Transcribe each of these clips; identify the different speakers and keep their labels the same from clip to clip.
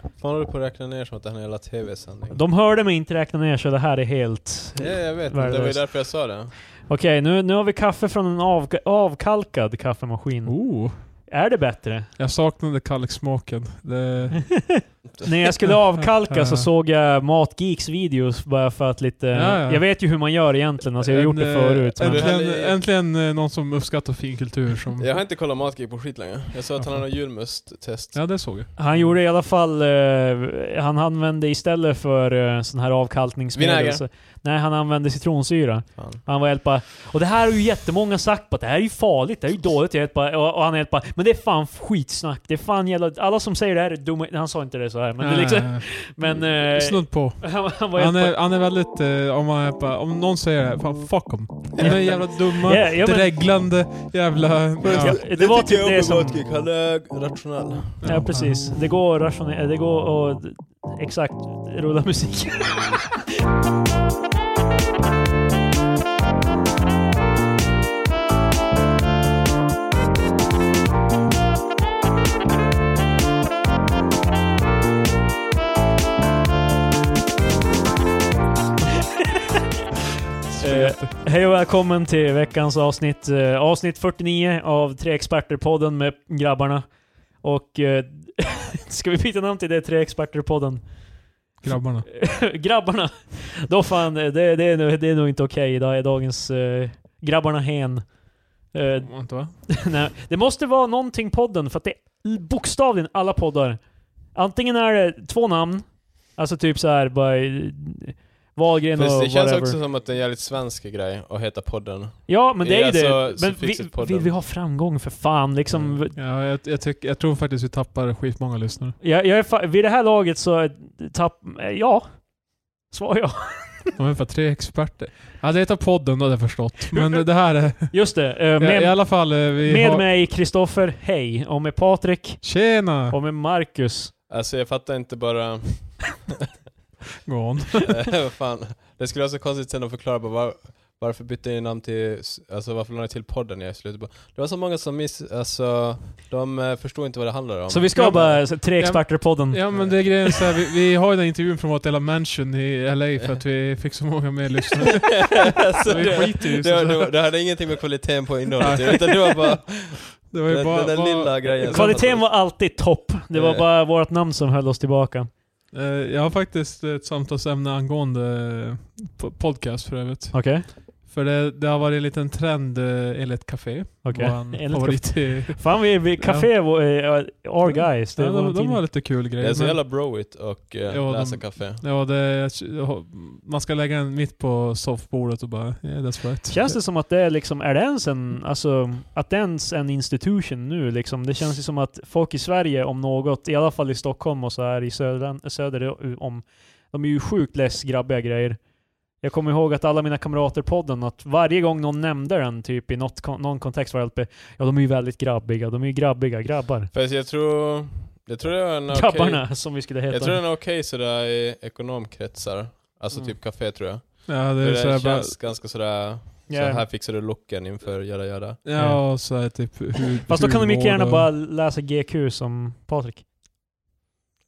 Speaker 1: fan håller du på att räkna ner som att det här är en jävla tv-sändning?
Speaker 2: De hörde mig inte räkna ner så det här är helt...
Speaker 3: Eh.
Speaker 1: Ja, jag vet, det var ju
Speaker 2: Värdelöst.
Speaker 1: därför jag sa det.
Speaker 2: Mm. Okej, nu, nu har vi kaffe från en avga- avkalkad kaffemaskin.
Speaker 3: Oh,
Speaker 2: Är det bättre?
Speaker 3: jag saknade kalksmaken. Det,
Speaker 2: När jag skulle avkalka så såg jag Matgeeks videos bara för att lite...
Speaker 3: Ja, ja.
Speaker 2: Jag vet ju hur man gör egentligen, alltså jag har gjort det
Speaker 3: eh,
Speaker 2: förut. Men...
Speaker 1: en-
Speaker 3: Äntligen,
Speaker 1: Men-
Speaker 3: äntligen eh, någon som uppskattar finkultur som...
Speaker 1: Jag har inte kollat Matgeek på skit länge. Jag sa att han har någon julmust-test.
Speaker 3: Ja, det såg jag.
Speaker 2: Han gjorde i alla fall, eh, han använde istället för eh, sån här
Speaker 1: Vinäger.
Speaker 2: avkalkningsmedel. Så, nej, han använde citronsyra.
Speaker 1: Fan.
Speaker 2: Han var helt bara, och det här har ju jättemånga sagt på att det här är ju farligt, det här är ju dåligt. Jag är helt bara, och, och han är helt bara, men det är fan skitsnack. Det är fan jävla, alla som säger det här är dumma. Han sa inte det så här, men det är liksom,
Speaker 3: Eh,
Speaker 2: men... eh,
Speaker 3: Snudd på.
Speaker 2: han, han var helt
Speaker 3: Han
Speaker 2: bara,
Speaker 3: är, han är väldigt, eh, om, man är på, om någon säger det, här, fan fuck em. De är jävla dumma,
Speaker 2: Ja, ja, men-
Speaker 3: dreglande, jävla...
Speaker 2: Ja,
Speaker 3: Ja.
Speaker 2: det, var typ det som...
Speaker 1: Han är rationell.
Speaker 2: Ja, precis. Det går att rationera, det går att exakt rulla musik. Eh, hej och välkommen till veckans avsnitt, eh, avsnitt 49 av Tre Experter-podden med grabbarna. Och eh, ska vi byta namn till det, Tre Experter-podden?
Speaker 3: Grabbarna.
Speaker 2: grabbarna! Då fan, eh, det, det, är, nog- det är nog inte okej idag, är dagens eh, Grabbarna Hen. Eh,
Speaker 3: Vänta va?
Speaker 2: nej, det måste vara någonting podden, för att det är bokstavligen alla poddar. Antingen är det två namn, alltså typ så här bara... eh, Wahlgren och
Speaker 1: Fast det känns
Speaker 2: whatever.
Speaker 1: också som att det är en jävligt svensk grej att heta podden.
Speaker 2: Ja, men det är ju
Speaker 1: Det är
Speaker 2: det.
Speaker 1: alltså
Speaker 2: Men vi,
Speaker 1: suffixet podden.
Speaker 2: vill vi ha framgång för fan liksom?
Speaker 1: Mm.
Speaker 3: Ja, jag, jag, tycker, jag tror faktiskt vi tappar skitmånga lyssnare.
Speaker 2: Jag, jag är fa- vid det här laget så är tapp... eh, Ja. Svar ja.
Speaker 3: De är för tre experter. Hade det hetat podden då hade jag förstått. Men det här är...
Speaker 2: Just det. eh,
Speaker 3: Ja, I
Speaker 2: Med,
Speaker 3: alla fall, eh, vi
Speaker 2: med
Speaker 3: har...
Speaker 2: mig Kristoffer, hej. Och med Patrik,
Speaker 3: Tjena!
Speaker 2: och med Marcus.
Speaker 1: Alltså jag fattar inte bara...
Speaker 3: Gå on.
Speaker 1: Eh, vad fan. Det skulle vara så konstigt sen att förklara bara var, varför bytte ni namn till, alltså varför la ni till podden i slutet på? Det var så många som miss, alltså de eh, förstod inte vad det handlade om.
Speaker 2: Så vi ska
Speaker 3: Ja, men-
Speaker 2: bara, så, tre
Speaker 3: Ja,
Speaker 2: experter i podden.
Speaker 3: Ja men det är grejen så här, vi, vi har ju den intervjun från vårt jävla mansion i LA för att vi fick så många mer lyssnare.
Speaker 1: alltså,
Speaker 3: Så vi
Speaker 1: det,
Speaker 3: skiter ju i
Speaker 1: det, var- det,
Speaker 3: sånt
Speaker 1: var-
Speaker 3: här.
Speaker 1: det hade ingenting med kvaliteten på innehållet utan det var bara
Speaker 3: Det var ju
Speaker 1: den,
Speaker 3: bara...
Speaker 1: den där
Speaker 3: bara-
Speaker 1: lilla grejen. som-
Speaker 2: Kvaliteten var alltid topp. Det var
Speaker 1: Eh.
Speaker 2: bara vårt namn som höll oss tillbaka.
Speaker 3: Eh, Jag har faktiskt ett samtalsämne angående eh, po- podcast för övrigt.
Speaker 2: Okej?
Speaker 3: För det, det har varit en liten trend eh, enligt Café.
Speaker 2: Okej.
Speaker 3: Våran
Speaker 2: Enligt
Speaker 3: favorit i...
Speaker 2: Fan vi, vi café, ja. our guys. Det
Speaker 3: Ja,
Speaker 2: var
Speaker 3: de, de
Speaker 2: tidning.
Speaker 3: har lite kul
Speaker 1: Det är
Speaker 3: grejer.
Speaker 1: så
Speaker 3: men-
Speaker 1: jävla broigt och eh,
Speaker 3: Mm. Ja, de-
Speaker 1: läsa kaffe.
Speaker 3: Ja, det, man ska lägga den mitt på soffbordet och bara yeah, that's right.
Speaker 2: Känns det som att det är liksom, är det ens en, alltså, att det ens är en institution nu liksom? Det känns ju som att folk i Sverige om något, i alla fall i Stockholm och så här i södern, söder om, de är ju sjukt less grabbiga grejer. Jag kommer ihåg att alla mina kamrater i podden, att varje gång någon nämnde den typ i något, kon- någon kontext var det alltid ja de är ju väldigt grabbiga, de är ju grabbiga grabbar.
Speaker 1: Fast jag tror, jag tror det är en okej...
Speaker 2: Grabbarna som vi skulle heta.
Speaker 1: Jag tror den är okej sådär i ekonomkretsar. Alltså typ café tror jag.
Speaker 3: Ja, Mm. det
Speaker 1: För
Speaker 3: är
Speaker 1: Det,
Speaker 3: sådär bara,
Speaker 1: känns ganska sådär,
Speaker 2: Ja.
Speaker 1: så här fixar du looken inför jada jada.
Speaker 3: ja, och så här typ hud,
Speaker 2: Fast då kan de mycket
Speaker 3: hudvård
Speaker 2: gärna
Speaker 3: och-
Speaker 2: bara läsa GQ som Patrik.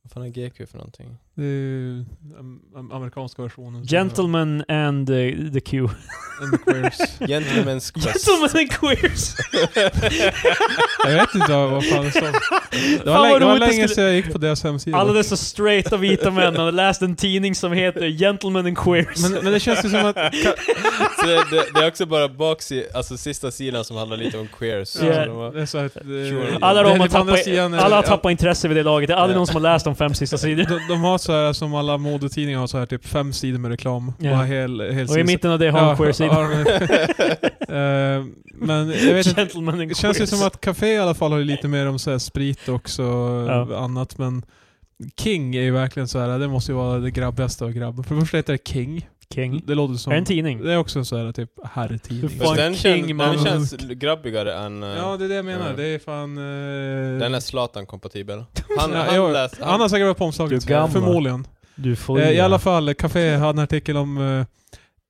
Speaker 1: Vad fan är GQ för någonting?
Speaker 3: Det är ju am- am- amerikanska versionen.
Speaker 2: Gentlemen and eh, the Q.
Speaker 3: And the queers.
Speaker 1: Gentlemen's quest.
Speaker 2: Gentlemen and queers!
Speaker 3: jag vet inte vad, vad fan det står. Det
Speaker 2: Fan,
Speaker 3: var, länge,
Speaker 2: vad
Speaker 3: det var
Speaker 2: roligt det
Speaker 3: länge
Speaker 2: skulle-
Speaker 3: sedan jag gick på deras hemsida.
Speaker 2: Alla dessa straighta vita män har läst en tidning som heter Gentlemen and Queers.
Speaker 3: men, men det känns ju som att...
Speaker 1: Så det, det, det är också bara baksi, alltså sista sidan som handlar lite om queers.
Speaker 2: Ja.
Speaker 1: Så de var-
Speaker 3: Det är så att, eh,
Speaker 2: alla
Speaker 3: det
Speaker 2: de
Speaker 3: är
Speaker 2: har
Speaker 3: på andra
Speaker 2: tappat,
Speaker 3: sidan, eh,
Speaker 2: alla har
Speaker 3: ja.
Speaker 2: tappat intresse vid det laget. Det är aldrig
Speaker 1: Ja.
Speaker 2: någon som har läst de fem sista sidorna.
Speaker 3: De, de har så här som alla modetidningar har så här typ fem sidor med reklam.
Speaker 2: Ja.
Speaker 3: Och har hel, hel
Speaker 2: Och i
Speaker 3: sida-
Speaker 2: mitten av det har de queer-sidan.
Speaker 3: har de- Eh, men jag vet inte,
Speaker 2: Gentlemen and
Speaker 3: det
Speaker 2: Queers.
Speaker 3: känns ju som att Café i alla fall har ju lite mer om så här sprit också och
Speaker 2: Ja.
Speaker 3: annat men King är ju verkligen så här. det måste ju vara det grabbigaste av grabb. För det första heter det King.
Speaker 2: King.
Speaker 3: Det låter
Speaker 2: Är
Speaker 3: som...
Speaker 2: det en tidning?
Speaker 3: det är också en så här typ herrtidning.
Speaker 2: Hur fan-
Speaker 1: Fast den,
Speaker 2: King,
Speaker 1: kän,
Speaker 2: man.
Speaker 1: den känns grabbigare än... eh,
Speaker 3: Ja, det är det jag menar.
Speaker 1: Mm.
Speaker 3: Det är fan... eh,
Speaker 1: Den är Zlatan-kompatibel. Han,
Speaker 3: Ja,
Speaker 1: han,
Speaker 3: jag-
Speaker 1: läs,
Speaker 3: han har säkert varit på omslaget.
Speaker 2: Du är gammal.
Speaker 3: Förmodligen.
Speaker 2: Du får
Speaker 3: Eh, I alla fall, Café hade en artikel om eh,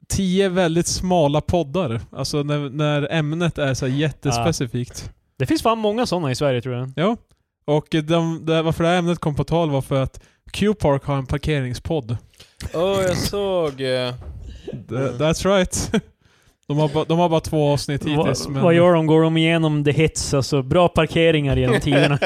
Speaker 3: tio väldigt smala poddar. Alltså
Speaker 2: Ah.
Speaker 3: när, när ämnet är så här jättespecifikt.
Speaker 2: Det finns fan många sådana i Sverige tror jag.
Speaker 3: Ja. Och eh, de, det, varför det här ämnet kom på tal var för att Q-Park har en parkeringspodd.
Speaker 1: Åh, jag såg... eh,
Speaker 3: Th- That's right. De har, ba, de har bara två avsnitt hittills.
Speaker 2: Va,
Speaker 3: men-
Speaker 2: Vad gör de? Går de igenom the hits? Alltså bra parkeringar genom tiderna.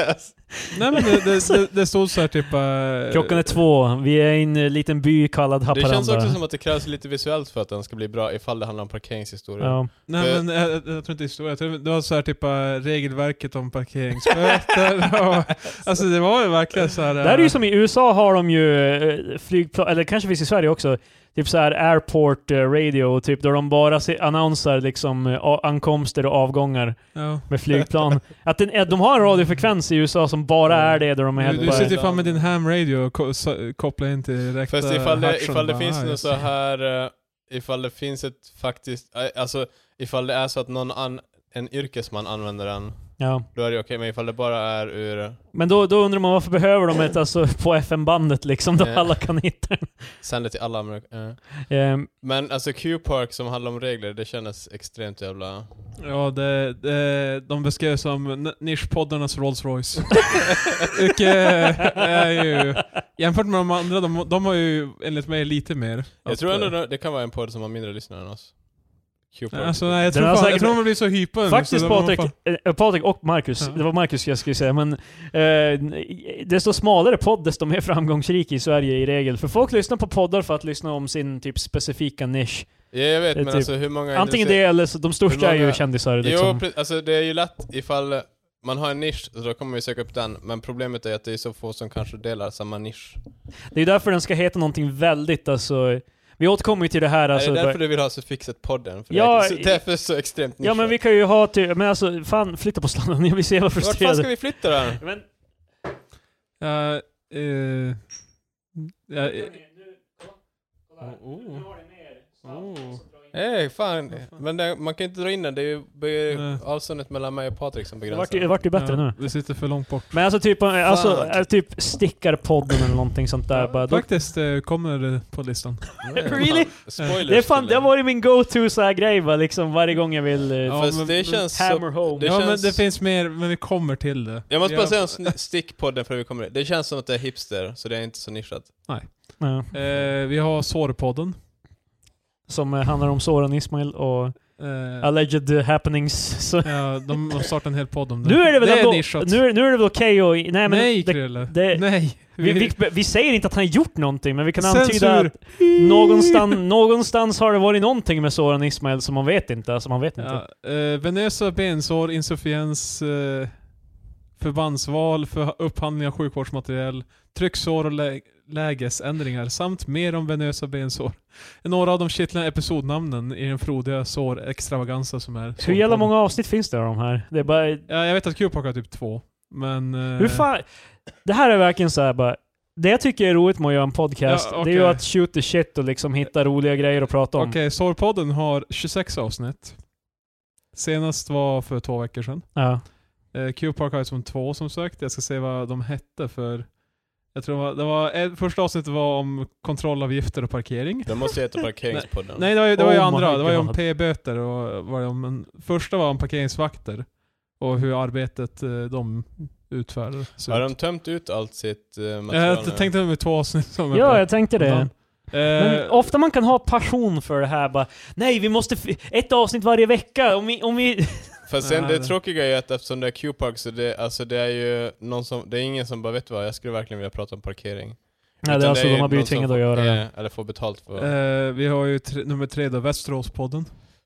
Speaker 3: Nej men det, det, det, det stod så här typ... eh,
Speaker 2: Klockan är två. Vi är i en eh, liten by kallad
Speaker 1: Det känns
Speaker 2: Haparanda.
Speaker 1: också som att det krävs lite visuellt för att den ska bli bra ifall det handlar om parkeringshistoria.
Speaker 3: Eh,
Speaker 2: ja.
Speaker 3: Nej
Speaker 1: Eh.
Speaker 3: men jag, jag tror inte historia. Jag tror Det var så här typ eh, regelverket om parkeringsböter och... Alltså det var ju verkligen så här... eh,
Speaker 2: Det här är ju som i USA har de ju flygplan, eller kanske finns i Sverige också, typ så här airport eh, radio, typ där de bara se- annonserar liksom eh, a- ankomster och avgångar
Speaker 3: Ja.
Speaker 2: med flygplan. att, den, att de har en radiofrekvens i USA som bara är det, där de är
Speaker 3: Du,
Speaker 2: helt
Speaker 3: du typ-
Speaker 2: bara...
Speaker 3: sitter ju fan med din ham radio och ko- så- kopplar in till direkt eh,
Speaker 1: Fast ifall det, ifall det finns något
Speaker 3: något
Speaker 1: så här, eh, ifall det finns ett faktiskt, eh, alltså ifall det är så att någon an, en yrkesman använder den,
Speaker 2: Ja.
Speaker 1: då är det okej, men ifall det bara är ur,
Speaker 2: Men då, då undrar man varför behöver de ett alltså, på FM-bandet liksom, där
Speaker 1: Ja.
Speaker 2: alla kan hitta den.
Speaker 1: sänder till alla amerikaner.
Speaker 3: Eh,
Speaker 2: Ehm,
Speaker 1: Men alltså Q-Park som handlar om regler, det kändes extremt jävla...
Speaker 3: Ja, det, det, de beskrev som n- nischpoddarnas Rolls Royce. Vilket eh, är ju... Jämfört med de andra, de, de har ju enligt mig lite mer.
Speaker 1: Jag
Speaker 3: Att,
Speaker 1: tror ändå
Speaker 3: eh,
Speaker 1: det- det kan vara en podd som har mindre lyssnare än oss. Q-Park.
Speaker 3: Alltså, nej,
Speaker 2: Den
Speaker 3: jag, tror
Speaker 2: har
Speaker 3: fan, jag
Speaker 2: säkert-
Speaker 3: tror de blir så hypade nu,
Speaker 2: Faktiskt
Speaker 3: så de- de
Speaker 2: Patrik,
Speaker 3: fan-
Speaker 2: eh, Patrik och Marcus,
Speaker 3: Ja.
Speaker 2: det var Marcus jag skulle säga, men eh, desto smalare podd, desto mer framgångsrik i Sverige i regel. För folk lyssnar på poddar för att lyssna om sin typ specifika nisch.
Speaker 1: ja, jag vet,
Speaker 2: det är
Speaker 1: men
Speaker 2: typ-
Speaker 1: alltså hur många...
Speaker 2: Antingen
Speaker 1: industri-
Speaker 2: det eller så, de största
Speaker 1: Hur
Speaker 2: är ju
Speaker 1: många-
Speaker 2: kändisar
Speaker 1: Jo,
Speaker 2: liksom.
Speaker 1: precis. alltså det är ju lätt ifall man har en nisch, så då kommer vi söka upp den. Men problemet är att det är så få som kanske delar samma nisch.
Speaker 2: Det är därför den ska heta någonting väldigt alltså. Vi återkommer ju till det här alltså.
Speaker 1: är det därför du vill ha suffixet podden? För
Speaker 2: Ja,
Speaker 1: det är så,
Speaker 2: i-
Speaker 1: därför är det så extremt
Speaker 2: ja men vi kan ju ha till, men alltså fan flytta på sladden, jag blir så jävla
Speaker 1: Vart fan ska
Speaker 2: frustrerad.
Speaker 1: vi flytta den?
Speaker 2: Men,
Speaker 3: Ja, eh, ja, eh, Oh. Oh.
Speaker 1: Nej, fan. Men det, man kan ju inte dra in den, det är ju
Speaker 3: Nej.
Speaker 1: be- avståndet mellan mig och Patrik som
Speaker 2: det
Speaker 1: begränsar.
Speaker 2: vart ju- det vart ju bättre
Speaker 3: ja,
Speaker 2: nu.
Speaker 3: Det sitter för långt bort.
Speaker 2: Men alltså typ, alltså,
Speaker 1: Fuck.
Speaker 2: eh, typ stickarpodden eller någonting sånt där. Äh, Bara, då,
Speaker 3: Faktiskt eh, kommer det på listan.
Speaker 1: Nej, fan.
Speaker 2: Really?
Speaker 1: Spoilers.
Speaker 2: det, är fan,
Speaker 1: till
Speaker 2: det har
Speaker 1: den.
Speaker 2: varit min go-to så här grej va, liksom varje gång jag vill eh,
Speaker 3: Ja,
Speaker 1: Fast
Speaker 3: men-
Speaker 1: det känns
Speaker 2: hammer
Speaker 1: så...
Speaker 2: home.
Speaker 1: det
Speaker 3: ja,
Speaker 1: känns-
Speaker 3: men det finns mer, men vi kommer till det.
Speaker 1: Jag måste bara
Speaker 3: Ja.
Speaker 1: säga om sn- stickpodden för vi kommer Det känns som att det är hipster, så det är inte så nischat.
Speaker 2: Ja,
Speaker 3: Eh, vi har Sårpodden.
Speaker 2: som eh, handlar om Soran Ismail och
Speaker 3: Eh,
Speaker 2: alleged happenings. Så,
Speaker 3: Ja, de har startat en hel podd om det.
Speaker 2: nu är det väl
Speaker 3: Mm. det
Speaker 2: ändå,
Speaker 3: är nischat.
Speaker 2: nu, är- nu är det väl okej och... Nej men...
Speaker 3: Nej
Speaker 2: det,
Speaker 3: Krille.
Speaker 2: det-
Speaker 3: Nej.
Speaker 2: vi, vi, vi säger inte att han gjort någonting, men vi kan antyda
Speaker 3: Censur.
Speaker 2: att någonstans, någonstans har det varit någonting med Soran Ismail som man vet inte. Alltså man vet inte.
Speaker 3: Ja, eh, venösa bensår, insuffiens, eh, förbandsval, för upphandling av sjukvårdsmateriel, trycksår och lä- lägesändringar samt mer om venösa bensår. Några av de kittlande episodnamnen i den frodiga sårextravaganza som är
Speaker 2: Hur jävla
Speaker 3: sårpodden.
Speaker 2: många avsnitt finns det av de här? Det är bara
Speaker 3: Ja, jag vet att Q-Park har typ två. Men... eh,
Speaker 2: Hur fan... Det här är verkligen så här bara... Det jag tycker är roligt med att göra en podcast,
Speaker 3: Ja,
Speaker 2: det är ju
Speaker 3: okej.
Speaker 2: att shoot the shit och liksom hitta roliga grejer att prata om.
Speaker 3: Okej, Sårpodden har 26 avsnitt. Senast var för två veckor sedan.
Speaker 2: Ja.
Speaker 3: Eh, Q-Park har som två som sökt. Jag ska se vad de hette för... Jag tror det var, det var, eh, första avsnittet var om kontrollavgifter och parkering.
Speaker 1: Den måste ju heta Parkeringspodden.
Speaker 3: Nej, det var ju, det var ju
Speaker 2: Oh my
Speaker 3: andra. Det var ju om
Speaker 2: God.
Speaker 3: p-böter och var det om en, Första var om parkeringsvakter och hur arbetet eh, de utför. ser
Speaker 1: Har
Speaker 3: ut.
Speaker 1: de tömt ut allt sitt eh, material
Speaker 3: jag
Speaker 1: nu?
Speaker 3: tänkte med två avsnitt som är
Speaker 2: ja,
Speaker 3: på-
Speaker 2: jag tänkte det.
Speaker 3: Eh,
Speaker 2: Men ofta man kan ha passion för det här bara, nej vi måste, f- ett avsnitt varje vecka om vi, om vi...
Speaker 1: Fast sen
Speaker 3: Nej,
Speaker 1: det
Speaker 3: det-
Speaker 1: tråkiga är att eftersom det är Q-Park så det, alltså det är ju någon som, det är ingen som bara vet du vad, jag skulle verkligen vilja prata om parkering.
Speaker 2: Nej,
Speaker 1: Utan
Speaker 2: det är alltså,
Speaker 1: ju
Speaker 2: de har
Speaker 1: någon
Speaker 2: blivit
Speaker 1: som
Speaker 2: tvingade
Speaker 1: får-
Speaker 2: att göra det.
Speaker 1: eh, Eller får betalt för.
Speaker 3: eh, vi har ju tre, nummer tre då, Västeråspodden.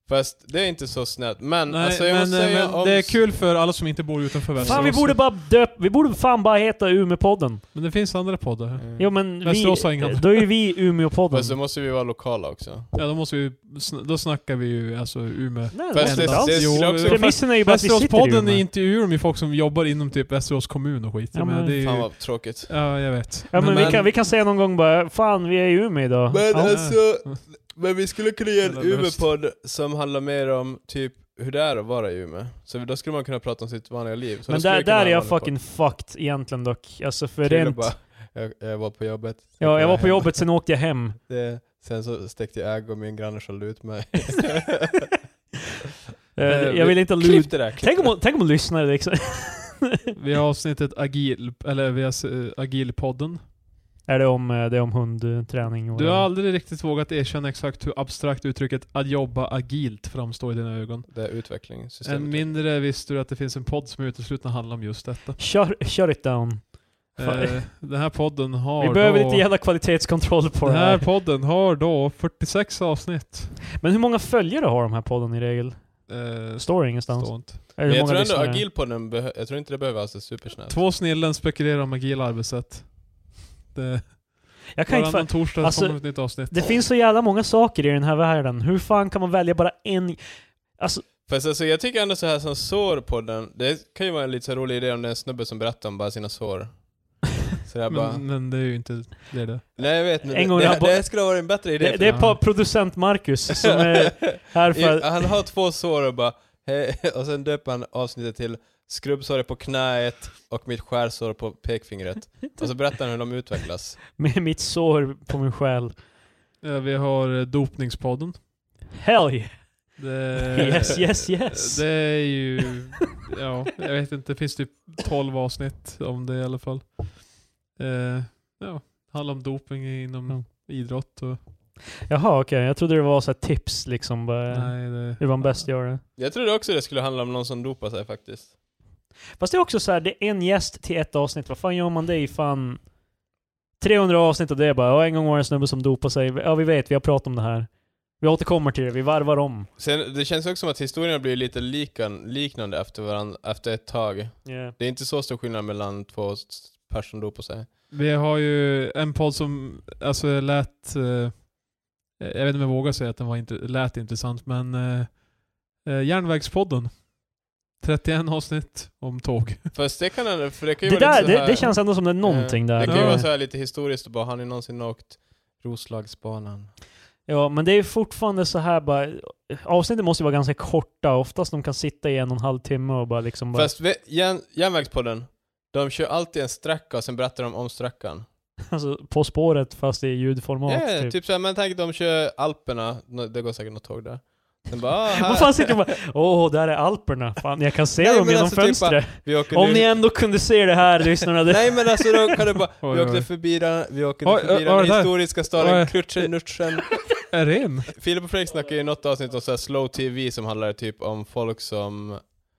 Speaker 1: Fast det är inte så snällt. Men
Speaker 3: Nej,
Speaker 1: Mm, alltså jag
Speaker 3: men, eh,
Speaker 1: måste säga
Speaker 3: men
Speaker 1: om...
Speaker 3: det är kul för alla som inte bor utanför Västerås.
Speaker 2: Fan vi borde bara döp, vi borde fan bara heta Umeåpodden.
Speaker 3: Men det finns andra poddar.
Speaker 1: Mm.
Speaker 2: Jo men vi,
Speaker 3: Mm. Västerås har inga.
Speaker 2: då är ju vi
Speaker 1: Fast då
Speaker 2: Umeåpodden.
Speaker 1: måste vi vara lokala också.
Speaker 3: Ja, då måste vi sn- då snackar vi ju alltså Umeå.
Speaker 2: Nej, det
Speaker 1: Fast
Speaker 2: är
Speaker 1: det,
Speaker 2: inte
Speaker 1: det
Speaker 2: alls.
Speaker 1: skulle
Speaker 3: Jo,
Speaker 1: också...
Speaker 3: det-
Speaker 2: Premissen är ju bara att vi sitter i
Speaker 3: Västeråspodden
Speaker 2: Umeå.
Speaker 3: intervjuar med folk som jobbar inom typ Västerås kommun och skit.
Speaker 2: Ja,
Speaker 3: Jag menar,
Speaker 2: men
Speaker 3: det är ju,
Speaker 1: Fan vad tråkigt.
Speaker 3: ja, jag vet.
Speaker 2: Ja men,
Speaker 1: Men-
Speaker 2: vi, kan, vi kan säga någon gång bara, fan vi är i Umeå idag.
Speaker 1: Men
Speaker 2: ja.
Speaker 1: alltså,
Speaker 3: Mm.
Speaker 1: men vi skulle kunna göra en
Speaker 3: Jävla lust.
Speaker 1: Umeå-podd som handlar mer om typ hur det är att vara i Umeå. Så då skulle man kunna prata om sitt vanliga liv. Så
Speaker 2: Men
Speaker 1: då skulle
Speaker 2: där,
Speaker 1: vi kunna
Speaker 2: där är
Speaker 1: ha en
Speaker 2: jag
Speaker 1: vanlig
Speaker 2: fucking fucked egentligen dock. Alltså för
Speaker 1: podd. Krille
Speaker 2: rent...
Speaker 1: bara, jag, jag var på jobbet. sen
Speaker 2: Ja,
Speaker 1: kom
Speaker 2: jag var på
Speaker 1: hem."
Speaker 2: jobbet, sen åkte jag hem. Eh,
Speaker 1: Det, sen så stekte jag ägg och min granne skällde ut mig.
Speaker 2: Eh,
Speaker 1: Eh,
Speaker 2: jag vill inte
Speaker 1: Klipp
Speaker 2: lud...
Speaker 1: det där, klipp
Speaker 2: Tänk
Speaker 1: det.
Speaker 2: om, tänk om hon lyssnar liksom.
Speaker 3: Vi har avsnittet agil, eller vi har s- eh, agilpodden.
Speaker 2: är det om, eh, det är om hundträning? Och
Speaker 3: Du har aldrig riktigt vågat erkänna exakt hur abstrakt uttrycket att jobba agilt framstår i dina ögon.
Speaker 1: Det är utvecklingssystemet.
Speaker 3: Än mindre visste du att det finns en podd som uteslutande handlar om just detta.
Speaker 2: Shut, shut it down. Fan.
Speaker 3: Eh, den här podden har
Speaker 2: Vi behöver
Speaker 3: då,
Speaker 2: lite jävla kvalitetskontroll på det
Speaker 3: Den
Speaker 2: här.
Speaker 3: här podden har då 46 avsnitt.
Speaker 2: Men hur många följare har de här podden i regel?
Speaker 3: Eh,
Speaker 2: Står det ingenstans?
Speaker 3: står inte.
Speaker 2: Eller
Speaker 1: Men
Speaker 2: hur
Speaker 1: jag
Speaker 2: många
Speaker 1: tror ändå
Speaker 2: lyssnare?
Speaker 1: agil på den, behö- jag tror inte det behöver alltså supersnabbt.
Speaker 3: Två snillen spekulerar om agila arbetssätt. Det,
Speaker 2: Jag kan inte
Speaker 3: varannan
Speaker 2: fa-
Speaker 3: torsdag
Speaker 2: alltså,
Speaker 3: kommer ett nytt avsnitt.
Speaker 2: det finns så jävla många saker i den här världen. Hur fan kan man välja bara en?
Speaker 1: Fast alltså, jag tycker ändå så här som sår på den, det kan ju vara en lite så här rolig idé om det är en snubbe som berättar om bara sina sår. Så jag bara,
Speaker 3: Men, men det är ju inte det. är det.
Speaker 1: nej jag vet men
Speaker 2: En
Speaker 1: det,
Speaker 2: gång
Speaker 1: det,
Speaker 2: jag bo-
Speaker 1: det här skulle ha varit en bättre idé.
Speaker 2: Det, det är pa- producent Marcus som är här för att...
Speaker 1: Han har två sår och bara, hej, och sen döper han avsnittet till skrubbsåret på knäet och mitt skärsår på pekfingret. Och så berättar han hur de utvecklas.
Speaker 2: Med mitt sår på min själ.
Speaker 3: Eh, Vi har eh, dopningspodden.
Speaker 2: Hell yeah.
Speaker 3: Det,
Speaker 2: Yes, yes, yes.
Speaker 3: Det är ju... Ja, jag vet inte. Det finns typ 12 avsnitt om det i alla fall. Eh, ja, handlar om doping inom
Speaker 2: Ja.
Speaker 3: idrott och...
Speaker 2: Jaha, okej. Jag trodde det var så här tips liksom. Bara,
Speaker 3: Nej, det...
Speaker 2: hur man bäst gör det.
Speaker 1: Jag trodde också det skulle handla om någon som dopar sig faktiskt.
Speaker 2: Fast det är också så här, det är en gäst till ett avsnitt. Vad fan gör man det i fan 300 avsnitt och det är bara ja, en gång var det en snubbe som dopade sig. Ja, vi vet, vi har pratat om det här. Vi återkommer till det, vi varvar om.
Speaker 1: Sen, det känns också som att historierna blir lite likan, liknande efter varandra, efter ett tag. Det är inte så stor skillnad mellan två s- personer som dopar sig.
Speaker 3: Vi har ju en podd som alltså lät... Eh, jag vet inte om jag vågar säga att den var inte, lät intressant, men... Eh, eh, Järnvägspodden. 31 avsnitt om tåg.
Speaker 1: Fast det kan ändå- för det kan ju
Speaker 2: Det,
Speaker 1: vara
Speaker 2: där,
Speaker 1: lite så
Speaker 2: det,
Speaker 1: här,
Speaker 2: det känns ändå som det är någonting
Speaker 1: eh,
Speaker 2: där.
Speaker 1: Det kan ju
Speaker 3: Ja.
Speaker 1: vara så här lite historiskt och bara, har ni någonsin åkt Roslagsbanan?
Speaker 2: Ja, men det är fortfarande så här bara... Avsnitten måste ju vara ganska korta. Oftast de kan sitta i en och en halv timme och bara liksom bara...
Speaker 1: Fast vi, järn, Järnvägspodden, de kör alltid en sträcka och sen berättar de om sträckan.
Speaker 2: Alltså, på spåret fast i ljudformat.
Speaker 1: Ja, yeah,
Speaker 2: typ.
Speaker 1: typ, så här, men tänk att de kör Alperna, Nå- det går säkert något tåg där. Sen bara, ah,
Speaker 2: Vad
Speaker 1: här,
Speaker 2: fan sitter de bara Åh, där är Alperna. Fan, jag kan se
Speaker 1: Nej,
Speaker 2: dem
Speaker 1: men
Speaker 2: genom
Speaker 1: alltså typ
Speaker 2: fönstret.
Speaker 1: vi åker
Speaker 2: Om
Speaker 1: nu-
Speaker 2: ni ändå kunde se det här, lyssnarna. Det...
Speaker 1: Nej men alltså då kan du bara,
Speaker 3: Oj,
Speaker 1: vi
Speaker 3: oj.
Speaker 1: åkte förbi den, vi åkte
Speaker 3: Oj,
Speaker 1: förbi
Speaker 3: oj, oj,
Speaker 1: den
Speaker 3: där.
Speaker 1: historiska staden
Speaker 3: Oj.
Speaker 1: Klutchen-Nutchen.
Speaker 3: Är det en?
Speaker 1: Filip och Fredrik snackade i något avsnitt om så här slow tv som handlade typ om folk som,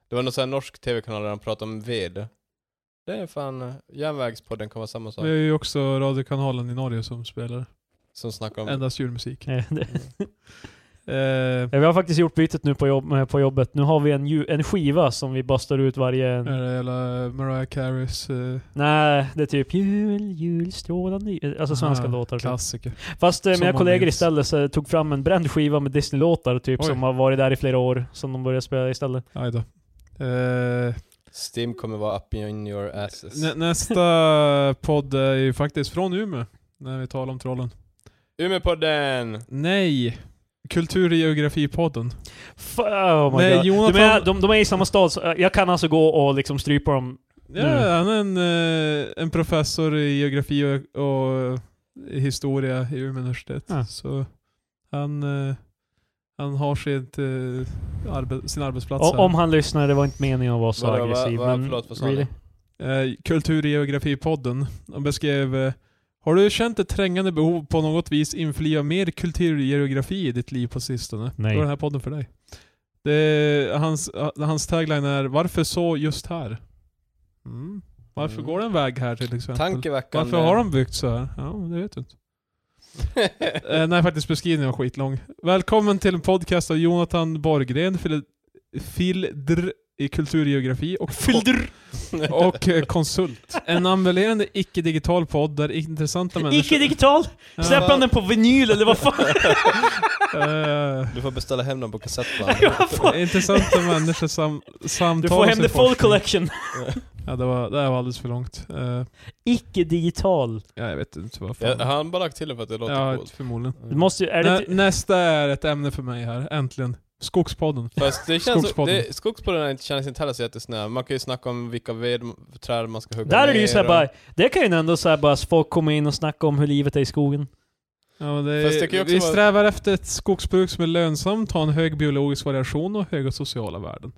Speaker 1: det var någon så här norsk tv-kanal där de pratade om ved. Det är fan, järnvägspodden kan vara samma sak.
Speaker 3: Vi har ju också radiokanalen i Norge som spelar
Speaker 1: Som snackar om,
Speaker 3: endast julmusik.
Speaker 2: Nej, det-
Speaker 3: Eh,
Speaker 2: Ja, vi har faktiskt gjort bytet nu på, jobb, eh, på jobbet. Nu har vi en, ju- en skiva som vi bara står ut varje...
Speaker 3: Är det hela Mariah Careys eh,
Speaker 2: Nej, det är typ jul, jul, strålande jul. Alltså svenska
Speaker 3: Ah,
Speaker 2: låtar. Typ.
Speaker 3: klassiker?
Speaker 2: Fast eh,
Speaker 3: Som
Speaker 2: mina
Speaker 3: man
Speaker 2: kollegor
Speaker 3: minns.
Speaker 2: istället så, tog fram en bränd skiva med Disney-låtar typ
Speaker 3: Oj.
Speaker 2: som har varit där i flera år. Som de började spela istället.
Speaker 3: Aj då. Eh,
Speaker 1: Stim kommer vara up in your asses.
Speaker 3: nä- nästa podd är ju faktiskt från Umeå, när vi talar om trollen.
Speaker 1: Umeåpodden!
Speaker 3: Nej! Kultur och geografipodden.
Speaker 2: F- oh my
Speaker 3: Nej,
Speaker 2: God.
Speaker 3: Jonathan-
Speaker 2: Du menar, de, de är i samma stad, så eh, jag kan alltså gå och liksom strypa dem.
Speaker 3: Ja,
Speaker 2: Mm.
Speaker 3: Han är en, eh, en professor i geografi och, och eh, historia i Umeå universitet.
Speaker 2: Ah.
Speaker 3: Så han, eh, han har sitt, eh, arbe- sin arbetsplats
Speaker 2: O-
Speaker 3: här.
Speaker 2: om han lyssnar, det var inte meningen att vara så
Speaker 1: Vadå, vad-
Speaker 2: aggressiv.
Speaker 1: vad-
Speaker 2: men
Speaker 1: förlåt, vad sa ni?
Speaker 3: Eh, Kultur och geografipodden. De beskrev eh, Har du känt ett trängande behov på något vis infliva mer kultur och geografi i ditt liv på sistone?
Speaker 2: Nej.
Speaker 3: Då är den här podden för dig. Det, hans, ah, hans tagline är Varför så just här? Mm. Varför
Speaker 1: Mm.
Speaker 3: går det en väg här till exempel?
Speaker 1: Tankeveckan.
Speaker 3: Varför har de byggt så här? Ja, det vet du inte. Eh, nej, faktiskt beskrivningen var skitlång. Välkommen till en podcast av Jonathan Borggren, fil- Fildr i kulturgeografi och
Speaker 2: Fyldr!
Speaker 3: och eh, konsult. En ambulerande icke-digital podd där intressanta människor...
Speaker 2: Icke-digital!
Speaker 3: Ja.
Speaker 2: Släpper han den på vinyl eller vad fan?
Speaker 3: Eh,
Speaker 1: Du får beställa hem dem på kassettband.
Speaker 2: Vad fan?
Speaker 3: intressanta människor sam, samtal
Speaker 2: Du får hem
Speaker 3: sin
Speaker 2: the full
Speaker 3: forskning.
Speaker 2: collection.
Speaker 3: Ja, det, var, det här var alldeles för långt. Eh,
Speaker 2: Icke-digital.
Speaker 3: ja, jag vet inte vad fan...
Speaker 1: Ja, har han bara lagt till det för att det låter
Speaker 3: Ja,
Speaker 1: coolt?
Speaker 3: förmodligen.
Speaker 2: Du måste ju, är det
Speaker 3: Nä,
Speaker 2: inte-
Speaker 3: nästa är ett ämne för mig här, äntligen. Skogspodden.
Speaker 1: Fast det känns
Speaker 3: Skogspodden.
Speaker 1: Det, skogspodden är inte- känns inte heller så jättesnäv. Man kan ju snacka om vilka vedträd man ska hugga
Speaker 2: Där är det ju
Speaker 1: ner
Speaker 2: såhär
Speaker 1: och- Mm.
Speaker 2: bara, det kan ju ändå såhär bara folk kommer in och snacka om hur livet är i skogen.
Speaker 3: Ja, men det,
Speaker 1: Fast det kan ju också
Speaker 3: vi
Speaker 1: vara-
Speaker 3: strävar efter ett skogsbruk som är lönsamt, har en hög biologisk variation och höga sociala värden.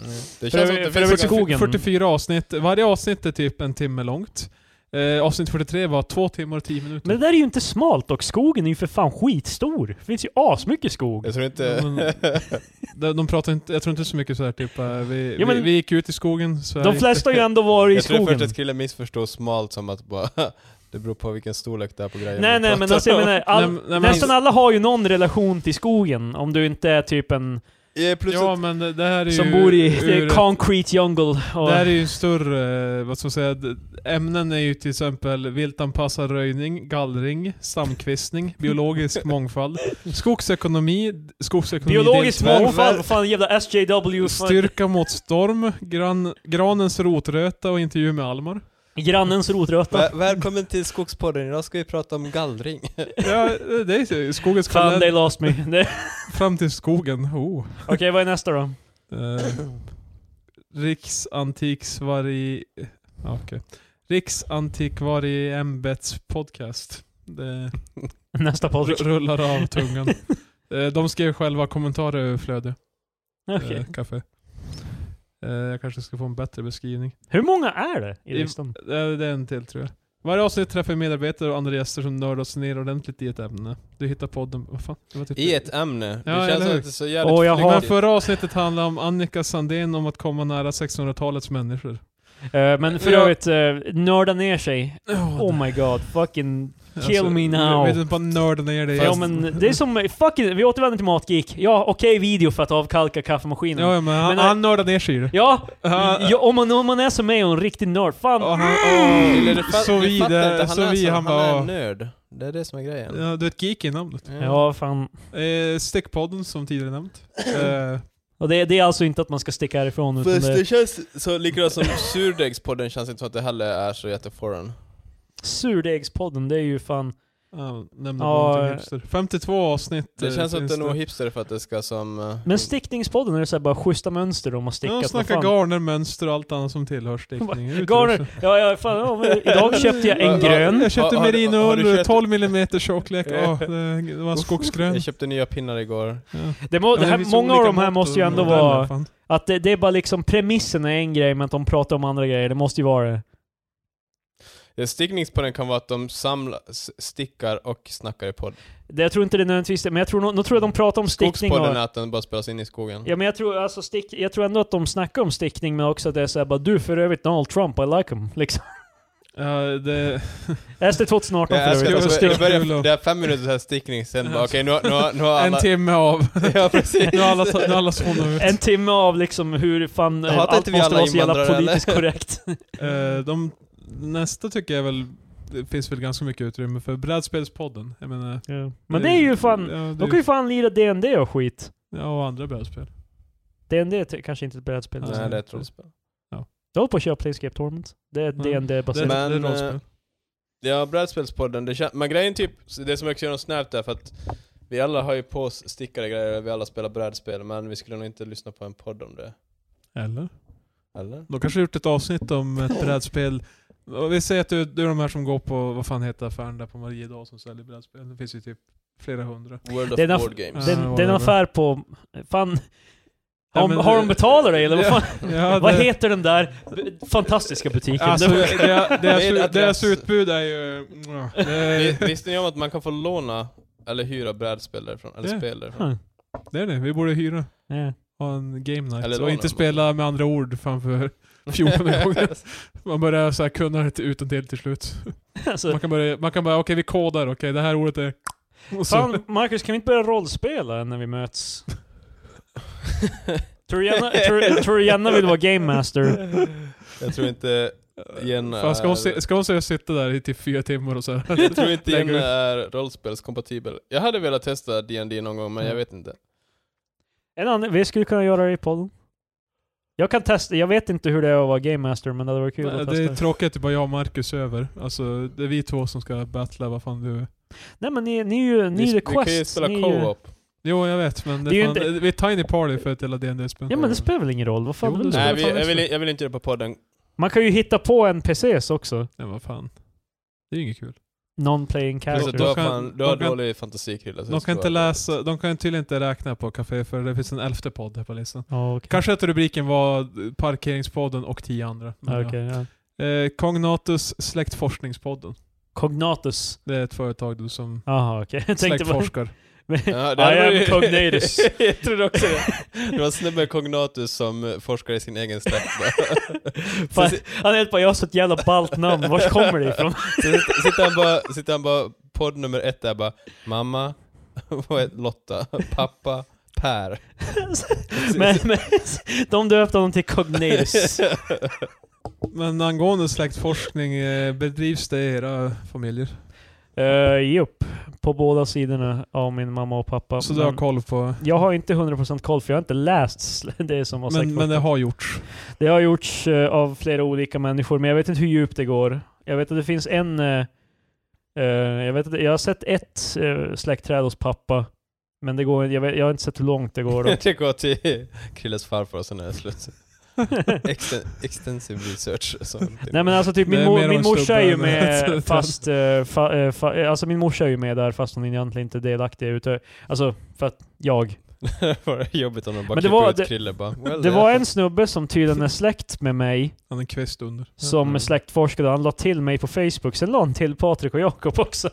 Speaker 1: Det
Speaker 2: För
Speaker 1: känns som
Speaker 2: övrigt-
Speaker 1: att
Speaker 2: för
Speaker 1: det
Speaker 2: övrigt
Speaker 1: finns
Speaker 2: skog-
Speaker 1: ganska...
Speaker 2: skogen.
Speaker 3: 44 avsnitt. Varje avsnitt är typ en timme långt. Eh, avsnitt 43 var två timmar och 10 minuter.
Speaker 2: Men det där är ju inte smalt och skogen är ju för fan skitstor. Det finns ju asmycket skog.
Speaker 1: Jag tror inte...
Speaker 3: De, de pratar inte, jag tror inte så mycket så här typ, eh, vi,
Speaker 2: Ja,
Speaker 3: vi,
Speaker 2: men-
Speaker 3: vi gick ut i skogen så här
Speaker 2: De flesta har ju ändå varit i
Speaker 1: jag tror
Speaker 2: skogen.
Speaker 1: först att killen missförstår smalt som att bara... Det beror på vilken storlek det är på grejen
Speaker 2: Nej
Speaker 1: vi
Speaker 2: nej men
Speaker 1: pratar
Speaker 2: alltså jag
Speaker 1: om.
Speaker 2: menar, all,
Speaker 3: Nej, nej, men-
Speaker 2: nästan alla har ju någon relation till skogen. Om du inte är typ en
Speaker 1: Ja, plus
Speaker 3: Ja
Speaker 1: att,
Speaker 3: men det det här är
Speaker 2: som
Speaker 3: ju
Speaker 2: bor i
Speaker 3: ur
Speaker 2: ur,
Speaker 3: ett-
Speaker 2: concrete jungle. Och,
Speaker 3: Det här är ju en större, eh, vad ska man säga, d- ämnen är ju till exempel viltanpassad röjning, gallring, stamkvistning, biologisk mångfald, skogsekonomi, skogsekonomi
Speaker 2: biologisk
Speaker 3: del två,
Speaker 2: mångfald, vad fan jävla SJW. Fan,
Speaker 3: Styrka mot storm, gran, granens rotröta och intervju med Almar.
Speaker 2: grannens rotröta.
Speaker 1: Väl- välkommen till Skogspodden, idag ska vi prata om gallring.
Speaker 3: Ja, det är ju skogens
Speaker 2: Fan they
Speaker 3: kalender.
Speaker 2: lost me. Det-
Speaker 3: Fram till skogen. Oh.
Speaker 2: Okej vad är nästa då?
Speaker 3: Eh, Riksantikvari... Ja, okej. Riksantikvarieämbets podcast. Det
Speaker 2: Nästa
Speaker 3: r-
Speaker 2: podcast.
Speaker 3: rullar av tungan. Eh, De skrev själva kommentarer över flöde.
Speaker 2: Okej.
Speaker 3: Eh, kaffe. Eh, Jag kanske ska få en bättre beskrivning.
Speaker 2: Hur många är det i
Speaker 3: I-
Speaker 2: listan?
Speaker 3: Eh, Det är en till tror jag. Varje avsnitt träffar jag medarbetare och andra gäster som nördar sig ner ordentligt i ett ämne. Du hittar podden... Vad fan? Det var typ
Speaker 1: I ett ämne.
Speaker 3: Ja,
Speaker 1: det känns
Speaker 3: eller
Speaker 1: som
Speaker 3: hur?
Speaker 1: att det är så jävligt
Speaker 2: Åh, jag
Speaker 1: flyktigt.
Speaker 2: har-
Speaker 3: Men förra avsnittet handlade om Annika Sandén om att komma nära 1600-talets människor.
Speaker 2: Eh, men för
Speaker 3: Ja.
Speaker 2: övrigt, eh, nörda ner sig. Oh my god, fucking
Speaker 3: alltså,
Speaker 2: Kill me now.
Speaker 3: Jag vet inte, bara nörda ner dig.
Speaker 2: Ja men det är som, fucking, vi återvänder till Matgeek. Ja, okej video för att avkalka kaffemaskinen.
Speaker 3: Ja, ja, men han,
Speaker 2: Men,
Speaker 3: han nördar ner sig i det.
Speaker 2: Ja,
Speaker 3: Han-
Speaker 2: ja om, man, om man är som mig och en riktig nörd, fan.
Speaker 3: och han,
Speaker 1: Eller
Speaker 3: oh,
Speaker 1: det fa-
Speaker 3: så
Speaker 1: du fattar inte,
Speaker 3: vidare,
Speaker 1: han
Speaker 3: så
Speaker 1: är
Speaker 3: vidare.
Speaker 1: så-
Speaker 3: Han
Speaker 1: han är
Speaker 3: bara...
Speaker 1: en
Speaker 3: "Åh."
Speaker 1: nörd. Det är det som är grejen. Mm.
Speaker 3: Ja, du är ett geek i namnet.
Speaker 2: Ja, fan.
Speaker 3: Eh, stickpodden som tidigare nämnt. Eh,
Speaker 2: Och det, det är alltså inte att man ska sticka härifrån utan
Speaker 1: Fast det
Speaker 2: det,
Speaker 1: känns så likadant som surdegspodden känns inte som att det heller är så jätteforeign.
Speaker 2: Surdegspodden, det är ju fan...
Speaker 3: ja, nämnde
Speaker 2: Ja,
Speaker 3: någonting
Speaker 2: eh.
Speaker 3: hipster. 52 avsnitt.
Speaker 1: Det
Speaker 3: eh,
Speaker 1: känns som att
Speaker 3: finns
Speaker 1: det är nog hipster för att det ska som... eh,
Speaker 2: Men stickningspodden är det så här bara schyssta mönster de har stickat.
Speaker 3: Ja,
Speaker 2: vad
Speaker 3: snacka
Speaker 2: fan.
Speaker 3: garner, mönster och allt annat som tillhör stickning. Utrustning.
Speaker 2: Garner. Ja, ja, fan, ja, men idag köpte jag en
Speaker 1: Ja, ja.
Speaker 2: grön.
Speaker 3: Jag köpte
Speaker 1: Har- har- har du
Speaker 3: merino
Speaker 1: köpt-
Speaker 3: 12 mm tjocklek. Ja, det det var skogsgrön.
Speaker 1: Jag köpte nya pinnar igår.
Speaker 3: Ja.
Speaker 2: Det må,
Speaker 3: Ja,
Speaker 2: det
Speaker 3: men
Speaker 2: här,
Speaker 3: finns
Speaker 2: många av
Speaker 3: olika
Speaker 2: de här
Speaker 3: mått
Speaker 2: måste ju
Speaker 3: och
Speaker 2: ändå
Speaker 3: modeller,
Speaker 2: vara...
Speaker 3: fan.
Speaker 2: Att det, det är bara liksom premissen är en grej men att de pratar om andra grejer, det måste ju vara det.
Speaker 1: Ja, Stickningspodden kan vara att de samlar, s- stickar och snackar i podd.
Speaker 2: det. Jag tror inte det är nödvändigtvis det, men jag tror, nog- nog tror jag de pratar om stickning och...
Speaker 1: Skogspodden är att den bara spelas in i skogen.
Speaker 2: Ja men jag tror, alltså, stick, jag tror ändå att de snackar om stickning men också att det är såhär bara du för övrigt Donald Trump, I like him. Liksom.
Speaker 3: Ja, det...
Speaker 2: SD 2018
Speaker 1: Jag älskar
Speaker 2: för övrigt.
Speaker 1: att
Speaker 3: alltså,
Speaker 1: det- det
Speaker 3: stick-
Speaker 1: börjar- det är fem minuter så här stickning, sen bara okej nu, har- nu, har- nu har
Speaker 3: En
Speaker 1: alla...
Speaker 3: timme av.
Speaker 1: Ja precis.
Speaker 3: Nu har alla, nu har alla zonat ut.
Speaker 2: En timme av liksom hur fan
Speaker 1: Hatar
Speaker 2: eh, allt
Speaker 1: inte vi
Speaker 2: måste
Speaker 1: alla
Speaker 2: vara så jävla
Speaker 1: invandrare,
Speaker 2: politiskt korrekt.
Speaker 3: Eh, de, nästa tycker jag väl, det finns väl ganska mycket utrymme för brädspelspodden. Jag menar,
Speaker 2: Ja. Men det är ju fan,
Speaker 3: Ja, det
Speaker 2: de
Speaker 3: är,
Speaker 2: kan ju
Speaker 3: ju-
Speaker 2: fan lira D&D och skit.
Speaker 3: ja och andra brädspel.
Speaker 2: D&D är ty- kanske inte ett brädspel.
Speaker 3: Nej.
Speaker 1: Nej det är ett rollspel.
Speaker 2: Jag håller på att köra Playscape Torment. Det är
Speaker 3: Mm.
Speaker 2: dd
Speaker 3: Det,
Speaker 2: baserat
Speaker 1: Men-
Speaker 3: det är rollspel.
Speaker 1: eh, Ja, brädspelspodden, det kän- men grejen typ, det som också gör något snävt är för att vi alla har ju på oss stickade grejer, vi alla spelar brädspel, men vi skulle nog inte lyssna på en podd om det.
Speaker 3: Eller?
Speaker 1: Eller?
Speaker 3: De kanske har gjort ett avsnitt om ett brädspel. Och vi säger att du, du är de här som går på, vad fan heter affären där på Mariedag som säljer brädspel? Det finns ju typ flera hundra.
Speaker 1: World
Speaker 2: Det är
Speaker 1: of
Speaker 2: en
Speaker 1: Board Games.
Speaker 2: Det,
Speaker 3: Ja,
Speaker 2: är- det är en
Speaker 3: whatever.
Speaker 2: affär på... Fan...
Speaker 3: Ja,
Speaker 2: Har,
Speaker 3: men
Speaker 2: har
Speaker 3: det-
Speaker 2: de betalat dig eller vad
Speaker 3: Ja,
Speaker 2: fan?
Speaker 3: ja,
Speaker 2: Vad
Speaker 3: det-
Speaker 2: heter den där b- fantastiska butiken?
Speaker 3: Alltså,
Speaker 2: Det var-
Speaker 3: deras, deras,
Speaker 1: Med adress.
Speaker 3: deras utbud är ju... mwah, Det
Speaker 1: Vi-
Speaker 3: är,
Speaker 1: Visste ni om att man kan få låna eller hyra brädspel därifrån? Eller
Speaker 3: Ja.
Speaker 1: spel därifrån?
Speaker 2: Huh.
Speaker 3: det är det, vi borde hyra.
Speaker 2: Ja.
Speaker 3: Ha en game night.
Speaker 1: Eller
Speaker 3: och
Speaker 1: låna
Speaker 3: inte
Speaker 1: den.
Speaker 3: spela med andra ord framför 14 gånger. Man börjar så här kunna det utan till till slut. Man
Speaker 2: Alltså,
Speaker 3: kan börja, man kan börja okej vi kodar, okej det här ordet är... Och så-
Speaker 2: fan, Marcus, kan vi inte börja rollspela när vi möts? Tror du Jenna, tror, tror du Jenna vill vara game master?
Speaker 1: Jag tror inte Jenna
Speaker 3: Fan, ska, hon
Speaker 1: är-
Speaker 3: se, ska hon se, sitta där i typ fyra timmar och så här?
Speaker 1: Jag tror inte
Speaker 3: Lägger
Speaker 1: Jenna
Speaker 3: ut.
Speaker 1: är rollspelskompatibel. Jag hade velat testa D&D någon gång men jag
Speaker 3: Mm.
Speaker 1: vet inte.
Speaker 2: En annan, vi skulle kunna göra det i podden. Jag kan testa, jag vet inte hur det är att vara game master men det hade varit kul
Speaker 3: Nej,
Speaker 2: att
Speaker 3: Det är
Speaker 2: testa.
Speaker 3: tråkigt att det bara jag och Marcus är över. Alltså det är vi två som ska battla, vad fan du...
Speaker 2: Nej men ni, ni är ju, ni
Speaker 1: Vi-
Speaker 2: är ju the
Speaker 1: vi kan ju
Speaker 2: quest.
Speaker 1: spela
Speaker 2: ni är ju-
Speaker 1: co-op.
Speaker 3: Jo jag vet men det,
Speaker 2: Det är ju
Speaker 3: är fan, eh, vi är tiny party för ett jävla D&D-spel.
Speaker 2: Ja men det spelar väl ingen roll, vad fan
Speaker 3: Jo,
Speaker 2: vill
Speaker 3: det
Speaker 2: du?
Speaker 1: Nej,
Speaker 3: spelar
Speaker 1: vi,
Speaker 3: fan
Speaker 1: jag,
Speaker 3: inte.
Speaker 1: vill, jag vill inte göra det på podden.
Speaker 2: Man kan ju hitta på NPCs också.
Speaker 3: Nej vad fan. Det är ju inget kul.
Speaker 2: non-playing
Speaker 1: Alltså,
Speaker 2: character.
Speaker 1: du har,
Speaker 3: kan-
Speaker 1: fan, du har
Speaker 3: de kan-
Speaker 1: dålig fantasikrille. så
Speaker 3: De
Speaker 1: det
Speaker 3: kan,
Speaker 1: tror
Speaker 3: inte
Speaker 1: jag.
Speaker 3: läsa, de kan tydligen inte räkna på Café för det finns en elfte podd här på listan.
Speaker 2: Ja, okej.
Speaker 3: Kanske att rubriken var eh, Parkeringspodden och tio andra. men
Speaker 2: Ja,
Speaker 3: ja.
Speaker 2: okej, ja.
Speaker 3: Eh, Cognatus Släktforskningspodden.
Speaker 2: Cognatus.
Speaker 3: Det är ett företag du som
Speaker 2: Jaha, okej. Jag tänkte bara...
Speaker 3: släktforskar.
Speaker 1: Ja,
Speaker 2: I
Speaker 1: hade
Speaker 2: am
Speaker 1: varit-
Speaker 2: Cognatus.
Speaker 1: jag trodde också det. Det var snubben Cognatus som eh, forskar i sin egen släkt.
Speaker 2: Fan,
Speaker 1: Så si-
Speaker 2: Han är helt bara, jag har så ett jävla ballt namn, vars kommer det ifrån?
Speaker 1: så sit- sitter han bara, sitter han bara podd nummer ett där bara, mamma, vad heter Lotta, pappa, Per.
Speaker 2: men, men, de döpte honom till Cognatus.
Speaker 3: Men angående släktforskning, eh, bedrivs det i era familjer?
Speaker 2: Uh, Jupp, på båda sidorna av min mamma och pappa.
Speaker 3: Så du har
Speaker 2: Men
Speaker 3: koll på...
Speaker 2: jag har inte 100% koll för jag har inte läst sl- det som har
Speaker 3: Men,
Speaker 2: sagt
Speaker 3: men det har gjorts.
Speaker 2: Det har gjorts eh, av flera olika människor, men jag vet inte hur djupt det går. Jag vet att det finns en... eh, eh, jag, vet att, jag har sett ett eh, släktträd hos pappa, men det går, jag, vet, jag har inte sett hur långt det går. Då.
Speaker 1: Det går till Krilles farfar och sen är det slut. Exten, extensive research. så-
Speaker 2: Nej men alltså typ
Speaker 3: Det
Speaker 2: min,
Speaker 3: är
Speaker 2: mo-
Speaker 3: mer om
Speaker 2: min morsa är ju
Speaker 3: stubben än
Speaker 2: med
Speaker 3: att-
Speaker 2: fast... eh, Fa, eh, fa, eh, alltså min morsa är ju med där fast hon egentligen inte är delaktig ute. Alltså, för att jag.
Speaker 1: det var jobbigt om de bara
Speaker 2: Men det
Speaker 1: klipper
Speaker 2: var-
Speaker 1: ut
Speaker 2: det-
Speaker 1: Krille bara. Well,
Speaker 2: Det
Speaker 1: yeah.
Speaker 2: var en snubbe som tydligen är släkt med mig,
Speaker 3: Han är en kvist under.
Speaker 2: som
Speaker 1: Mm.
Speaker 2: släktforskade. Han la till mig på Facebook, sen la han till Patrik och Jakob också.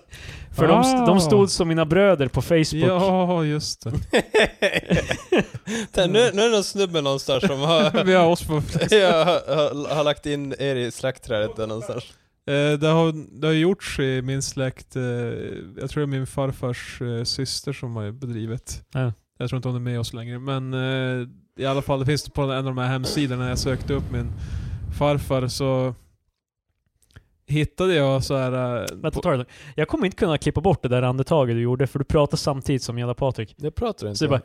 Speaker 2: För de, st- de
Speaker 3: Ah.
Speaker 2: stod som mina bröder på Facebook.
Speaker 3: Ja, just det.
Speaker 1: Tänk, nu, nu är det någon snubbe någonstans som har,
Speaker 3: Vi har oss på...
Speaker 1: jag har, har lagt in er i slaktträdet där någonstans.
Speaker 3: Eh, Det har, det har gjorts i min släkt, eh, jag tror det är min farfars eh, syster som har bedrivit.
Speaker 2: Ja.
Speaker 3: Jag tror inte hon är med oss längre, men eh, i alla fall, det finns på en av de här hemsidorna jag sökte upp min farfar så hittade jag så här... eh,
Speaker 2: Vänta,
Speaker 3: på-
Speaker 2: ta det lugnt. Jag kommer inte kunna klippa bort det där andetaget du gjorde, för du pratar samtidigt som jävla Patrik.
Speaker 1: Det pratar du inte
Speaker 2: Så det är bara,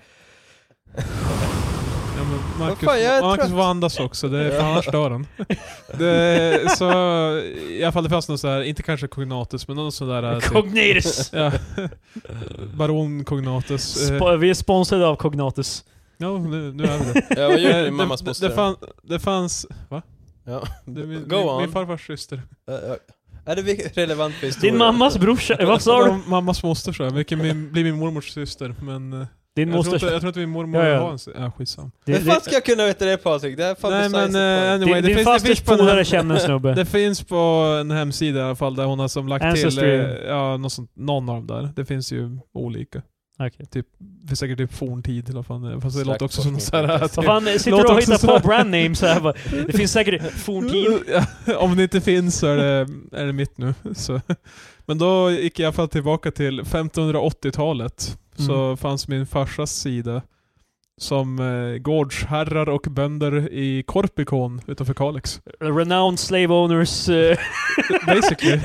Speaker 3: Ja, men Marcus,
Speaker 1: fan, jag är
Speaker 3: Marcus
Speaker 1: trött.
Speaker 3: får andas också, det är
Speaker 1: Ja.
Speaker 3: fan annars dör han. Det- Så jag faller fast någon så här, inte kanske Cognatus, men någon sån där... eh, typ-
Speaker 2: Cognatus!
Speaker 3: Ja. Baron Cognatus. eh,
Speaker 2: Sp- vi är sponsrade av Cognatus.
Speaker 3: Ja, nu, nu är vi det.
Speaker 1: Ja, vad gjorde
Speaker 3: Eh,
Speaker 1: din mammas
Speaker 3: det,
Speaker 1: moster?
Speaker 3: det, fan, det fanns... Va?
Speaker 1: ja.
Speaker 3: Det, min,
Speaker 1: Go
Speaker 3: min,
Speaker 1: on.
Speaker 3: min farfars syster.
Speaker 1: Eh, eh, Är det vi- relevant för historien?
Speaker 2: Din mammas brorsa, eh, vad sa du?
Speaker 3: Mam- Mammas moster sa jag, vilket min, blir min mormors syster. Men eh,
Speaker 2: Din
Speaker 3: jag, tror inte,
Speaker 2: mosters...
Speaker 3: jag tror inte min mormor
Speaker 2: Ja, ja.
Speaker 3: har en syster. Ja, skitsam.
Speaker 2: Din,
Speaker 1: Hur fan ska jag kunna veta det Patrik? Det här är fan
Speaker 3: Nej men
Speaker 1: besides the
Speaker 3: eh,
Speaker 1: point.
Speaker 2: din,
Speaker 3: anyway, det
Speaker 2: din
Speaker 3: finns, det,
Speaker 2: fasters
Speaker 3: finns på en,
Speaker 2: polare
Speaker 3: hem-
Speaker 2: känner en snubbe.
Speaker 3: det finns på en hemsida i alla fall där hon har som lagt
Speaker 2: Ancestry.
Speaker 3: till eh, ja, något sånt, någon av dem där. Det finns ju olika.
Speaker 2: Okej.
Speaker 3: Det finns säkert typ forntid eller vad fan det är. Fast det låter också som någon sån här...
Speaker 1: Slaktforskning.
Speaker 2: Vad fan, sitter
Speaker 3: Låt
Speaker 2: du och
Speaker 3: också
Speaker 2: hittar
Speaker 3: så.
Speaker 2: på brand names så här? bara? Det finns säkert forntid.
Speaker 3: Ja, Mm. Om det inte finns så är det, är det mitt nu. Så. Men då gick jag i alla fall tillbaka till 1580-talet. Så
Speaker 2: Mm.
Speaker 3: fanns min farsas sida som eh, gårdsherrar och bönder i Korpikon utanför Kalix.
Speaker 2: Renowned slave owners. eh,
Speaker 3: Basically.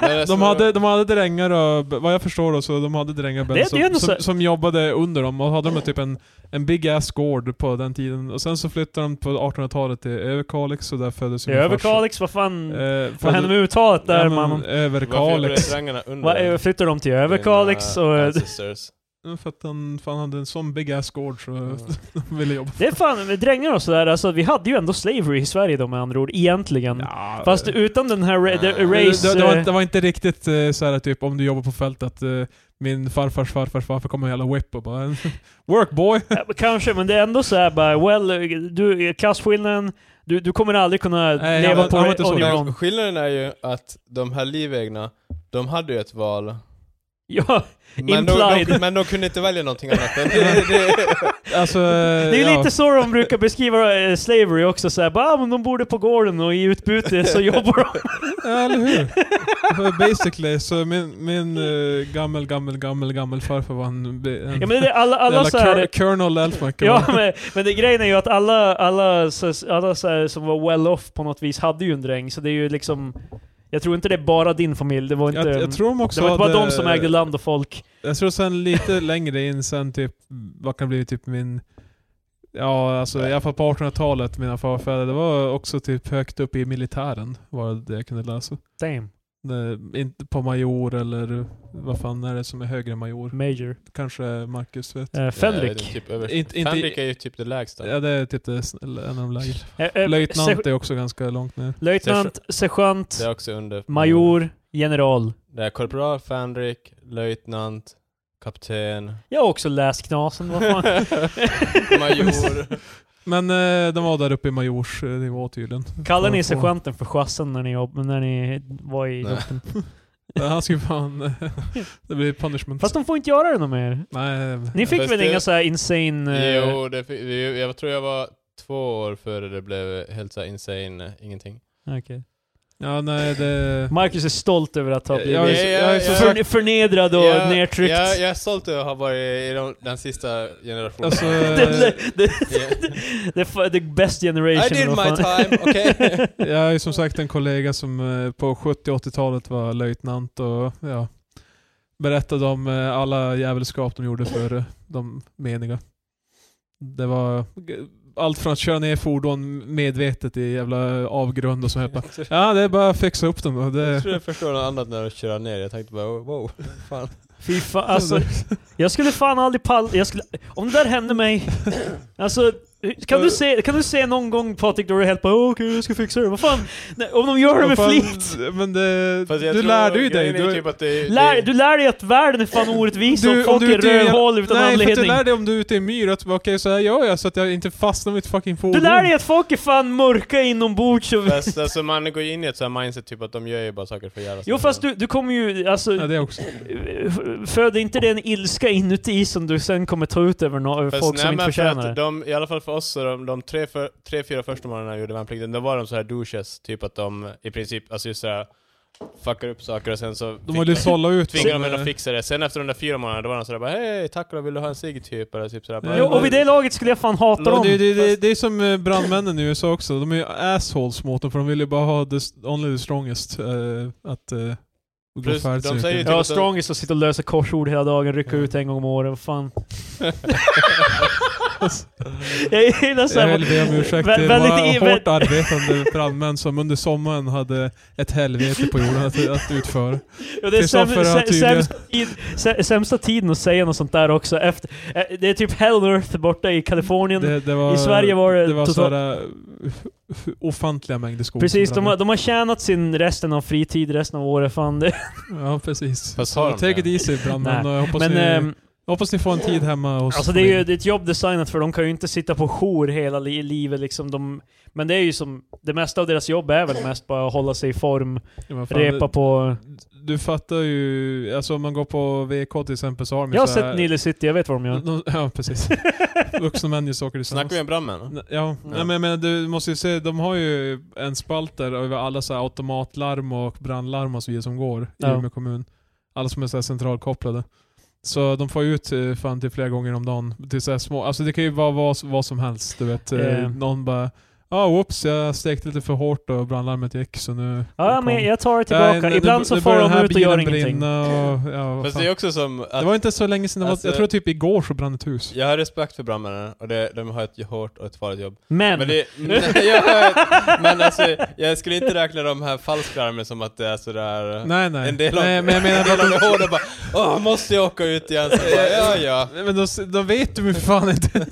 Speaker 1: Men jag
Speaker 3: De
Speaker 1: tror-
Speaker 3: hade, de hade drängar och, vad jag förstår då, så de hade drängar och
Speaker 2: Det-
Speaker 3: bönder
Speaker 2: det är
Speaker 3: som,
Speaker 2: ändå så-
Speaker 3: som, som jobbade under dem och hade de typ en, en big ass gård på den tiden. Och sen så flyttade de på 1800-talet till Överkalix och där föddes
Speaker 2: I
Speaker 3: ju min farsa.
Speaker 2: Överkalix, vad fan...
Speaker 3: Eh,
Speaker 2: Vad hände med uttalet där man...
Speaker 3: Över
Speaker 1: Varför gjorde
Speaker 3: Kalix.
Speaker 1: restaurangerna under
Speaker 2: Va,
Speaker 1: dig?
Speaker 2: eh, flyttar de till Överkalix
Speaker 1: Dina
Speaker 2: och...
Speaker 3: alltså-
Speaker 2: eh,
Speaker 1: ancestors.
Speaker 3: Ja, För att han fan hade en sån big ass gård så
Speaker 1: Mm.
Speaker 3: de ville jobba.
Speaker 2: Det är fan, med drängar och sådär, alltså vi hade ju ändå slavery i Sverige då med andra ord, egentligen.
Speaker 3: Ja,
Speaker 2: Fast
Speaker 3: eh,
Speaker 2: utan den här ra-
Speaker 1: Nej.
Speaker 2: the
Speaker 3: det,
Speaker 2: race...
Speaker 3: det, det, var,
Speaker 2: eh,
Speaker 3: det var inte riktigt eh, så här typ om du jobbar på fältet, eh, min farfars farfars farfar kommer med en jävla whip och bara Work boy!
Speaker 2: eh, Kanske, men det är ändå såhär bara, well, eh, du, eh, klassskillnaden, du, du kommer aldrig kunna
Speaker 3: Nej,
Speaker 2: leva
Speaker 3: han-
Speaker 2: på
Speaker 3: han var
Speaker 2: det
Speaker 3: inte så
Speaker 2: on your own.
Speaker 1: Men skillnaden är ju att de här livegna, de hade ju ett val.
Speaker 3: Eh,
Speaker 2: Ja,
Speaker 1: Men de, de,
Speaker 2: Implied.
Speaker 1: men de kunde inte välja någonting annat. Det, det, det,
Speaker 3: Alltså,
Speaker 2: det är ju lite så de brukar beskriva eh, slavery också, såhär bara, ah, men de bor på gården och i utbyte så jobbar de.
Speaker 3: Ja, eller hur? För Basically, så min, min eh, gammel, gammel, gammel, gammel farfar var en... en
Speaker 2: Ja men det är alla, alla
Speaker 3: jävla
Speaker 2: såhär...
Speaker 3: Col- Colonel Elfmark.
Speaker 2: Ja, men, men det, grejen är ju att alla, alla, så- alla så här, som var well-off på något vis hade ju en dräng, så det är ju liksom... Jag tror inte det är bara din familj, det var inte...
Speaker 3: jag, jag tror de också
Speaker 2: det var inte bara
Speaker 3: hade-
Speaker 2: de som ägde land och folk.
Speaker 3: Jag tror sen lite längre in sen typ, vad kan det bli, typ min... Ja, alltså i alla fall på 1800-talet, mina förfäder, det var också typ högt upp i militären, var det jag kunde läsa.
Speaker 2: Damn.
Speaker 3: eh, inte på major eller vad fan är det som är högre än major?
Speaker 2: Major.
Speaker 3: Kanske Marcus vet?
Speaker 2: Eh, Fenrik.
Speaker 1: Eh, det är typ över...
Speaker 3: Inte- inte-
Speaker 1: Fenrik är ju typ det lägsta.
Speaker 3: Ja det är typ det, sn- eller en av de lägre.
Speaker 2: Eh, eh, se-
Speaker 3: Löjtnant är också ganska långt ner.
Speaker 2: Löjtnant, sergeant,
Speaker 1: Det är också under...
Speaker 2: major, general.
Speaker 1: Det är korpral, fänrik, löjtnant, kapten,
Speaker 2: Jag har också läst Knasen, vad fan.
Speaker 1: major.
Speaker 3: Men eh, de var där uppe i majors eh, nivå tydligen.
Speaker 2: Kallar ni
Speaker 3: Får- får-
Speaker 2: sergeanten för chassen när ni, jobb- när ni var i
Speaker 1: Nej.
Speaker 2: luften?
Speaker 3: Han skulle fan... eh, det blir punishment.
Speaker 2: Fast de får inte göra det något mer.
Speaker 3: Nej, eh,
Speaker 2: Ni fick
Speaker 1: Fast
Speaker 2: väl
Speaker 1: det-
Speaker 2: inga så här insane... eh,
Speaker 1: jo, det, fi- vi- jag tror jag var två år före det blev helt så här insane, eh, ingenting.
Speaker 2: okej.
Speaker 3: ja, nej det...
Speaker 2: Marcus är stolt över att ha
Speaker 3: Jag,
Speaker 2: blivit
Speaker 3: jag, är-
Speaker 1: Ja, ja,
Speaker 3: jag är
Speaker 1: ja.
Speaker 3: så
Speaker 2: för, förnedrad och
Speaker 1: jag,
Speaker 2: nedtryckt.
Speaker 1: Jag, jag är stolt över att ha varit i de, den sista generationen.
Speaker 3: Alltså,
Speaker 2: det, det,
Speaker 1: Yeah.
Speaker 2: det, är fa- the best generation.
Speaker 1: I did
Speaker 2: vad
Speaker 1: my
Speaker 2: fan.
Speaker 1: time, okej?
Speaker 3: Jag är som sagt en kollega som eh, på 70 och 80-talet var löjtnant och ja, berättade om eh, alla jävelskap de gjorde för eh, de meniga. Det var g- allt från att köra ner fordon medvetet i jävla avgrund och så här. bara, Ja, det är bara att fixa upp dem då.
Speaker 1: Jag
Speaker 3: Det,
Speaker 1: tror jag förstår något annat när du kör ner. Jag tänkte bara wow, fan.
Speaker 2: Fy fan, alltså, jag skulle fan aldrig palla... Jag skulle, om det där hände mig... Alltså, kan du, se, kan du se någon gång Patrik då du är helt bara "Åh, okej, jag ska fixa det. Vad fan? Nej, om de gör det med
Speaker 3: Vad fan,
Speaker 2: flit.
Speaker 3: Men det,
Speaker 1: Fast jag
Speaker 3: du
Speaker 1: tror-
Speaker 3: lärde ju dig.
Speaker 1: grejen är
Speaker 3: Du,
Speaker 1: Typ att det, det,
Speaker 2: Lär, du lär dig att världen är fan orättvis
Speaker 3: Du- om
Speaker 2: och folk
Speaker 3: du
Speaker 2: är
Speaker 3: inte gör-
Speaker 2: rövhål utan
Speaker 3: nej, för att du
Speaker 2: anledning.
Speaker 3: lärde dig om du är ute i en myr att bara, okej så här gör jag så att jag inte fastnar med ett fucking fordon.
Speaker 2: Du lär dig att folk är fan mörka inombords och...
Speaker 1: Fast alltså man går ju in i ett sånt här mindset typ att de gör ju bara saker för jävla
Speaker 2: Jo
Speaker 1: saker.
Speaker 2: fast du, du kommer ju, alltså,
Speaker 3: Ja, det också.
Speaker 2: föder inte den ilska inuti som du sen kommer ta ut över, no- över
Speaker 1: Fast
Speaker 2: folk
Speaker 1: nej,
Speaker 2: som
Speaker 1: men
Speaker 2: inte
Speaker 1: för
Speaker 2: förtjänar
Speaker 1: att
Speaker 2: det?
Speaker 1: De, I alla fall för oss, så de, de tre, för, tre, fyra första månaderna jag gjorde värnplikten, då var de så här douches, typ att de i princip, alltså just såhär, fuckar upp saker och sen så
Speaker 3: De håller ju sålla ut
Speaker 1: tvingar de
Speaker 3: dem,
Speaker 1: henne att
Speaker 3: eh,
Speaker 1: fixa det. Sen efter de där fyra månaderna, då var de sådär bara hej, tack och lov, vill du ha en cigg typ? Eller typ sådär. bara,
Speaker 2: Jo, och vid det laget skulle jag fan hata
Speaker 3: Ja,
Speaker 2: dem.
Speaker 3: det, det, det, det är som eh, brandmännen i USA också, de är ju assholes mot dem för de vill ju bara ha the, s- only the strongest. eh, att uh, gå
Speaker 1: Plus,
Speaker 3: färdigt
Speaker 1: de
Speaker 3: så mycket.
Speaker 1: säger ju typ-
Speaker 2: Ja, strongest och sitta och lösa korsord hela dagen, rycka ut en gång om året, vad fan. jag gillar
Speaker 3: Jag
Speaker 2: såhär,
Speaker 3: vill be om ursäkt
Speaker 2: Vä-
Speaker 3: till
Speaker 2: väldigt i-
Speaker 3: våra
Speaker 2: vä-
Speaker 3: hårt arbetande brandmän som under sommaren hade ett helvete på jorden att, att utföra.
Speaker 2: och det är säm,
Speaker 3: Kristoffer har
Speaker 2: sä,
Speaker 3: tydligen-
Speaker 2: sämsta, tid, sä, sämsta tiden att säga något sånt där också. Efter, eh, det är typ hell on earth borta i Kalifornien.
Speaker 3: Det, det var,
Speaker 2: I Sverige var det
Speaker 3: det var
Speaker 2: totalt-
Speaker 3: sådär, eh, ofantliga mängder skog.
Speaker 2: Precis,
Speaker 3: som
Speaker 2: de har,
Speaker 3: brann
Speaker 2: de har tjänat sin resten av fritid, resten av året. Fan, det,
Speaker 3: upp. Ja, precis.
Speaker 1: Fast
Speaker 3: Så
Speaker 1: har de
Speaker 3: take it
Speaker 1: det?
Speaker 3: easy brandmän.
Speaker 2: Nej,
Speaker 3: och Jag hoppas,
Speaker 2: men
Speaker 3: ni,
Speaker 2: ehm,
Speaker 3: jag hoppas ni får en tid hemma hos
Speaker 2: alltså det är ju
Speaker 3: familjen.
Speaker 2: det är ett jobb designat för de kan ju inte sitta på jour hela li livet liksom. De, men det är ju som, det mesta av deras jobb är väl mest bara att hålla sig i form,
Speaker 3: Ja, men fan,
Speaker 2: repa på...
Speaker 3: Du fattar ju, alltså om man går på VK till exempel så har de ju
Speaker 2: Jag har
Speaker 3: så här-
Speaker 2: sett Nile City, jag vet vad de gör.
Speaker 3: De- Ja, precis. Vuxna män gör saker
Speaker 1: Snackar
Speaker 3: tillsammans.
Speaker 1: vi om brandmän?
Speaker 3: N- Ja,
Speaker 1: Ja.
Speaker 3: Nej, men jag menar, du måste ju se, de har ju en spalt där över alla så här automatlarm och brandlarm och så vidare som går i
Speaker 2: Ja.
Speaker 3: Umeå kommun. Alla som är så här centralkopplade. Så de får ju ut eh, fan till flera gånger om dagen. Till så här små, alltså det kan ju vara vad, vad som helst, du vet. Eh,
Speaker 2: Eh.
Speaker 3: Någon bara Ja, whoops, jag stekte lite för hårt och brandlarmet gick så nu...
Speaker 2: Ja, men jag tar det
Speaker 3: Nej,
Speaker 2: tillbaka.
Speaker 3: nu- nu-
Speaker 2: Ibland så
Speaker 3: nu
Speaker 2: får
Speaker 3: börjar den
Speaker 2: de
Speaker 3: här
Speaker 2: ut och gör
Speaker 3: bilen
Speaker 2: ingenting.
Speaker 3: brinna Och, ja, vad
Speaker 1: Fast
Speaker 3: fan.
Speaker 1: det är också som att...
Speaker 3: Det var inte så länge sedan, det var,
Speaker 1: Alltså-
Speaker 3: jag tror typ igår så brann ett hus.
Speaker 1: Jag har respekt för brandmännen och det, de har ett hårt och ett farligt jobb.
Speaker 2: Men,
Speaker 1: Men, det, nej, jag, har- men alltså, jag skulle inte räkna de här falsklarmen som att det är sådär...
Speaker 3: Nej nej.
Speaker 1: En del av,
Speaker 3: nej men jag menar
Speaker 1: en del av
Speaker 3: att
Speaker 1: det hårda bara Åh, måste jag åka ut igen? Så bara, ja, ja.
Speaker 3: de, men då, då vet du ju för fan inte.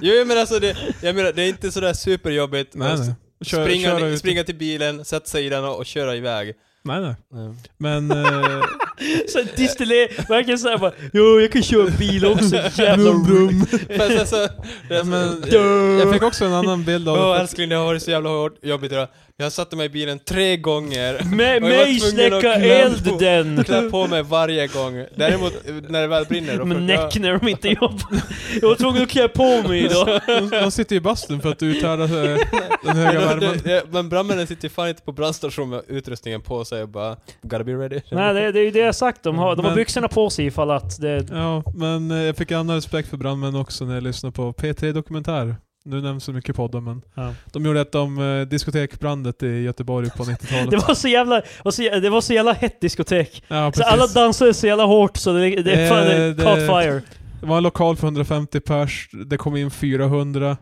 Speaker 1: Jo, men alltså det, jag menar, det är inte sådär superjobbigt.
Speaker 3: Nej
Speaker 1: att
Speaker 3: nej. Kör-
Speaker 1: springa,
Speaker 3: köra ut-
Speaker 1: springa till bilen, sätta sig i den och, och köra iväg.
Speaker 3: Nej nej.
Speaker 1: Mm.
Speaker 3: Men... eh,
Speaker 2: så distiller, verkligen såhär bara Jo, jag kan köra bil också, jävla
Speaker 3: Brum, brum.
Speaker 1: Fast alltså, det är så,
Speaker 3: men, eh,
Speaker 1: Duh.
Speaker 3: jag fick också en annan bild av...
Speaker 1: Åh älskling, det har varit så jävla hårt, jobbigt idag. Jag satte mig i bilen tre gånger.
Speaker 2: Med
Speaker 1: Och jag var
Speaker 2: mig
Speaker 1: tvungen att
Speaker 2: släcka
Speaker 1: klä
Speaker 2: eld
Speaker 1: på-
Speaker 2: den!
Speaker 1: Klä på mig varje gång. Däremot, när det väl brinner då
Speaker 2: Med
Speaker 1: försöker jag-
Speaker 2: näck när de inte jobbar. Jag var tvungen att klä på mig idag.
Speaker 1: alltså.
Speaker 3: de, de sitter i bastun för att uthärda eh, den höga
Speaker 1: Men det-
Speaker 3: värmen.
Speaker 1: det- Men brandmännen sitter ju fan inte på brandstationen med utrustningen på sig och bara Gotta be ready.
Speaker 2: Nej, det, det är ju det jag sagt. De har, de har
Speaker 3: Men-
Speaker 2: byxorna på sig ifall att det...
Speaker 3: Ja, men eh, jag fick en annan respekt för brandmän också när jag lyssnade på P3 Dokumentär. Nu nämns så mycket i podden men
Speaker 2: Ja.
Speaker 3: de gjorde ett om eh, diskotekbrandet i Göteborg på 90-talet.
Speaker 2: Det var så jävla, var så, jä- det var så jävla hett diskotek.
Speaker 3: ja,
Speaker 2: Så
Speaker 3: precis.
Speaker 2: alla dansade så jävla hårt så det, det,
Speaker 3: Eh,
Speaker 2: fan, det
Speaker 3: det-
Speaker 2: caught fire.
Speaker 3: Det var en lokal för 150 pers, det kom in 400,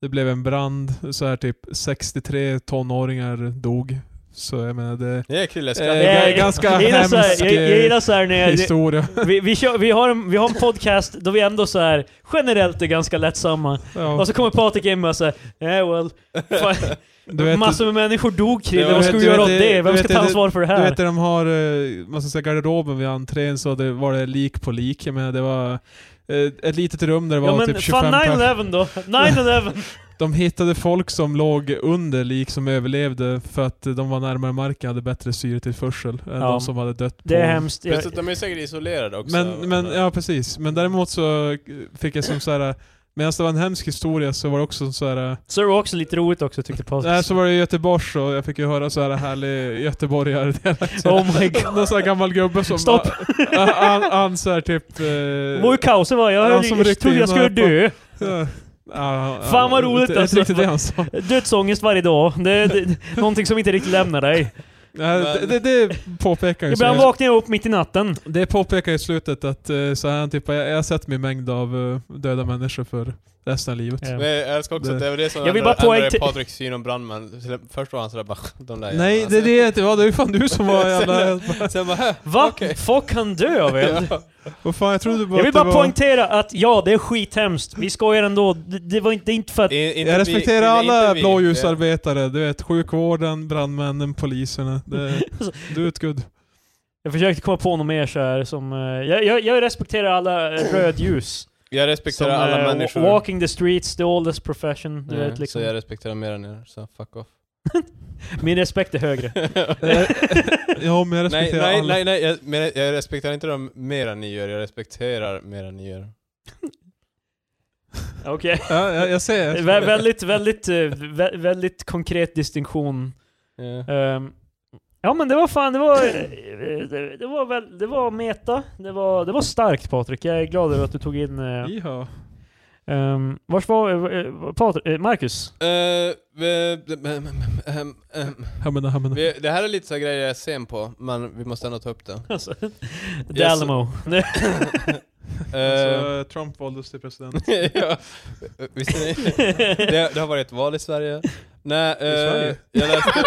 Speaker 3: det blev en brand, så här typ 63 tonåringar dog. Så jag menar, det
Speaker 1: Nej Krille,
Speaker 3: Eh,
Speaker 1: skratta.
Speaker 3: det är ganska
Speaker 2: jag gillar så här- jag, jag
Speaker 3: hemsk, eh,
Speaker 2: gillar såhär när
Speaker 3: är
Speaker 2: jag,
Speaker 3: historia.
Speaker 2: vi, vi, kör, vi, har en, vi har en podcast då vi ändå så här generellt är ganska lättsamma.
Speaker 3: Ja,
Speaker 2: Och så kommer Patrik in och säger yeah, well, fan,
Speaker 3: du vet,
Speaker 2: massor med människor dog
Speaker 1: Du
Speaker 2: Krille, vad ska
Speaker 3: vet-
Speaker 2: vi
Speaker 3: du
Speaker 2: göra åt
Speaker 3: vet det-
Speaker 2: det? Vem
Speaker 3: du
Speaker 2: ska
Speaker 3: vet
Speaker 2: ta
Speaker 3: det-
Speaker 2: ansvar för det
Speaker 3: du
Speaker 2: här?
Speaker 3: vet när de har, eh, man ska säga garderoben vid entrén så det var det lik på lik. Jag menar det var eh, ett litet rum där det var
Speaker 2: ja men
Speaker 3: typ
Speaker 2: fan
Speaker 3: 25 personer.
Speaker 2: 9-11 då! 9-11!
Speaker 3: De hittade folk som låg under lik som överlevde för att eh, de var närmare marken och hade bättre syretillförsel än
Speaker 2: Ja.
Speaker 3: de som hade dött
Speaker 2: det är
Speaker 3: på
Speaker 2: hemskt. Jag,
Speaker 1: Plus att de är säkert isolerade också. Alltså,
Speaker 3: Men, men, ja precis. Men däremot så eh, fick jag som såhär, medan det var en hemsk historia så var det också såhär,
Speaker 2: så det var också lite roligt också tyckte Patrik.
Speaker 3: nej så var det Göteborg så jag fick ju höra såhär härlig göteborgare dialekt.
Speaker 2: Oh my god.
Speaker 3: Någon sån här gammal gubbe som...
Speaker 2: Stopp.
Speaker 3: Ah, ah, Han, han såhär typ... eh,
Speaker 2: Det var ju kaos det var, jag,
Speaker 3: Han som
Speaker 2: jag
Speaker 3: ryckte
Speaker 2: trodde
Speaker 3: in
Speaker 2: jag skulle
Speaker 3: och höll
Speaker 2: dö.
Speaker 3: ja, ja,
Speaker 2: Fan vad roligt
Speaker 3: det- det är
Speaker 2: alltså.
Speaker 3: inte riktigt det han sa.
Speaker 2: Dödsångest varje dag. Det, det, någonting som inte riktigt lämnar dig.
Speaker 3: Nej,
Speaker 1: Men-
Speaker 3: det, det, det påpekar ju
Speaker 2: Ibland
Speaker 3: så-
Speaker 2: vaknar jag upp mitt i natten.
Speaker 3: Det påpekar i slutet att eh, så här, typ, jag, jag har sett min mängd av eh, döda människor för resten av livet.
Speaker 2: Ja.
Speaker 1: Men jag älskar också att det var det som
Speaker 2: Jag vill
Speaker 1: ändrade-
Speaker 2: bara poäng
Speaker 1: ändrade
Speaker 2: till-
Speaker 1: Patriks syn om brandmän. Till- Först var han sådär bara de där
Speaker 3: Nej,
Speaker 1: jävlarna."
Speaker 3: det är det jag inte var. Det är ju fan du som var jävla...
Speaker 1: Sen, sen bara "Hä?"
Speaker 2: Va?
Speaker 1: Okej.
Speaker 2: Folk kan dö av eld.
Speaker 1: Ja.
Speaker 3: Vad fan, jag trodde bara
Speaker 2: Jag vill
Speaker 3: att det
Speaker 2: bara
Speaker 3: var...
Speaker 2: poängtera att ja, det är skithemskt. Vi skojar ändå. Det, det, var inte, det är inte för att...
Speaker 1: I- inte
Speaker 3: Jag
Speaker 1: vi-
Speaker 3: respekterar
Speaker 1: inte
Speaker 3: alla
Speaker 1: vi.
Speaker 3: blåljusarbetare, du vet sjukvården, brandmännen, poliserna. Det, du är ett gud.
Speaker 2: Jag försökte komma på något mer så här som... eh, Jag, jag, jag respekterar alla eh, rödljus.
Speaker 1: Jag respekterar
Speaker 2: Som,
Speaker 1: alla
Speaker 2: eh,
Speaker 1: människor.
Speaker 2: Walking the streets, the oldest profession. Du
Speaker 1: Nej,
Speaker 2: vet, liksom.
Speaker 1: Så jag respekterar mer än er, så fuck off.
Speaker 2: Min respekt är högre.
Speaker 1: Eh,
Speaker 3: Ja, men jag
Speaker 1: nej,
Speaker 3: respekterar
Speaker 1: nej,
Speaker 3: alla.
Speaker 1: nej, nej, jag, men jag respekterar inte dem mer än ni gör, jag respekterar mer än ni gör.
Speaker 2: Okej.
Speaker 3: Ja, jag, jag ser.
Speaker 2: Vä- väldigt, väldigt, eh, vä- väldigt konkret distinktion.
Speaker 1: Ja.
Speaker 2: Ehm, ja men det var fan, det var, eh, det, det var, väl, det var meta. Det var, det var starkt Patrik. Jag är glad över att du tog in... eh,
Speaker 1: Mm.
Speaker 3: Iha.
Speaker 2: ehm, vars var... Uh, Patrik, eh, Marcus?
Speaker 1: Eh, vi- ehm, ehm, ehm.
Speaker 3: Hamna, hamna.
Speaker 1: Vi- Det här är lite så här grejer jag är sen på, men vi måste ändå ta upp det.
Speaker 2: Alltså, The
Speaker 1: Yes.
Speaker 2: Alamo.
Speaker 1: Eh,
Speaker 3: Alltså, Trump valdes till president.
Speaker 1: ja, visste ni? Det, det har varit ett val i Sverige. Nej, eh,
Speaker 3: Sverige?
Speaker 1: jag läste...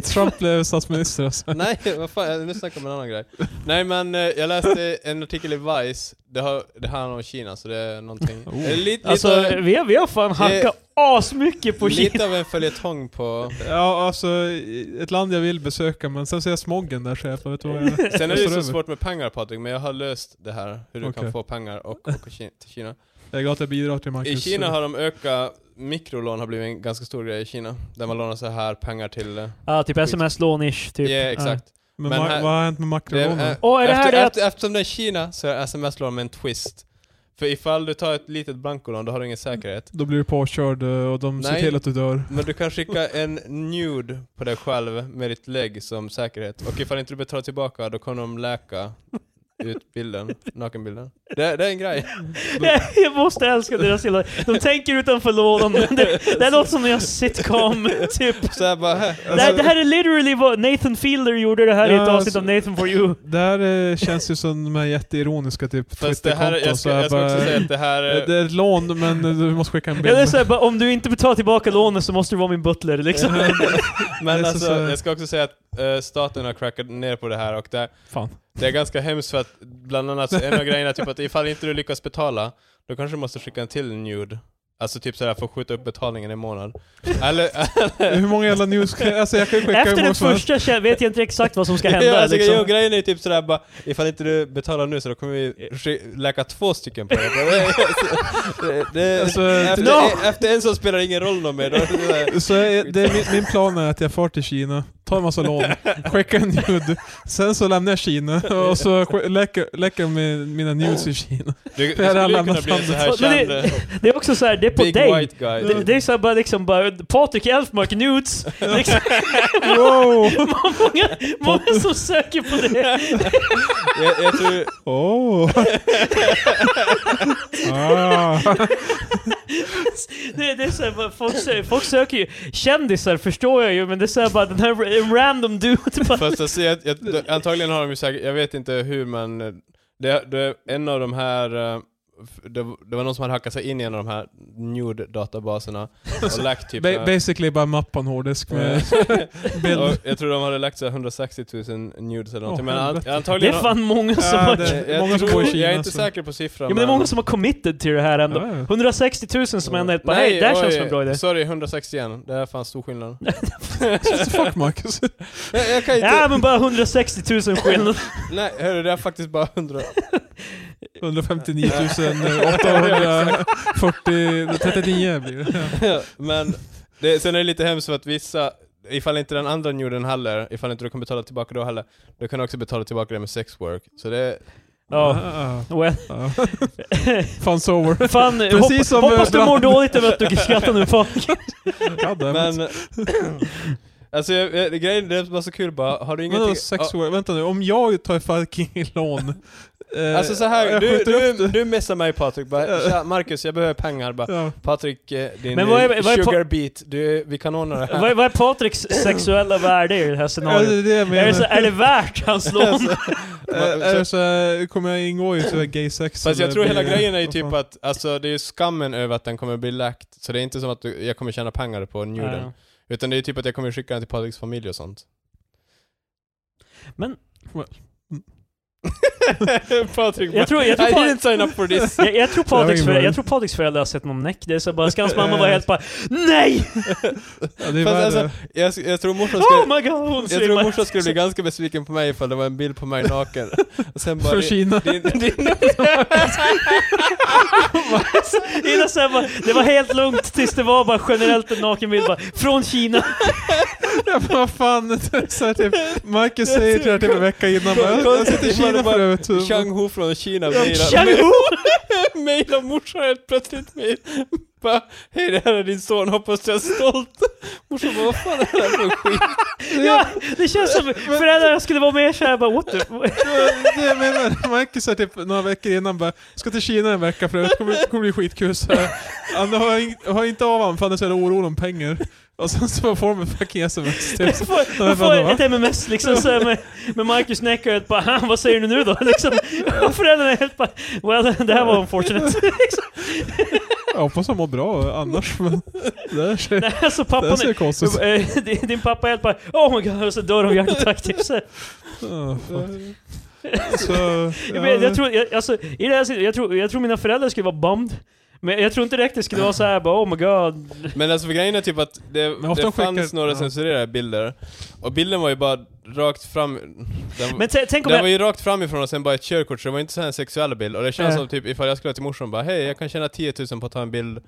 Speaker 3: Trump blev statsminister alltså.
Speaker 1: Nej, vad fan, jag- nu snackar jag om en annan grej. Nej men eh, jag läste en artikel i Vice, det, har, det handlar om Kina så det är någonting...
Speaker 3: Oh.
Speaker 1: Eh, Lite,
Speaker 2: alltså
Speaker 1: lite, av,
Speaker 2: vi, har- vi har fan hackat asmycket på Kina.
Speaker 1: lite av en följetong på...
Speaker 3: Ja, alltså ett land jag vill besöka men sen ser jag smoggen där så jag bara, vet du vad jag...
Speaker 1: Sen är det ju
Speaker 3: Jag står
Speaker 1: så
Speaker 3: över.
Speaker 1: svårt med pengar Patrik, men jag har löst det här, hur du kan
Speaker 3: Okej.
Speaker 1: få pengar och åka Ki- till Kina.
Speaker 3: Jag är glad att jag bidrar till Marcus.
Speaker 1: I Kina har de ökat, mikrolån har blivit en ganska stor grej i Kina. Där man lånar så här pengar till... eh,
Speaker 2: Ja, typ sms-lånish,
Speaker 1: Ja,
Speaker 2: typ.
Speaker 1: exakt.
Speaker 3: Men,
Speaker 1: men
Speaker 3: ma-
Speaker 1: här-
Speaker 3: vad har hänt med
Speaker 1: Det är-
Speaker 3: makronen?
Speaker 1: eh,
Speaker 2: Åh, är det här
Speaker 1: efter,
Speaker 2: det att-
Speaker 1: efter, eftersom det är Kina så är sms-lån med en twist. För ifall du tar ett litet blankolån, då har du ingen säkerhet.
Speaker 3: Då blir du påkörd eh, och de ser
Speaker 1: Nej.
Speaker 3: till att du dör.
Speaker 1: Men du kan skicka en nude på dig själv med ditt lägg som säkerhet. Och ifall inte du betalar tillbaka, då kommer de läka ut bilden, nakenbilden. Det, det är en grej.
Speaker 2: Ja. jag måste älska deras lilla... De tänker utanför lådan. Det, det här låter som när jag sitcom, typ.
Speaker 1: Så jag bara, "Hä?"
Speaker 2: Det här, det här är literally vad Nathan Fielder gjorde det här i ett
Speaker 3: Ja,
Speaker 2: avsnitt
Speaker 3: alltså-
Speaker 2: av Nathan for you.
Speaker 3: Det här eh, känns ju som de här jätteironiska typ
Speaker 1: Fast det här,
Speaker 3: Twitterkonton
Speaker 1: jag
Speaker 3: så
Speaker 1: ska, jag
Speaker 3: här
Speaker 1: ska också säga
Speaker 3: bara...
Speaker 1: att det här...
Speaker 3: Det det är ett lån men du måste skicka en bild.
Speaker 2: Ja, det är såhär, bara, om du inte betalar tillbaka lånet så måste du vara min butler liksom.
Speaker 3: Det är
Speaker 1: Men
Speaker 3: så-
Speaker 1: alltså,
Speaker 3: så-
Speaker 1: jag ska också säga att eh, staten har crackat ner på det här och det,
Speaker 3: Fan.
Speaker 1: det är ganska hemskt för att bland annat så en av grejerna är typ att ifall inte du lyckas betala, då kanske du måste skicka en till nude. Alltså typ sådär, få skjuta upp betalningen i en månad. Eller,
Speaker 3: Hur många jävla news... Alltså jag kan ju skicka hur
Speaker 2: Efter
Speaker 3: många
Speaker 2: den
Speaker 3: som helst.
Speaker 2: första tjä- vet jag inte exakt vad som ska
Speaker 1: ja,
Speaker 2: hända
Speaker 1: alltså, jo,
Speaker 2: liksom.
Speaker 1: grejen är typ sådär bara, ifall inte du betalar nu så då kommer vi sk- läka två stycken på dig. alltså, det, det,
Speaker 3: Alltså,
Speaker 1: efter,
Speaker 3: no!
Speaker 1: efter en så spelar det ingen roll någon mer. Då, är det sådär-
Speaker 3: Så jag- det är min, min plan är att jag far till Kina, tar en massa lån, skickar en nude, sen så lämnar jag Kina och så sk- läcker, läcker min, mina nudes i Kina.
Speaker 1: du, du
Speaker 3: Det här
Speaker 1: skulle
Speaker 3: handlar
Speaker 1: ju
Speaker 3: om
Speaker 1: kunna bli en så här
Speaker 2: Alltså, Men det-
Speaker 1: känd eh,
Speaker 2: Det är också såhär, det är på
Speaker 1: big
Speaker 2: dig.
Speaker 1: white guy.
Speaker 2: Det, det är såhär bara liksom bara, Patrik Elfmark nudes. Liksom,
Speaker 3: Wow!
Speaker 2: många, många som söker på det.
Speaker 1: jag, jag tror,
Speaker 3: Oh. ah.
Speaker 2: Det, det är såhär bara, folk, sö- folk söker ju, kändisar förstår jag ju, men det är såhär bara den här ra- random dude. Bara,
Speaker 1: Fast alltså, jag, jag, antagligen har de ju säkert, jag vet inte hur men, eh, det, det, en av de här eh, f- det, var- det var någon som hade hackat sig in i en av de här nude-databaserna och lagt typ...
Speaker 3: Ba- basically bara mappa en hårddisk
Speaker 2: Eh,
Speaker 3: med
Speaker 1: och
Speaker 3: Eh, bild.
Speaker 1: jag tror de hade lagt så här 160 000 nudes eller någonting, men
Speaker 3: Åh,
Speaker 1: an,
Speaker 3: helvete.
Speaker 2: Det är
Speaker 1: antagligen...
Speaker 2: fan många som
Speaker 3: Ja,
Speaker 2: har...
Speaker 3: det-
Speaker 1: jag,
Speaker 3: många som
Speaker 1: tror,
Speaker 3: bor i Kina,
Speaker 1: jag är inte
Speaker 3: så-
Speaker 1: säker på siffran
Speaker 2: Ja, men det är många som har committed till det här ändå.
Speaker 3: Ja, ja.
Speaker 2: 160 000 som ändå bara
Speaker 1: Nej,
Speaker 2: hej, det här
Speaker 1: oj,
Speaker 2: känns som en bra idé.
Speaker 1: Sorry, 161. Det här är fan stor skillnad.
Speaker 3: Fuck Marcus.
Speaker 1: jag, jag kan inte...
Speaker 2: Ja men bara 160 000 skillnad.
Speaker 1: Nej, hörru, det är faktiskt bara 100.
Speaker 3: 159 840, 39 blir det.
Speaker 1: men det, sen är det lite hemskt för att vissa, ifall inte den andra njuden heller, ifall inte du kan betala tillbaka då heller, då kan du också betala tillbaka det med sexwork. Så det...
Speaker 2: Ja. Well.
Speaker 3: Ja. Fun's over.
Speaker 2: Fan,
Speaker 3: Precis som,
Speaker 2: hoppa, hoppas du
Speaker 3: eh,
Speaker 2: mår
Speaker 3: brand-
Speaker 2: dåligt över att du skrattar nu fuck.
Speaker 3: God damn it.
Speaker 1: Men... alltså jag, jag, grejen, det var så kul bara, har du
Speaker 3: Vadå
Speaker 1: ingenting...
Speaker 3: sex år? Vänta nu, om jag tar fucking lån... eh,
Speaker 1: Alltså så
Speaker 3: och
Speaker 1: här,
Speaker 3: jag
Speaker 1: du,
Speaker 3: skjuter upp
Speaker 1: du,
Speaker 3: det-
Speaker 1: du messar mig Patrik bara "Tja, Marcus jag behöver pengar bara
Speaker 3: Ja.
Speaker 1: Patrik eh, din
Speaker 2: Men vad är- vad är pa-
Speaker 1: sugar beat, du, vi kan ordna det här
Speaker 2: Vad, vad är Patricks sexuella värde i det här
Speaker 3: Ja, det
Speaker 2: scenariot?
Speaker 3: är det jag
Speaker 2: Är det, så,
Speaker 3: menar.
Speaker 2: är det värt hans lån?
Speaker 3: Eh, Är det så här, kommer jag ingå i så här gay sex?
Speaker 1: Fast jag
Speaker 3: eller
Speaker 1: tror hela
Speaker 3: blir-
Speaker 1: grejen är ju
Speaker 3: vad
Speaker 1: typ
Speaker 3: fan?
Speaker 1: att, alltså det är ju skammen över att den kommer bli läckt. Så det är inte som att du, jag kommer tjäna pengar på njuden.
Speaker 2: Ja.
Speaker 1: Utan det är ju typ att jag kommer skicka den till Patriks familj och sånt.
Speaker 2: Men-
Speaker 3: Well.
Speaker 1: Patrik bara,
Speaker 2: Jag tror- jag tror
Speaker 1: I
Speaker 2: Pat-
Speaker 1: didn't sign up for this.
Speaker 2: Jag, jag tror
Speaker 3: Det var
Speaker 2: Patricks
Speaker 3: ingen
Speaker 2: föräldrar,
Speaker 3: bra.
Speaker 2: jag tror Patricks föräldrar har sett någon näck, det är så bara, ska hans mamma vara helt bara NEJ!
Speaker 3: Ja, det är
Speaker 1: Fast
Speaker 3: värre.
Speaker 1: alltså, jag, sk- jag tror morsan skulle,
Speaker 2: Oh my god! Hon
Speaker 1: jag
Speaker 2: ser
Speaker 1: tror
Speaker 2: bara-
Speaker 1: morsan skulle bli ganska besviken på mig ifall det var en bild på mig naken. Och sen bara,
Speaker 3: För Kina.
Speaker 1: din, din, din,
Speaker 2: Innan sen bara, det var helt lugnt tills det var bara generellt en nakenbild bara, från Kina.
Speaker 3: Ja, men vad fan. det är Så här, typ, Marcus säger till det här typ en vecka innan. Bara, jag jag sitter i Kina för övrigt.
Speaker 1: Chang Ho från Kina
Speaker 2: Chang
Speaker 1: mejlar-
Speaker 2: Ho!
Speaker 1: mejlar morsan helt plötsligt. Med, bara, hej det här är din son, hoppas du är stolt. Morsan bara, vad fan är det här för skit?
Speaker 2: Ja, det känns som föräldrarna skulle vara mer såhär bara what the...
Speaker 3: Det jag menar, Marcus är typ några veckor innan bara ska till Kina en vecka för det kommer, kommer bli skitkul så här. Han har, in, har inte av honom för annars är det oro om pengar. Och sen så får man fucking sms typ.
Speaker 2: Man får, man får ett MMS liksom så här med, med Marcus Neckert bara "Ha, vad säger du nu då? Liksom, och föräldrarna är helt bara well, det här var unfortunate. Liksom.
Speaker 3: Jag hoppas han mår bra annars men det där ser,
Speaker 2: Nej, alltså
Speaker 3: det där
Speaker 2: pappan
Speaker 3: ser konstigt ut.
Speaker 2: är, Eh, din, din pappa är helt bara oh my god och så dör de av hjärtattack typ så här.
Speaker 3: Ja, fan. Ah, Så, ja,
Speaker 2: Men jag, tror, jag, alltså, i det här, sit- jag, tror, jag tror mina föräldrar skulle vara bummed. Men jag tror inte direkt det skulle vara så här bara oh my god.
Speaker 1: Men alltså för grejen är typ att det,
Speaker 3: Men ofta
Speaker 1: det fanns
Speaker 3: skickar-
Speaker 1: några
Speaker 3: ja.
Speaker 1: censurerade bilder, och bilden var ju bara rakt fram... Den,
Speaker 2: Men t- tänk om
Speaker 1: den var
Speaker 2: jag...
Speaker 1: ju rakt framifrån och sen bara ett körkort, så det var inte så här en sexuell bild. Och det känns
Speaker 2: Nej.
Speaker 1: som typ ifall jag skulle till morsan och bara hej, jag kan tjäna 10 000 på att ta en bild.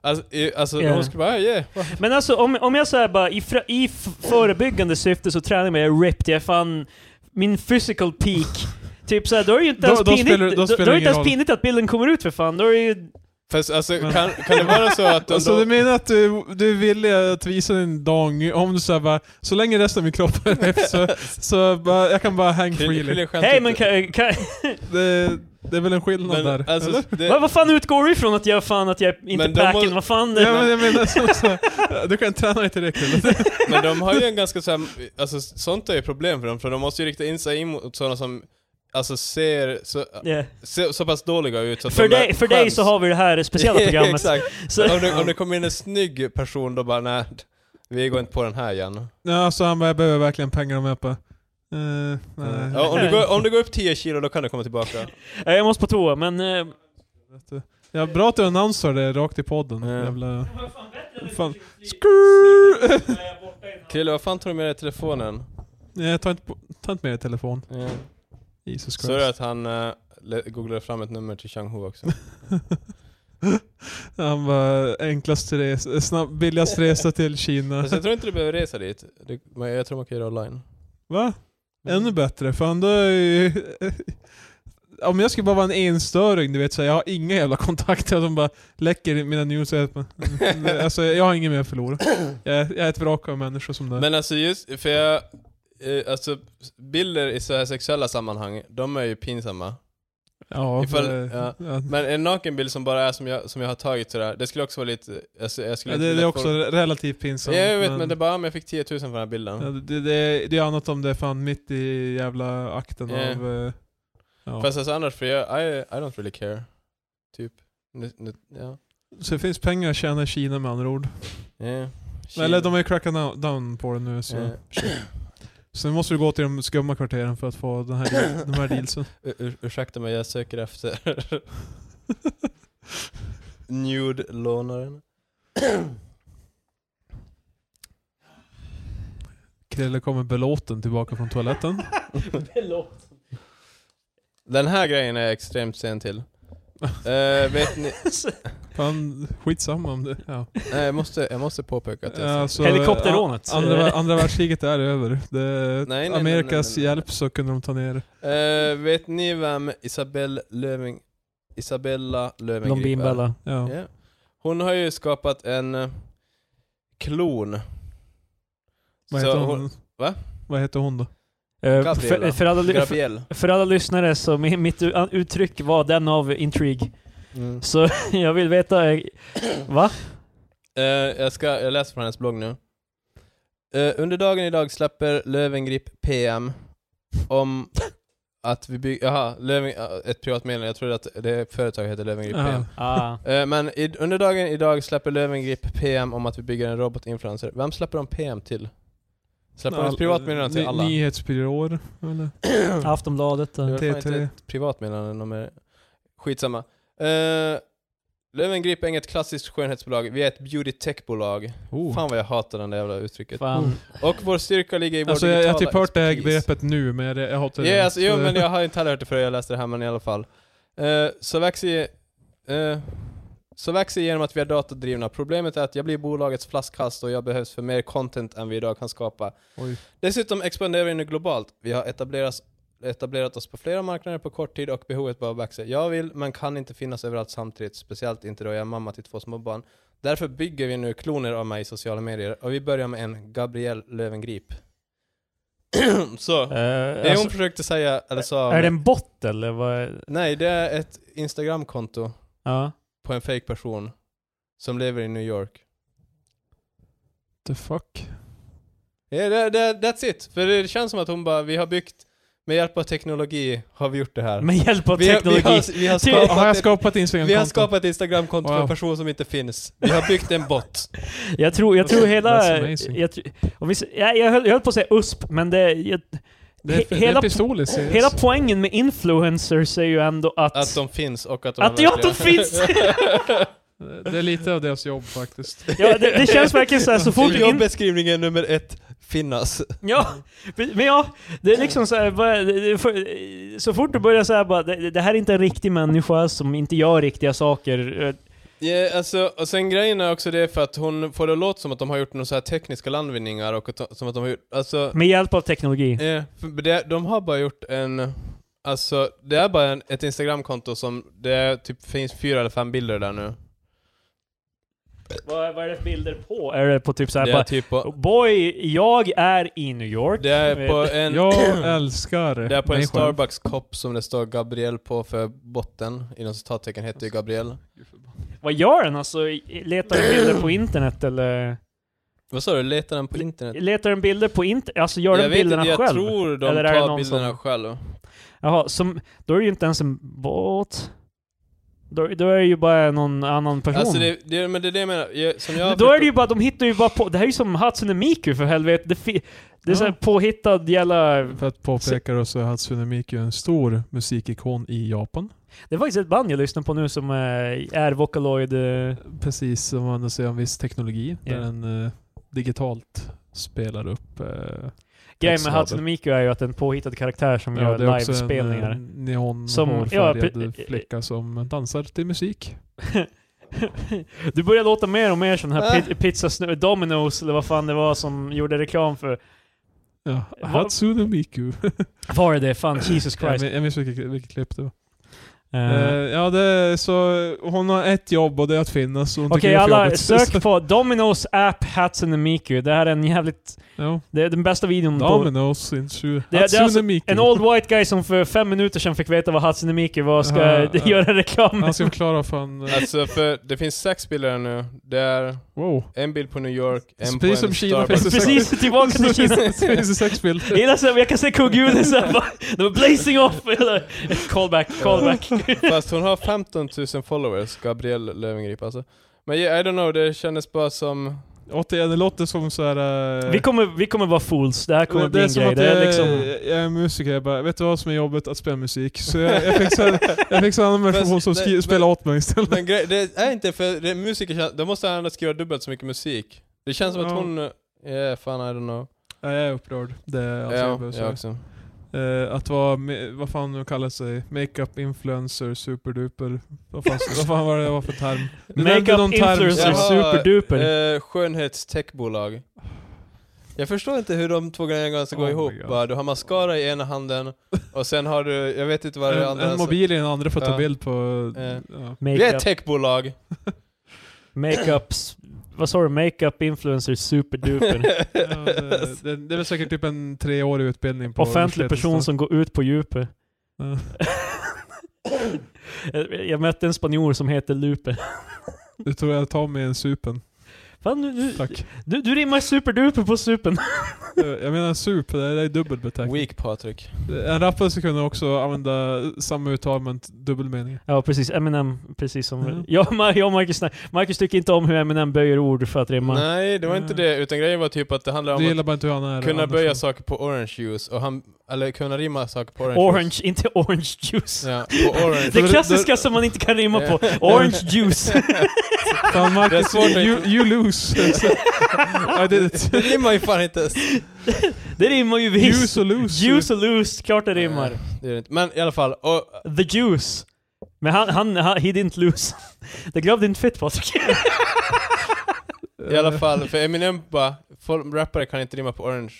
Speaker 1: Alltså, i, alltså
Speaker 2: Ja.
Speaker 1: hon skulle bara yeah.
Speaker 2: Men alltså om, om jag säger bara i, fra- i f- förebyggande syfte så tränar jag mig, jag är ripped, jag är fan min physical peak. typ såhär, då är det ju inte
Speaker 3: Då-
Speaker 2: ens
Speaker 3: då
Speaker 2: pinigt,
Speaker 3: spelar- då
Speaker 2: då,
Speaker 3: spelar
Speaker 2: då är
Speaker 3: det
Speaker 2: det inte
Speaker 3: ingen
Speaker 2: ens
Speaker 3: roll.
Speaker 2: pinigt att bilden kommer ut för fan. Då är det ju...
Speaker 1: Fast alltså
Speaker 3: Men-
Speaker 1: kan, kan det vara så att... om
Speaker 3: Alltså
Speaker 1: de-
Speaker 3: du menar att du, du är villig att visa din dong om du så här bara, så länge resten av min kropp är rätt så, så bara, jag kan Eh. bara hang
Speaker 1: Kille-
Speaker 3: freely.
Speaker 1: kille skämt
Speaker 2: Hej
Speaker 1: inte.
Speaker 2: men kan, kan,
Speaker 3: Det, det är väl en skillnad
Speaker 1: Men,
Speaker 3: där?
Speaker 1: alltså,
Speaker 3: eller?
Speaker 1: det,
Speaker 2: vad, vad fan utgår du ifrån att jag fan att jag inte
Speaker 1: Men
Speaker 2: är
Speaker 1: de
Speaker 2: packen?
Speaker 1: må-
Speaker 2: Vad fan?
Speaker 3: Ja, men jag menar så, så, du kan träna dig tillräckligt. eller?
Speaker 1: Men de har ju en ganska såhär, alltså sånt är ju problem för dem, för de måste ju rikta in sig in mot sådana som Alltså ser så,
Speaker 2: Ja.
Speaker 1: ser så pass dåliga ut så att
Speaker 2: För,
Speaker 1: de
Speaker 2: dig, för dig så har vi det här speciella programmet.
Speaker 1: Exakt.
Speaker 2: så,
Speaker 1: Om det, om det kommer in en snygg person då bara nej, vi går inte på den här igen.
Speaker 3: Ja, alltså han bara, jag behöver verkligen pengar om jag på. Uh, nej.
Speaker 1: Ja, om, du går, om du går upp 10 kilo då kan du komma tillbaka.
Speaker 2: Ja, jag måste på toa, men... eh,
Speaker 3: Ja, bra att du annonsar det rakt i podden.
Speaker 1: Ja.
Speaker 3: Jävla... Fan.
Speaker 1: Krille, vad fan tar du med dig telefonen?
Speaker 3: Nej, ta inte, på- ta inte med dig telefon. Jesus
Speaker 1: Så är det
Speaker 3: Christ.
Speaker 1: att han eh, le- googlade fram ett nummer till Chang Ho också.
Speaker 3: Han var enklast resa, snabb, billigast resa till Kina.
Speaker 1: Fast Alltså, jag tror inte du behöver resa dit. Du, men jag tror man kan göra online.
Speaker 3: Va?
Speaker 1: Mm.
Speaker 3: Ännu bättre, fan då är ju... Om jag skulle bara vara en enstöring, du vet, så här, jag har inga jävla kontakter, de bara läcker mina news. och jag bara, mm, Alltså, jag har inget mer att förlora. Jag är, jag är ett vrak av människor som det.
Speaker 1: Men alltså just, för jag, eh, alltså bilder i så här sexuella sammanhang, de är ju pinsamma.
Speaker 3: ja,
Speaker 1: ifall-
Speaker 3: det,
Speaker 1: ja.
Speaker 3: ja.
Speaker 1: Men en nakenbild som bara är som jag, som jag har tagit sådär, det skulle också vara lite, alltså, jag skulle
Speaker 3: Ja,
Speaker 1: inte
Speaker 3: det, det
Speaker 1: vilja
Speaker 3: är
Speaker 1: att
Speaker 3: också
Speaker 1: folk-
Speaker 3: relativt pinsamt.
Speaker 1: Ja, jag vet men, det är bara, men jag fick 10 000 för den här bilden.
Speaker 3: ja, det, det, det är annat om det är fan mitt i jävla akten
Speaker 1: Ja.
Speaker 3: av... eh, Ja.
Speaker 1: Fast alltså annars, för jag, I, I don't really care. Typ. Nu, nu, ja.
Speaker 3: Så det finns pengar att tjäna i Kina med andra ord.
Speaker 1: Eh,
Speaker 3: Eller
Speaker 1: Kina.
Speaker 3: de har ju crackat down- down på det nu så.
Speaker 1: Eh,
Speaker 3: Så nu måste du gå till de skumma kvarteren för att få den här, de här dealsen.
Speaker 1: ur- ur- ursäkta mig, jag söker efter nude-lånaren.
Speaker 3: Krille kommer belåten tillbaka från toaletten.
Speaker 2: Förlåt.
Speaker 1: Den här grejen är jag extremt sen till. Eh, vet ni?
Speaker 3: Fan, skitsamma om det. Ja.
Speaker 1: Nej, jag, måste, jag måste påpeka att jag är sen.
Speaker 3: Alltså,
Speaker 2: Helikopterrånet. Eh,
Speaker 3: a- Andra, andra världskriget är över. Det,
Speaker 1: Nej, nej,
Speaker 3: Amerikas
Speaker 1: nej, nej, nej.
Speaker 3: hjälp så kunde de ta ner
Speaker 1: Eh, vet ni vem Isabel Löving, Isabella Löwengrip är?
Speaker 2: Lombinbella.
Speaker 3: ja.
Speaker 1: Ja. Hon har ju skapat en eh, klon.
Speaker 3: Vad
Speaker 1: Så
Speaker 3: heter hon?
Speaker 1: va?
Speaker 3: Vad heter hon då?
Speaker 2: Eh,
Speaker 1: Gabriella.
Speaker 2: För, för, alla, ly- för,
Speaker 1: Gabriel.
Speaker 2: för alla lyssnare så mi- mitt u- an- uttryck var den av intrig.
Speaker 1: Mm.
Speaker 2: Så jag vill veta, eh, va?
Speaker 1: Eh, jag, ska, jag läser från hennes blogg nu. Eh, under dagen idag släpper Lövengrip PM om att vi bygger... Jaha, Löven, ja, ett privat meddelande. Jag trodde att det företaget heter Lövengrip PM.
Speaker 3: Ja.
Speaker 2: Ah.
Speaker 1: Eh, men i, under dagen idag släpper Lövengrip PM om att vi bygger en robotinfluencer. Vem släpper de PM till? Släpper de ett privat meddelande till
Speaker 3: Ny-
Speaker 1: alla?
Speaker 3: Nyhetsbyråer eller?
Speaker 2: Aftonbladet. eh,
Speaker 1: Det
Speaker 2: Och,
Speaker 1: var fan
Speaker 3: TT.
Speaker 1: inte ett privatmeddelande någon mer. Skitsamma. Uh, Lövengrip är inget klassiskt skönhetsbolag, vi är ett beauty techbolag.
Speaker 3: Oh.
Speaker 1: Fan vad jag hatar det där jävla uttrycket.
Speaker 3: Mm.
Speaker 2: fan.
Speaker 1: Och vår styrka ligger i vår
Speaker 3: Alltså jag
Speaker 1: digitala
Speaker 3: jag har typ hört det här
Speaker 1: expertis.
Speaker 3: begreppet nu men jag, jag hatar
Speaker 1: Ja,
Speaker 3: det.
Speaker 1: alltså, jo, men jag har inte heller hört det förrän jag läste det här, men i alla fall. Eh, så Vaxi... eh, så Vaxi är genom att vi är datadrivna. Problemet är att jag blir bolagets flaskhals och jag behövs för mer content än vi idag kan skapa.
Speaker 3: Oj.
Speaker 1: Dessutom expanderar vi nu globalt. Vi har etablerats, etablerat oss på flera marknader på kort tid och behovet bara växer. Jag vill, men kan inte finnas överallt samtidigt. Speciellt inte då jag är mamma till två små barn. Därför bygger vi nu kloner av mig i sociala medier och vi börjar med en Gabrielle Lövengrip. så.
Speaker 2: Eh,
Speaker 1: Det
Speaker 2: alltså,
Speaker 1: hon försökte säga, eller sa,
Speaker 2: är det en bot eller vad? är-
Speaker 1: nej det är ett instagramkonto
Speaker 2: Ja.
Speaker 1: på en fake person som lever i New York.
Speaker 3: The fuck?
Speaker 1: Yeah, that, that, that's it. För det känns som att hon bara, vi har byggt, med hjälp av teknologi har vi gjort det här.
Speaker 2: Med hjälp av
Speaker 1: vi, har-
Speaker 2: teknologi.
Speaker 1: Vi har, vi har
Speaker 2: Ty-
Speaker 1: skapat,
Speaker 3: Har jag
Speaker 1: ett-
Speaker 3: skapat instagram
Speaker 1: vi har skapat ett instagramkonto för
Speaker 3: Wow.
Speaker 1: en person som inte finns. Vi har byggt en bot.
Speaker 2: Jag tror, jag tror hela...
Speaker 3: That's amazing.
Speaker 2: Jag, tr- om vi, s- jag, jag, höll, jag höll på att säga USP, men det... Jag,
Speaker 3: det
Speaker 2: he-
Speaker 3: är, hela, det
Speaker 2: hela,
Speaker 3: är pistol i CS.
Speaker 2: hela poängen med influencers är ju ändå att...
Speaker 1: Att de finns och att de
Speaker 2: Att
Speaker 1: är
Speaker 2: jag
Speaker 1: verkliga.
Speaker 2: inte finns!
Speaker 3: Det är lite av deras jobb faktiskt.
Speaker 2: ja, det, det känns verkligen såhär, så fort du in,
Speaker 1: Jobbeskrivningen nummer ett, finnas.
Speaker 2: Ja, men ja, det är liksom så här, bara- det- det- för- så fort du börjar säga bara det, det här är inte en riktig människa som inte gör riktiga saker. eh,
Speaker 1: Ja, alltså, och sen grejen är också det för att hon får det att låta som att de har gjort några så här tekniska landvinningar och att, de- som att de har gjort, alltså,
Speaker 2: Med hjälp av teknologi.
Speaker 1: eh, för det, de har bara gjort en, alltså det är bara en, ett instagramkonto som, det är, typ finns fyra eller fem bilder där nu.
Speaker 2: Vad, vad är det för bilder på? Är det på typ
Speaker 1: Det
Speaker 2: såhär
Speaker 1: är
Speaker 2: bara
Speaker 1: typ på,
Speaker 2: Boy, jag är i New York.
Speaker 1: det är på en,
Speaker 3: Jag älskar
Speaker 1: det är på en
Speaker 3: mig själv.
Speaker 1: Starbucks-kopp som det står Gabriel på för botten, inom citattecken heter ju
Speaker 2: Alltså.
Speaker 1: Gabriel.
Speaker 2: Vad gör den alltså? Letar den bilder på internet eller?
Speaker 1: Vad sa du, letar den på internet?
Speaker 2: Letar den bilder på internet? Alltså gör den bilderna
Speaker 1: jag
Speaker 2: själv?
Speaker 1: tror de
Speaker 2: Eller är det
Speaker 1: tar
Speaker 2: någon
Speaker 1: bilderna
Speaker 2: som-
Speaker 1: själv.
Speaker 2: Jaha, som, då är det ju inte ens en båt. Då, då är det ju bara någon annan person.
Speaker 1: Alltså det, det, men det är det jag menar, jag, som jag har
Speaker 2: Men då är det
Speaker 1: förstått-
Speaker 2: ju bara, de hittar ju bara på, det här är ju som Hatsune Miku för helvete. Det, fi, det är
Speaker 3: Ja.
Speaker 2: såhär påhittad jävla...
Speaker 3: För att påpeka då så är Hatsune Miku en stor musikikon i Japan.
Speaker 2: Det är faktiskt ett band jag lyssnar på nu som eh, är Vocaloid... eh,
Speaker 3: Precis som man säger om viss teknologi
Speaker 2: Ja.
Speaker 3: där den eh, digitalt spelar upp eh,
Speaker 2: Grejen med
Speaker 3: textrader.
Speaker 2: Hatsune Miku är ju att det är en påhittad karaktär som
Speaker 3: Ja,
Speaker 2: gör
Speaker 3: det är också
Speaker 2: livespelningar.
Speaker 3: en eh,
Speaker 2: Som-
Speaker 3: neonhårfärgad
Speaker 2: ja, eh, pre-
Speaker 3: flicka som dansar till musik.
Speaker 2: Du börjar låta mer och mer som den
Speaker 3: Ah.
Speaker 2: här
Speaker 1: Äh.
Speaker 2: pi- pizza Snu- Domino's eller vad fan det var som gjorde reklam för...
Speaker 3: Ja,
Speaker 2: Vad-
Speaker 3: Hatsune Miku.
Speaker 2: Var är det? Fan, Jesus
Speaker 3: jag
Speaker 2: Christ.
Speaker 3: min- jag minns vilket, vilket klipp det var.
Speaker 2: Eh,
Speaker 3: Eh, ja, det är så hon har ett jobb och det är att finnas. och hon
Speaker 2: Okej
Speaker 3: tycker det är för
Speaker 2: alla,
Speaker 3: jobbigt.
Speaker 2: sök på Domino's app Hatsune Miku. Det här är en jävligt...
Speaker 3: ja.
Speaker 2: Det är den bästa videon på
Speaker 3: Domino's in Shu.
Speaker 2: det är
Speaker 3: Hatsune
Speaker 2: alltså
Speaker 3: Miku.
Speaker 2: En old white guy som för fem minuter sedan fick veta vad Hatsune Miku var ska
Speaker 3: Ja, ja.
Speaker 2: göra reklam.
Speaker 3: Han ska klara fan... eh,
Speaker 1: Alltså för det finns sex bilder här nu. Det är
Speaker 3: Wow.
Speaker 1: en bild på New York, en
Speaker 3: Precis
Speaker 1: på en
Speaker 3: som Kina
Speaker 1: Starbucks.
Speaker 3: finns det
Speaker 2: Precis tillbaka till Kina.
Speaker 3: Finns det sex bilder?
Speaker 2: Hela så här, jag kan se kugghjulen såhär bara, de är blazing off! Eller, Callback, callback.
Speaker 1: Fast hon har 15 000 followers, Gabrielle Löwengrip alltså. Men yeah, I don't know, det kändes bara som...
Speaker 3: Återigen, det låter som såhär...
Speaker 2: Vi kommer, vi kommer vara fools, det här kommer bli
Speaker 3: är
Speaker 2: en
Speaker 3: som
Speaker 2: grej.
Speaker 3: att
Speaker 2: Det
Speaker 3: jag,
Speaker 2: är liksom...
Speaker 3: jag är musiker, jag bara, vet du vad som är jobbet? Att spela musik. Så jag, jag fick såhär- jag fick sådana människor som
Speaker 1: Men-
Speaker 3: skri-
Speaker 1: men-
Speaker 3: spelar åt mig istället.
Speaker 1: Men grej, det är inte för det, musiker, kän- då måste han ändå skriva dubbelt så mycket musik. Det känns som att
Speaker 3: Ja.
Speaker 1: hon... Yeah, fan I don't know.
Speaker 3: Ja, jag är upprörd. Det är allt jag
Speaker 1: ja,
Speaker 3: behöver säga.
Speaker 1: jag också.
Speaker 3: Eh, att vara, me- vad fan nu kallar sig, makeup influencer superduper. Vad fan, vad fan var det var för term? Du nämnde någon
Speaker 2: Makeup
Speaker 3: term
Speaker 2: influencer
Speaker 3: som-
Speaker 1: Jaha,
Speaker 2: superduper.
Speaker 1: Eh, Skönhetstechbolag. Jag förstår inte hur de två grejerna ska gå
Speaker 3: Oh my
Speaker 1: ihop.
Speaker 3: God.
Speaker 1: Bara, du har mascara i ena handen och sen har du, jag vet inte vad det
Speaker 3: En,
Speaker 1: andra
Speaker 3: en mobil i den andra för att ta
Speaker 1: Ja.
Speaker 3: bild på...
Speaker 1: Eh.
Speaker 3: Ja.
Speaker 1: Vi är
Speaker 2: Makeup,
Speaker 1: ett techbolag!
Speaker 2: makeups, vad sa du? Makeup influencer superduper.
Speaker 3: Ja, det, det, det är väl säkert typ en treårig utbildning på
Speaker 2: Offentlig person
Speaker 3: universitetet.
Speaker 2: som går ut på djupet.
Speaker 3: Ja.
Speaker 2: Jag- Jag mötte en spanjor som heter Lupe.
Speaker 3: Du tror jag tar med en supen.
Speaker 2: Fan, du, du,
Speaker 3: Tack.
Speaker 2: du, du rimmar superduper på supen.
Speaker 3: Eh, jag menar sup, det är, det är dubbelbeteckning. Eh,
Speaker 1: Weak Patrik.
Speaker 3: En rappare skulle kunna också använda samma uttal men dubbelmening.
Speaker 2: Ja precis, Eminem, precis som...
Speaker 3: Mm.
Speaker 2: Ja, Ma- ja, Marcus, nej. Marcus tycker inte om hur Eminem böjer ord för att rimma.
Speaker 1: Nej, det var inte det. Utan grejen var typ att det handlar om
Speaker 3: Du gillar bara inte hur han är.
Speaker 1: att kunna
Speaker 3: Andersson.
Speaker 1: böja saker på orange juice och han, eller kunna rimma saker på orange,
Speaker 2: Orange, inte orange juice.
Speaker 1: juice. Ja, på orange.
Speaker 2: Det klassiska som man inte kan rimma på. Orange juice.
Speaker 3: Fan
Speaker 1: Det är
Speaker 3: Marcus,
Speaker 1: svårt att-
Speaker 3: you, you lose. I did it.
Speaker 1: det rimmar ju fan inte ens.
Speaker 2: Det rimmar ju visst.
Speaker 3: Use och lose.
Speaker 2: Juice och loose, klart det rimmar.
Speaker 1: Nej, det gör det inte. Men i alla fall, och,
Speaker 2: The juice. Men han, han, han he didn't lose. Det glömde inte fit Patrik.
Speaker 3: Eh,
Speaker 1: i alla fall, för Eminem bara, folk, rappare kan inte rimma på orange.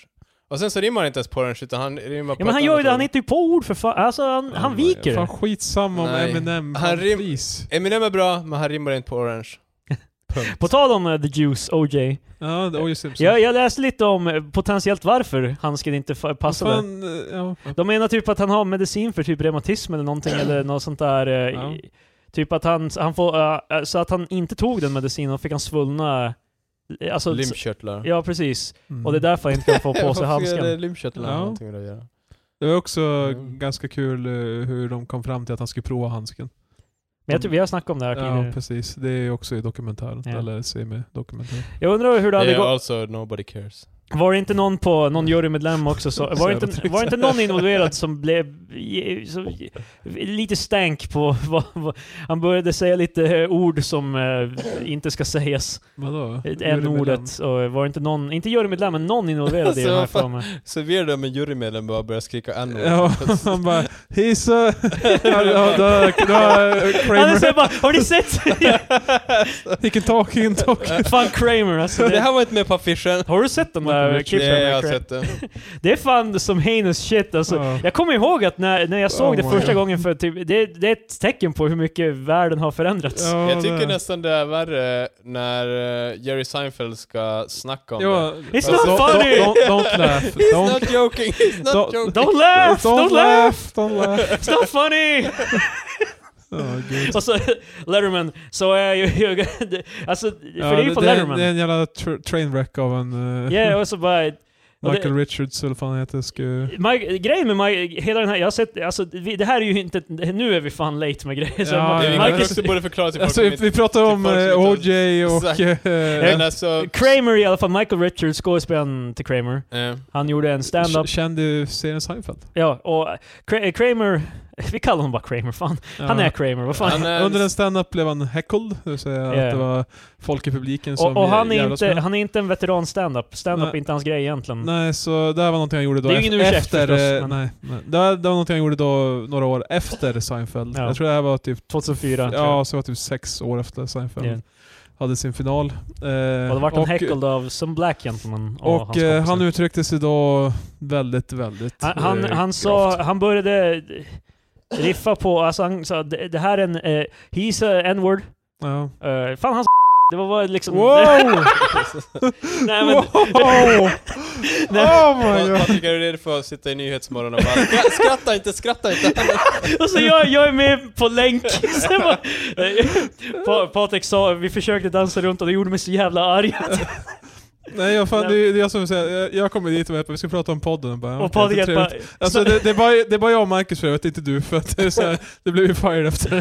Speaker 1: Och sen så rimmar han inte ens på orange utan han rimmar på
Speaker 2: Ja, men
Speaker 1: ett
Speaker 2: han gör ju
Speaker 1: annat
Speaker 2: det, han
Speaker 1: ord.
Speaker 2: hittar ju på ord för fan. Alltså han, han viker.
Speaker 3: Fan skitsamma om
Speaker 1: Nej.
Speaker 3: Eminem.
Speaker 1: Han
Speaker 3: Han
Speaker 1: rim-
Speaker 3: please.
Speaker 1: Eminem är bra, men han rimmar inte på orange. Punkt.
Speaker 2: På tal om eh, The Juice, OJ.
Speaker 3: Ja, det- OJ Simpson.
Speaker 2: Jag, jag läste lite om eh, potentiellt varför han skulle inte fa- passa där.
Speaker 3: Fan, eh, ja.
Speaker 2: De menar typ att han har medicin för typ reumatism eller någonting eller något sånt där. eh,
Speaker 3: Ja.
Speaker 2: i- Typ att han, han får, eh, eh, så att han inte tog den medicinen och fick han svullna... eh, Alltså, s-
Speaker 1: Lymfkörtlar.
Speaker 2: ja precis.
Speaker 3: Mm.
Speaker 2: Och det är därför han inte kan få på
Speaker 1: Varför
Speaker 2: sig
Speaker 1: är det
Speaker 2: handsken.
Speaker 1: lymfkörtlarna
Speaker 3: Ja.
Speaker 1: har någonting med det att göra?
Speaker 3: Det var också
Speaker 1: Mm.
Speaker 3: ganska kul eh, hur de kom fram till att han skulle prova handsken.
Speaker 2: Men jag tror vi har snackat om det här
Speaker 3: Ja,
Speaker 2: tidigare.
Speaker 3: precis. Det är också i dokumentären.
Speaker 2: Ja.
Speaker 3: Eller semi-dokumentären.
Speaker 2: Jag undrar hur det hade
Speaker 1: Yeah,
Speaker 2: gått.
Speaker 1: also nobody cares.
Speaker 2: Var det inte någon på, någon jurymedlem också så, var, det inte, var det inte någon involverad som blev i- så, lite stänk på vad, vad, han började säga lite eh, ord som eh, inte ska sägas.
Speaker 3: Vadå?
Speaker 2: En ordet och var det inte någon, inte jurymedlem, men någon involverad i
Speaker 1: Så
Speaker 2: den här
Speaker 1: vad fan-
Speaker 2: för mig.
Speaker 1: Serverar du med jurymedlem bara börjar skrika en
Speaker 3: Ja, han bara He's a... Ja, då- då- då har eh,
Speaker 2: Han
Speaker 3: Kramer...
Speaker 2: säger bara har ni sett?
Speaker 3: He can talk, he can talk.
Speaker 2: fan Kramer alltså.
Speaker 1: Det
Speaker 2: Det,
Speaker 1: här var inte med på affischen.
Speaker 2: har du sett de där
Speaker 1: Nej,
Speaker 2: klippen? med
Speaker 1: jag har
Speaker 2: Kramer?
Speaker 1: sett det.
Speaker 2: Det är fan som heinous shit alltså.
Speaker 3: Ja.
Speaker 2: Jag kommer ihåg att när, när jag såg
Speaker 3: Oh
Speaker 2: det
Speaker 3: my
Speaker 2: första
Speaker 3: God.
Speaker 2: gången för typ, det, det är ett tecken på hur mycket världen har förändrats.
Speaker 3: Ja,
Speaker 1: Jag tycker
Speaker 3: det-
Speaker 1: nästan det är värre när eh, Jerry Seinfeld ska snacka om det.
Speaker 3: Ja,
Speaker 2: It's
Speaker 1: not
Speaker 3: Alltså, don't-
Speaker 2: funny!
Speaker 3: Don't, don't laugh.
Speaker 1: He's
Speaker 3: Don't,
Speaker 1: not joking, he's not
Speaker 3: Don't-
Speaker 1: joking!
Speaker 2: Don't laugh! Don't,
Speaker 3: don't
Speaker 2: laugh!
Speaker 3: laugh! Don't laugh!
Speaker 2: It's not funny!
Speaker 3: Åh, gud.
Speaker 2: och så Letterman, så är ju... ju- alltså, för
Speaker 3: Ja,
Speaker 2: det är ju på
Speaker 3: det,
Speaker 2: Letterman.
Speaker 3: det är en jävla tra- trainwreck av en... eh,
Speaker 2: Ja, och så bara... och
Speaker 3: Michael Richards eller vad han heter. Ska...
Speaker 2: det, My, grejen med My, hela den här, jag har sett, alltså vi, det här är ju inte, nu är vi fan late med grejer. så
Speaker 3: Ja,
Speaker 2: Ma-
Speaker 1: Det är Marcus...
Speaker 2: Marcus,
Speaker 1: också borde förklara till folk
Speaker 3: Alltså,
Speaker 1: som
Speaker 3: vi,
Speaker 1: inte-
Speaker 3: vi pratar om
Speaker 1: folk som
Speaker 3: eh,
Speaker 1: inte-
Speaker 3: OJ och...
Speaker 1: Exakt.
Speaker 3: eh,
Speaker 1: Men alltså...
Speaker 2: Kramer i alla fall, Michael Richards, skådespelaren till Kramer.
Speaker 1: eh,
Speaker 2: Han gjorde en stand-up,
Speaker 3: k- Känd i serien Seinfeld.
Speaker 2: ja, och Kra- Kramer, vi kallar honom bara Kramer, fan. Han
Speaker 3: Ja.
Speaker 2: är Kramer, vad fan.
Speaker 1: Han är-
Speaker 3: Under en stand-up blev han heckled, det vill säga
Speaker 2: Eh, Ja.
Speaker 3: att det var folk i publiken som
Speaker 2: och, och han, är
Speaker 3: jävlas
Speaker 2: inte,
Speaker 3: med honom.
Speaker 2: han är inte en veteran stand-up. Stand-up är
Speaker 3: Nej.
Speaker 2: inte hans grej egentligen.
Speaker 3: Nej, så det här var någonting han gjorde då
Speaker 2: Det är ju ingen
Speaker 3: ef-
Speaker 2: ursäkt
Speaker 3: efter...
Speaker 2: förstås,
Speaker 3: eh,
Speaker 2: men-
Speaker 3: nej, nej. Det, här, det var någonting han gjorde då några år efter Seinfeld.
Speaker 2: Ja.
Speaker 3: Jag tror det här var typ...
Speaker 2: 2004. tror jag.
Speaker 3: Ja, så var det typ sex år efter Seinfeld
Speaker 2: Ja.
Speaker 3: hade sin final. Eh,
Speaker 2: Och det vart han
Speaker 3: och- eh,
Speaker 2: heckled av som black gentleman och,
Speaker 3: Och
Speaker 2: hans
Speaker 3: eh,
Speaker 2: kompisar.
Speaker 3: han uttryckte sig då väldigt, väldigt
Speaker 2: han, han,
Speaker 3: eh,
Speaker 2: han sa,
Speaker 3: gravt.
Speaker 2: han började riffa på, alltså han sa det, det här är en, eh, he's a n-word.
Speaker 3: Ja.
Speaker 2: Eh, fan hans det var bara liksom...
Speaker 3: Wow!
Speaker 2: nej men...
Speaker 3: Wow! Oh my
Speaker 1: Pat-
Speaker 3: god!
Speaker 1: Patrik, är du redo för att sitta i Nyhetsmorgon och bara "Skra- skratta inte, skratta inte!
Speaker 2: och så jag, jag är med på länk. Sen bara, eh, pa, Patrik sa, vi försökte dansa runt och det gjorde mig så jävla arg.
Speaker 3: Nej, jag, fan,
Speaker 2: Nej.
Speaker 3: det, är- det är jag som säger, jag, jag kommer dit och jag bara, vi ska prata om podden och bara,
Speaker 2: Och
Speaker 3: okej, så
Speaker 2: Patrik
Speaker 3: trevligt.
Speaker 2: bara...
Speaker 3: Alltså det, det, är bara, det är bara jag och Marcus för övrigt, inte du för att det, är så här, det blev ju fired efter.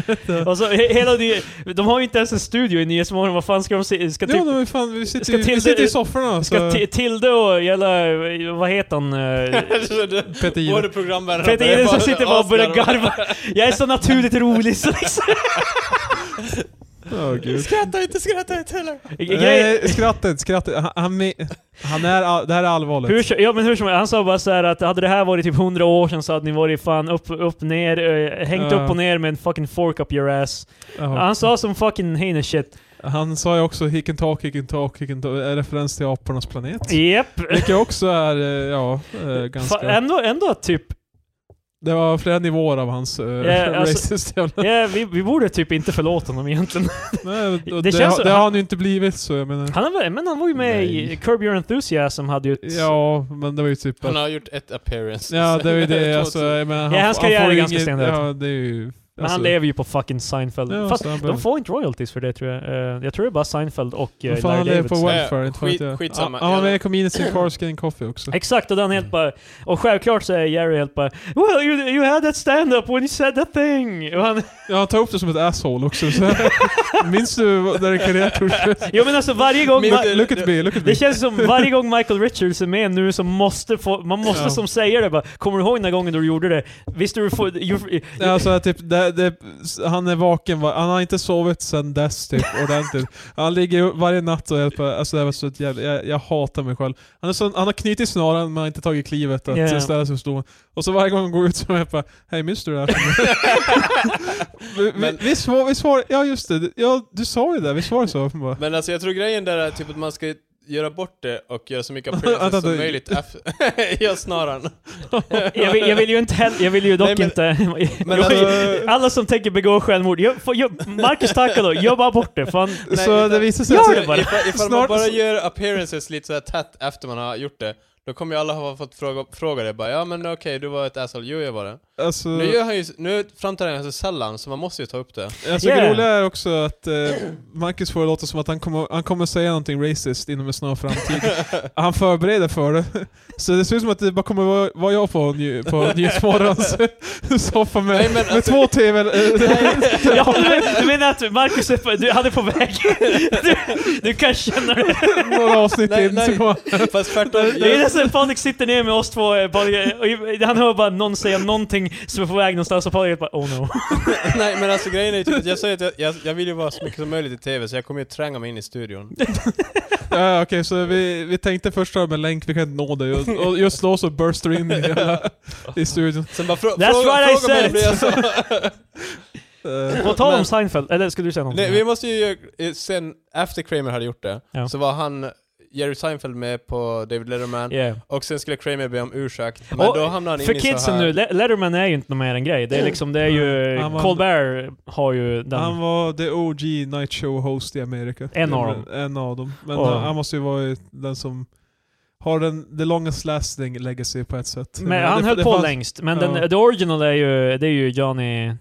Speaker 2: Alltså, he- hela ny, de har ju inte ens en studio i Nyhetsmorgon, vad fan ska de se? Ska,
Speaker 3: Ja,
Speaker 2: typ,
Speaker 3: de är fan, vi sitter,
Speaker 2: Ska
Speaker 3: ju-
Speaker 2: till-
Speaker 3: vi sitter i sofforna. alltså.
Speaker 2: ska
Speaker 3: Så.
Speaker 2: ti- Tilde och jävla, vad heter han? eh,
Speaker 3: Peter Jihde.
Speaker 1: Alltså, Både programvärdarna
Speaker 2: Peter
Speaker 1: börjar
Speaker 2: Eden som sitter bara och börjar
Speaker 1: asgarva.
Speaker 2: garva. Jag är så naturligt rolig så liksom.
Speaker 3: Åh, gud.
Speaker 1: Skratta inte, skratta inte heller!
Speaker 2: Grejen-
Speaker 3: Nej, skrattet, skrattet. Han, han, me- han är, all- det här är allvarligt.
Speaker 2: Hur, som- ja men hur som helst, han sa bara så här att hade det här varit typ 100 år sedan så hade ni varit fan upp, upp ner, eh, hängt
Speaker 3: Ja.
Speaker 2: upp och ner med en fucking fork up your ass.
Speaker 3: Jaha.
Speaker 2: Han sa som fucking heinous shit.
Speaker 3: Han sa ju också he can talk, he can talk, he can talk. En referens till apornas planet.
Speaker 2: Japp.
Speaker 3: Vilket också är, eh, ja, eh, ganska...
Speaker 2: Fa- Ändå, ändå typ,
Speaker 3: Det var flera nivåer av hans uh,
Speaker 2: Ja, alltså-
Speaker 3: racist jävla...
Speaker 2: ja, vi, vi borde typ inte förlåta honom egentligen.
Speaker 3: Nej, och
Speaker 2: Det
Speaker 3: det,
Speaker 2: känns så-
Speaker 3: har- det har han ju inte blivit så jag menar.
Speaker 2: Han, var, men han var ju med i
Speaker 3: Nej.
Speaker 2: Curb Your Enthusiasm, hade ju ett...
Speaker 3: Ja, men det var ju typ...
Speaker 1: Han
Speaker 3: Att,
Speaker 1: har typ- gjort ett appearance.
Speaker 3: ja, det var ju det alltså, jag menar,
Speaker 2: Ja, hans
Speaker 3: får-
Speaker 2: karriär
Speaker 3: får
Speaker 2: är
Speaker 3: ju
Speaker 2: ganska
Speaker 3: inget-
Speaker 4: stendöd.
Speaker 3: Ja, det är ju... alltså,
Speaker 2: men han lever ju på fucking Seinfeld.
Speaker 3: Ja,
Speaker 2: Fast
Speaker 3: så han
Speaker 2: de
Speaker 3: behöver-
Speaker 2: får inte royalties för det tror jag. Eh, jag tror det är bara Seinfeld och eh,
Speaker 3: Vad fan han
Speaker 2: Larry
Speaker 3: lever på
Speaker 2: Davidson.
Speaker 3: welfare,
Speaker 1: Ja,
Speaker 3: inte fan vet
Speaker 1: skit-
Speaker 3: jag.
Speaker 1: skitsamma.
Speaker 3: Han var
Speaker 1: Ja.
Speaker 3: med i Comedians in Cars Getting Coffee också.
Speaker 2: Exakt, och den helt bara... Och självklart så är Jerry helt bara Well you, you had that stand-up when you said that thing! Och han,
Speaker 3: Ja, han tar upp det som ett asshole också. Så minns du vad- när det karriär tog slut?
Speaker 2: jo men alltså varje gång...
Speaker 1: Min-
Speaker 2: Ma-
Speaker 1: det-
Speaker 3: Look at me, look at me.
Speaker 2: det känns som varje gång Michael Richards är med nu så måste få, man måste
Speaker 3: Ja.
Speaker 2: som säga det bara Kommer du ihåg den där gången då du gjorde det? Visste du få, you,
Speaker 3: Ja, Alltså typ, det, det, han är vaken, va- han har inte sovit sedan dess typ ordentligt. Han ligger ju varje natt och hjälper, alltså det var så ett jävla, jag, jag hatar mig själv. Han, är så, han har knutit snaran men har inte tagit klivet att
Speaker 2: Ja.
Speaker 3: ställa sig på stolen. Och så varje gång han går ut så är jag bara, hej minns du det här? vi,
Speaker 1: Men-
Speaker 3: vi, vi, svar, vi svar, ja just det, ja, du sa ju det, vi svarade så. Bara,
Speaker 1: Men alltså jag tror grejen där är typ att man ska göra bort det och göra så mycket
Speaker 3: Vänta,
Speaker 1: appearances som
Speaker 3: du-
Speaker 1: möjligt. Gör snaran.
Speaker 2: jag, vill, jag vill ju inte heller, jag vill ju dock
Speaker 1: Nej, men-
Speaker 2: inte...
Speaker 1: Men
Speaker 2: jag,
Speaker 1: alltså-
Speaker 2: alla som tänker begå självmord, jag, får- jag, Marcus Takalo, jobba bort det! Fan,
Speaker 1: Nej,
Speaker 3: Alltså, så
Speaker 1: utan-
Speaker 3: det visar sig
Speaker 2: Ja,
Speaker 3: att
Speaker 2: det bara.
Speaker 1: Ifall, ifall man
Speaker 3: Snart-
Speaker 1: bara gör appearances lite såhär tätt efter man har gjort det, då kommer ju alla ha fått fråga, fråga det bara ja men okej du var ett asshole, jo jag var det.
Speaker 3: alltså,
Speaker 2: Mm.
Speaker 1: Nu gör han ju, nu framträder han så sällan så man måste ju ta upp det.
Speaker 3: Alltså
Speaker 2: Yeah.
Speaker 3: det roliga är också att eh, Marcus får det låta som att han kommer, han kommer säga någonting racist inom en snar framtid. han förbereder för det. Så det ser ut som att det bara kommer vara, vara jag på, ny, på Nyhetsmorgons soffa med,
Speaker 1: Nej, men
Speaker 3: med
Speaker 1: alltså-
Speaker 3: två TV... eh,
Speaker 2: Ja, du, men- du menar att Marcus är på, du, han är på väg? Du, du kan känna det.
Speaker 3: några avsnitt
Speaker 1: Nej,
Speaker 3: in.
Speaker 1: nej.
Speaker 3: Så kommer,
Speaker 1: Fast tvärtom,
Speaker 2: Det är
Speaker 1: jag,
Speaker 2: nästan Patrik sitter ner med oss två, eh, Patrik, och han hör bara någon säga någonting som är på väg någonstans och Patrik bara oh no.
Speaker 1: nej men alltså grejen är ju typ att jag säger att jag, jag, jag vill ju vara så mycket som möjligt i TV så jag kommer ju tränga mig in i studion.
Speaker 3: ja, okej, så vi, vi tänkte först ha med länk, vi kan inte nå dig. Och, och just då så burstar du in i, hela, i studion.
Speaker 1: Sen bara frå,
Speaker 2: That's
Speaker 1: fråga,
Speaker 2: right, I
Speaker 1: fråga mig
Speaker 2: said
Speaker 1: blir jag så.
Speaker 3: Eh,
Speaker 2: På tal om
Speaker 1: Men-
Speaker 2: Seinfeld, eller skulle du säga någonting?
Speaker 1: Nej vi måste ju göra- eh, sen efter Kramer hade gjort det,
Speaker 2: Ja.
Speaker 1: så var han Jerry Seinfeld med på David Letterman,
Speaker 2: Yeah.
Speaker 1: och sen skulle Kramer be om ursäkt, men
Speaker 2: Och
Speaker 1: då hamnade han in
Speaker 2: För
Speaker 1: i så här...
Speaker 2: kidsen nu, Le- Letterman är ju inte någon mer än grej. Det är liksom, det är ju...
Speaker 3: Han var-
Speaker 2: Colbert har ju den...
Speaker 3: Han var the OG night show host i Amerika.
Speaker 2: En av dem.
Speaker 3: En av dem. Men
Speaker 2: Och-
Speaker 3: han, han måste ju vara den som har den, the longest lasting legacy på ett sätt.
Speaker 2: men han
Speaker 3: det,
Speaker 2: höll
Speaker 3: det
Speaker 2: på
Speaker 3: fanns-
Speaker 2: längst, men
Speaker 3: Ja.
Speaker 2: den, the original är ju, det är ju Johnny...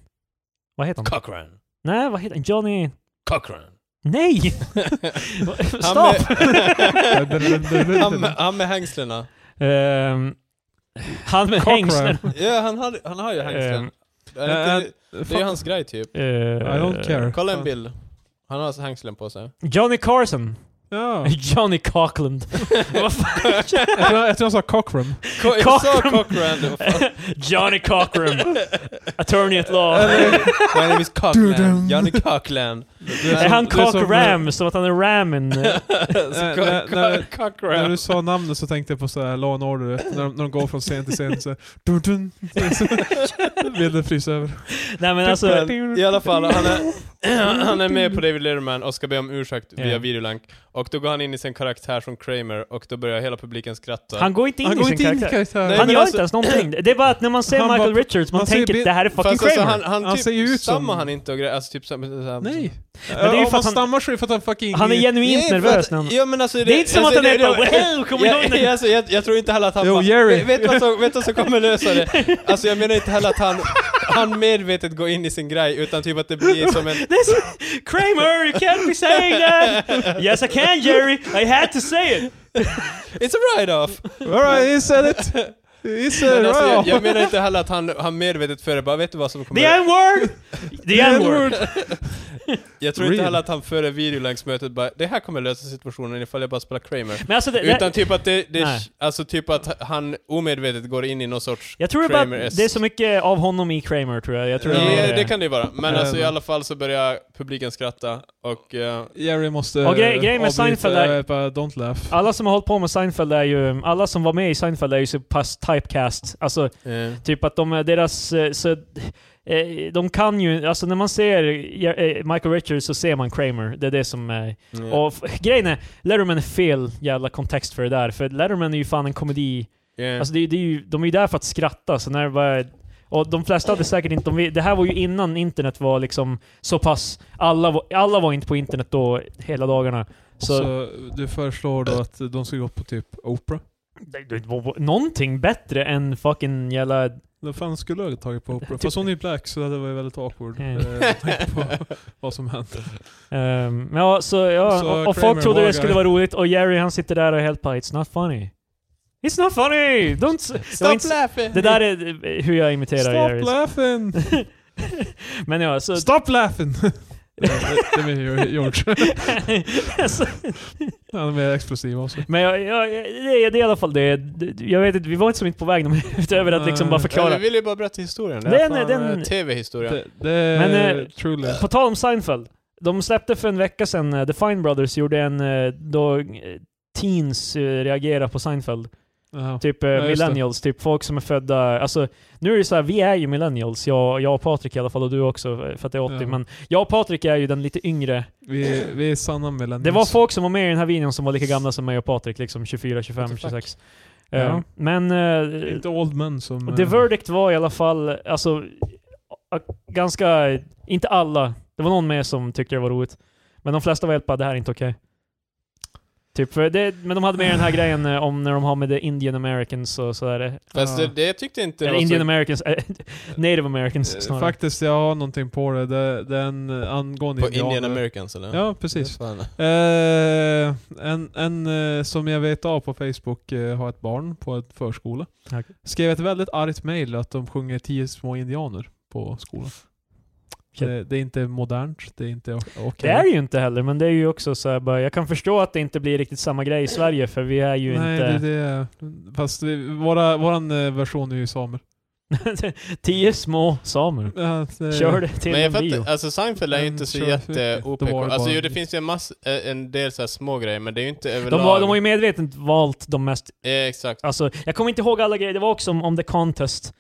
Speaker 2: Vad heter han?
Speaker 1: Cochran.
Speaker 2: Nej, vad heter han? Johnny...
Speaker 1: Cochran.
Speaker 2: Nej!
Speaker 1: Han
Speaker 2: Stopp!
Speaker 1: med, han med, han med hängslena.
Speaker 2: Ehm, han med
Speaker 3: Cochran.
Speaker 2: hängslen.
Speaker 1: Ja, han, hade, han har ju hängslen.
Speaker 2: Ehm,
Speaker 1: det, är inte, det är ju
Speaker 3: Fan,
Speaker 1: hans grej typ.
Speaker 2: eh,
Speaker 3: I don't care.
Speaker 1: Kolla en bild. Han har alltså hängslen på sig.
Speaker 2: Johnny Carson.
Speaker 3: Ja.
Speaker 2: Johnny Cockland. Vad fan?
Speaker 3: Jag tror- Jag tror han sa Cochran.
Speaker 1: Co jag sa
Speaker 2: Cochran.
Speaker 1: Cochran! det var fan-
Speaker 2: Johnny Cockrum. Attorney at law.
Speaker 3: Eller-
Speaker 1: My name is Cochran.
Speaker 3: Dudum.
Speaker 1: Johnny Cochran.
Speaker 3: det
Speaker 2: Är han
Speaker 3: det som-
Speaker 2: Cockram? Som att han är ramen.
Speaker 1: Så co
Speaker 3: nej, nej.
Speaker 1: co
Speaker 3: När
Speaker 1: cochran.
Speaker 3: du sa namnet så tänkte jag på så här Law and Order, när de, när de går från scen till scen så dun, dun, så Bilden fryser över.
Speaker 2: Nej
Speaker 3: Typ
Speaker 2: men alltså...
Speaker 1: I alla fall, han är, han är med på David Letterman och ska be om ursäkt
Speaker 2: Ja.
Speaker 1: via videolänk. Och då går han in i sin karaktär som Kramer och då börjar hela publiken skratta.
Speaker 2: Han går inte in
Speaker 3: Han
Speaker 2: i
Speaker 3: går
Speaker 2: sin
Speaker 3: inte in i
Speaker 2: karaktär.
Speaker 3: karaktären.
Speaker 1: Nej,
Speaker 2: han
Speaker 1: men
Speaker 2: gör
Speaker 1: alltså-
Speaker 2: inte ens någonting. Det är bara att när man ser
Speaker 3: Han
Speaker 2: Michael
Speaker 3: bara-
Speaker 2: Richards, man,
Speaker 3: man ser
Speaker 2: tänker
Speaker 3: bild-
Speaker 2: det här är fucking
Speaker 1: Fast
Speaker 2: Kramer.
Speaker 1: alltså, han, han,
Speaker 3: Han
Speaker 1: typ
Speaker 3: ser ju ut som-
Speaker 1: stammar han inte och grejer. Alltså typ som... så här-
Speaker 3: Nej.
Speaker 2: det är ju
Speaker 3: Om
Speaker 2: för att
Speaker 3: han
Speaker 2: han-
Speaker 3: stammar så är det för att han fucking...
Speaker 2: han är genuint
Speaker 1: Nej, för
Speaker 2: nervös.
Speaker 1: att-
Speaker 2: När han,
Speaker 1: ja, men alltså,
Speaker 2: det är inte som att han är bara wow, kom ihåg
Speaker 1: jag,
Speaker 2: när...
Speaker 1: alltså, jag, jag tror inte heller att han
Speaker 3: Jo,
Speaker 1: bara,
Speaker 3: Jerry.
Speaker 1: Vet du vad som, vet du vad som kommer lösa det? Alltså jag menar inte heller att han... han medvetet går in i sin grej utan typ att det blir som en...
Speaker 2: This Kramer, you can't be saying that! Yes I can Jerry, I had to say it!
Speaker 1: It's a write-off!
Speaker 3: Alright, he said it! He said
Speaker 1: Men
Speaker 3: it
Speaker 1: alltså, jag,
Speaker 3: right
Speaker 1: jag menar inte heller att han, han medvetet före bara vet du vad som kommer
Speaker 2: The N-word! The N-word!
Speaker 1: Jag tror inte
Speaker 3: Real.
Speaker 1: heller att han före videolänkmötet bara det här kommer lösa situationen ifall jag bara spelar Kramer.
Speaker 2: Men alltså det, det,
Speaker 1: Utan typ att det, det
Speaker 2: Nej.
Speaker 1: alltså typ att han omedvetet går in i någon sorts
Speaker 2: jag tror det bara,
Speaker 1: Kramer-esque.
Speaker 2: det är så mycket av honom i Kramer tror jag. jag tror
Speaker 1: Ja,
Speaker 2: det, är
Speaker 1: det kan det ju vara. Men
Speaker 3: Eh,
Speaker 1: alltså i alla fall så börjar publiken skratta och... eh,
Speaker 3: Jerry måste
Speaker 2: Och grej- grejen med
Speaker 3: avbryta,
Speaker 2: Seinfeld är-
Speaker 3: eh, bara, Don't laugh.
Speaker 2: Alla som har hållit på med Seinfeld är ju, alla som var med i Seinfeld är ju så pass typecast. Alltså
Speaker 1: eh,
Speaker 2: typ att de är deras, eh, så, eh, de kan ju, alltså när man ser eh, Michael Richards så ser man Kramer. Det är det som är
Speaker 1: mm.
Speaker 2: Och f- grejen är, Letterman är fel jävla kontext för det där. För Letterman är ju fan en komedi.
Speaker 1: yeah.
Speaker 2: Alltså det, är- det är ju, de är ju där för att skratta, så när det bara... Och de flesta hade säkert inte... De, vi- det här var ju innan internet var liksom så pass... Alla var, alla var inte på internet då hela dagarna.
Speaker 3: Så,
Speaker 2: Så,
Speaker 3: du föreslår då att de ska gå på typ Oprah?
Speaker 2: Det, det var någonting bättre än fucking jävla...
Speaker 3: Vad fan skulle jag ha tagit på Oprah?
Speaker 2: Typ-
Speaker 3: Fast hon är ju black så det var ju väldigt awkward.
Speaker 2: Mm.
Speaker 3: eh, med tanke på vad som hände.
Speaker 2: ehm, men ja, så, ja,
Speaker 3: Så
Speaker 2: och, och
Speaker 3: Kramer
Speaker 2: folk trodde
Speaker 3: vågar.
Speaker 2: det skulle vara roligt och Jerry han sitter där och är helt bara “It's not funny”. It's not funny! Don't... s- det, var inte, s-
Speaker 1: eh. laughing!
Speaker 2: det där är eh, hur jag imiterar Jerry.
Speaker 3: Stop laughing!
Speaker 2: Men ja, så...
Speaker 3: Stop laughing! det, det, det är George.
Speaker 2: Alltså,
Speaker 3: Han är mer explosiv också.
Speaker 2: Men jag, jag, jag- det, är- det är i alla fall det. Det- Jag vet inte, vi var inte som inte på väg någon- utöver att liksom bara
Speaker 1: Ja,
Speaker 2: förklara.
Speaker 1: vi vill ju bara berätta historien. Det
Speaker 2: Den-
Speaker 1: är fan,
Speaker 2: den-
Speaker 1: eh, typ- TV-historien.
Speaker 3: Det, det är
Speaker 2: Men, eh,
Speaker 3: truly.
Speaker 2: På tal om Seinfeld. De släppte för en vecka sedan, eh, The Fine Brothers gjorde en eh, då eh, teens eh, reagerar på Seinfeld.
Speaker 3: Jaha.
Speaker 2: Typ eh,
Speaker 3: just det.
Speaker 2: millennials, typ folk som är födda... Alltså, nu är det så här, vi är ju millennials, jag, jag och Patrik i alla fall, och du också eh, för att jag är 80.
Speaker 3: Ja.
Speaker 2: Men jag och Patrik är ju den lite yngre.
Speaker 3: Vi, vi är sanna millennials.
Speaker 2: Det var folk som var med i den här videon som var lika gamla som mig och Patrik, liksom 24, 25,
Speaker 1: What the fuck?
Speaker 2: 26.
Speaker 3: Ja.
Speaker 2: Eh, Men eh,
Speaker 3: Inte old men som...
Speaker 2: Och The
Speaker 3: eh,
Speaker 2: Verdict var i alla fall, alltså, a- a- ganska, inte alla, det var någon med som tyckte det var roligt. Men de flesta var helt bara, det här är inte okej. Typ, för det, men de hade med den här grejen eh, om när de har med the Indian Americans och sådär.
Speaker 1: Fast
Speaker 3: ja.
Speaker 1: det, det tyckte inte
Speaker 2: Eller
Speaker 1: var
Speaker 2: Indian
Speaker 1: så...
Speaker 2: Americans, eh, Native
Speaker 3: eh,
Speaker 2: Americans snarare.
Speaker 3: Faktiskt, jag har någonting på det. Det, det är en eh, angående
Speaker 1: På Indian
Speaker 3: indianer.
Speaker 1: Americans eller?
Speaker 3: Ja, precis.
Speaker 1: Det är fan-
Speaker 3: Eh, en en eh, som jag vet av på Facebook eh, har ett barn på en förskola.
Speaker 2: Okej.
Speaker 3: Skrev ett väldigt argt mail att de sjunger tio små indianer på skolan.
Speaker 2: Shit.
Speaker 3: Det, det är inte modernt, det är inte o- okej.
Speaker 2: det är ju inte heller, men det är ju också så här bara, jag kan förstå att det inte blir riktigt samma grej i Sverige, för vi är ju
Speaker 3: Nej,
Speaker 2: inte...
Speaker 3: det, det är... Fast vi, våra, våran eh, version är ju samer.
Speaker 2: Tio små samer.
Speaker 3: Ja, det-
Speaker 2: Mm. Kör det till
Speaker 1: Eh, Men jag
Speaker 2: en bio.
Speaker 1: fattar, alltså Seinfeld är ju
Speaker 3: Men
Speaker 1: inte så
Speaker 3: sure,
Speaker 1: jätte
Speaker 3: det var
Speaker 1: OPK.
Speaker 3: bara-
Speaker 1: Alltså ju, det finns ju en, mass, eh, en del så här små grejer men det är ju inte överlag...
Speaker 2: De, var, de har ju medvetet valt de mest
Speaker 1: eh, exakt.
Speaker 2: Alltså, jag kommer inte ihåg alla grejer, det var också om, om The Contest.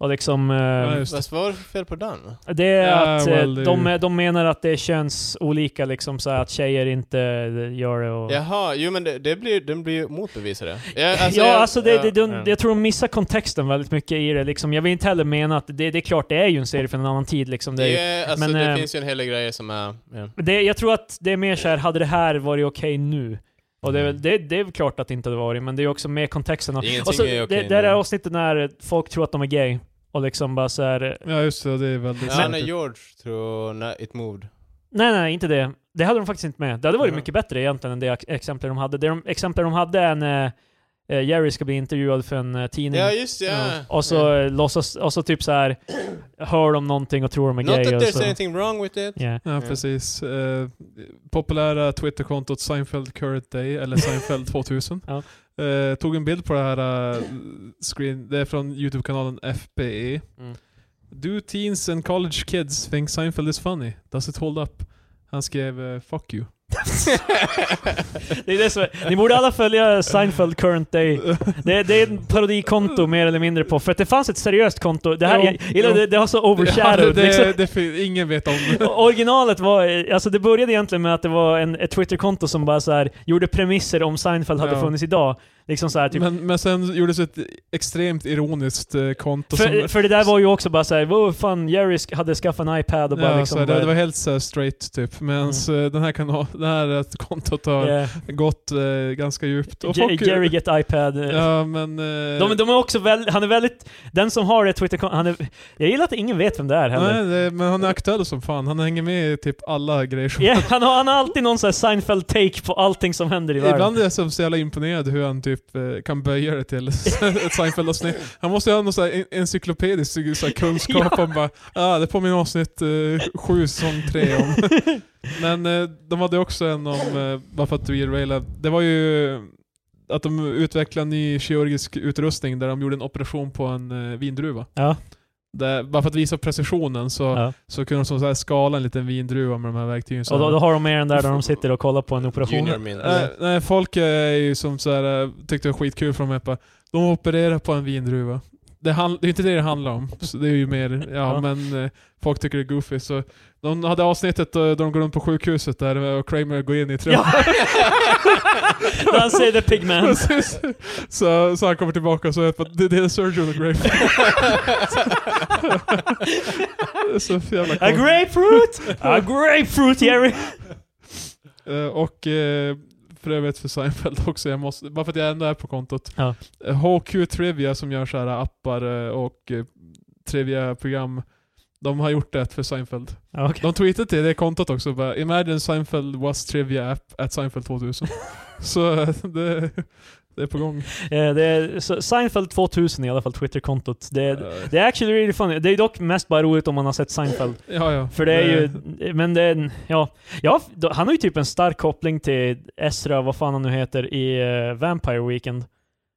Speaker 2: Och liksom, eh,
Speaker 3: Ja, just det.
Speaker 1: Fast vad var det för fel på den?
Speaker 2: det är
Speaker 3: Ja,
Speaker 2: att eh,
Speaker 3: well, det-
Speaker 2: de, de menar att det känns olika liksom, så här, att tjejer inte eh, gör det och...
Speaker 1: Jaha, jo men det, det blir, den blir ju motbevisade. Ja
Speaker 2: ja, alltså det, det, de,
Speaker 1: ja.
Speaker 2: jag tror de missar kontexten väldigt mycket i det liksom. Jag vill inte heller mena att det, det är klart, det är ju en serie från en annan tid liksom. Det, är ju-
Speaker 1: Det, alltså,
Speaker 2: men,
Speaker 1: det
Speaker 2: eh,
Speaker 1: finns ju en hel del grejer som är... Ja.
Speaker 2: det, jag tror att det är mer så här, hade det här varit okej nu? Och det, är väl- det, det är väl klart att det inte hade varit, men det är också med kontexten. Och,
Speaker 1: Mm. Ingenting
Speaker 2: och så,
Speaker 1: är okej
Speaker 2: det, det här
Speaker 1: nu.
Speaker 2: är avsnittet när folk tror att de är gay. Och liksom bara så här,
Speaker 3: Ja, just det. Det är väldigt...
Speaker 1: Ja,
Speaker 3: sant.
Speaker 1: när George tror... När It Moved.
Speaker 2: Mm. Nej, nej, inte det. Det hade de faktiskt inte med. Det hade varit
Speaker 1: Ja.
Speaker 2: mycket bättre egentligen än det ex- exempel de hade. Det de, exempel de hade är när eh, Jerry ska bli intervjuad för en eh, tidning.
Speaker 1: Ja just det, ja.
Speaker 2: Och så
Speaker 1: Ja.
Speaker 2: eh, låtsas, och så typ så här hör de någonting och tror de är
Speaker 1: Not
Speaker 2: gay
Speaker 1: that
Speaker 2: och
Speaker 1: there's
Speaker 2: så.
Speaker 1: anything wrong with it.
Speaker 2: Yeah.
Speaker 3: Ja, precis. Eh, populära Twitterkontot Seinfeld Current Day, eller Seinfeld 2000,
Speaker 2: Ja.
Speaker 3: eh, tog en bild på det här eh, screen, det är från YouTube-kanalen FBE.
Speaker 2: Mm.
Speaker 3: Do teens and college kids think Seinfeld is funny? Does it hold up? Han skrev eh, 'fuck you'
Speaker 2: Det är det som är, ni borde alla följa Seinfeld Current Day. Det, det är ett parodikonto mer eller mindre på, för att det fanns ett seriöst konto. Det här,
Speaker 3: Jo,
Speaker 2: jag gillar
Speaker 3: jo.
Speaker 2: det, det har så
Speaker 3: Ja, det,
Speaker 2: overshadowed liksom.
Speaker 3: det, det, fin- ingen vet om det.
Speaker 2: O- Originalet var, alltså det började egentligen med att det var en, ett Twitterkonto som bara så här gjorde premisser om Seinfeld hade
Speaker 3: Ja.
Speaker 2: funnits idag. Liksom så här, typ.
Speaker 3: Men, men sen gjordes ett extremt ironiskt eh, konto
Speaker 2: för,
Speaker 3: som...
Speaker 2: för det där var ju också bara såhär, wow fan Jerry sk- hade skaffat en iPad och bara
Speaker 3: ja,
Speaker 2: liksom...
Speaker 3: så här, det,
Speaker 2: bara- Mm.
Speaker 3: det var helt så här straight typ. Medan eh, den här kanal, det här eh, kontot har
Speaker 2: yeah.
Speaker 3: gått eh, ganska djupt. Och
Speaker 2: Jer-
Speaker 3: folk-
Speaker 2: Jerry get iPad. eh,
Speaker 3: Ja men... eh,
Speaker 2: De, de är också väldigt, han är väldigt, den som har det twitter han är, jag gillar att ingen vet vem det är heller.
Speaker 3: nej, det, men han är aktuell som fan. Han hänger med i typ alla grejer som...
Speaker 2: Ja, han, har, han har alltid någon sån här Seinfeld-take på allting som händer i världen.
Speaker 3: Ibland är jag så så jävla imponerad hur han typ eh, kan böja det till ett Seinfeld-avsnitt. Han måste ju ha någon så här en- encyklopedisk så här kunskap om bara ah, det påminner om avsnitt eh, sju som tre om. Men eh, de hade också en om, eh, bara för att reraila, det var ju eh, att de utvecklade en ny kirurgisk utrustning där de gjorde en operation på en eh, vindruva.
Speaker 2: Ja.
Speaker 3: Där, bara för att visa precisionen så,
Speaker 2: Ja.
Speaker 3: så kunde de så här skala en liten vindruva med de här verktygen. Så
Speaker 2: Och då,
Speaker 3: här-
Speaker 2: då har de med den där där de sitter och kollar på en operation.
Speaker 1: Junior min.
Speaker 3: Nej, nej, folk eh, är ju som så här, eh, tyckte det var skitkul för de är bara, de opererar på en vindruva. Det, hand, det är inte det det handlar om. Så det är ju mer, ja,
Speaker 2: Ja.
Speaker 3: men eh, folk tycker det är goofy. Så de hade avsnittet eh, då de går runt på sjukhuset där eh, och Kramer går in i
Speaker 2: Ja.
Speaker 3: trumman.
Speaker 2: Där han säger The Pigman.
Speaker 3: Precis. så, så han kommer tillbaka och så är det bara, det, det är surgeon och grape. Det är så jävla
Speaker 2: A
Speaker 3: konstigt.
Speaker 2: grapefruit! A grapefruit Jerry!
Speaker 3: Eh, Och eh, för övrigt för Seinfeld också, jag måste, bara för att jag ändå är på kontot.
Speaker 2: Ja.
Speaker 3: Eh, HQ Trivia som gör så här appar eh, och eh, trivia-program, de har gjort det för Seinfeld.
Speaker 2: Ja, okej.
Speaker 3: De tweetade till det kontot också bara “Imagine Seinfeld was trivia app at Seinfeld 2000”. så eh, det, det är på gång.
Speaker 2: Eh, Det är så Seinfeld 2000 i alla fall, Twitterkontot. Det, är-
Speaker 3: Eh,
Speaker 2: det är actually really funny. Det är dock mest bara roligt om man har sett Seinfeld.
Speaker 3: Ja, ja. Eh,
Speaker 2: För det är ju, men det är, en- ja, ja, då- han har ju typ en stark koppling till Ezra, vad fan han nu heter, i eh, Vampire Weekend.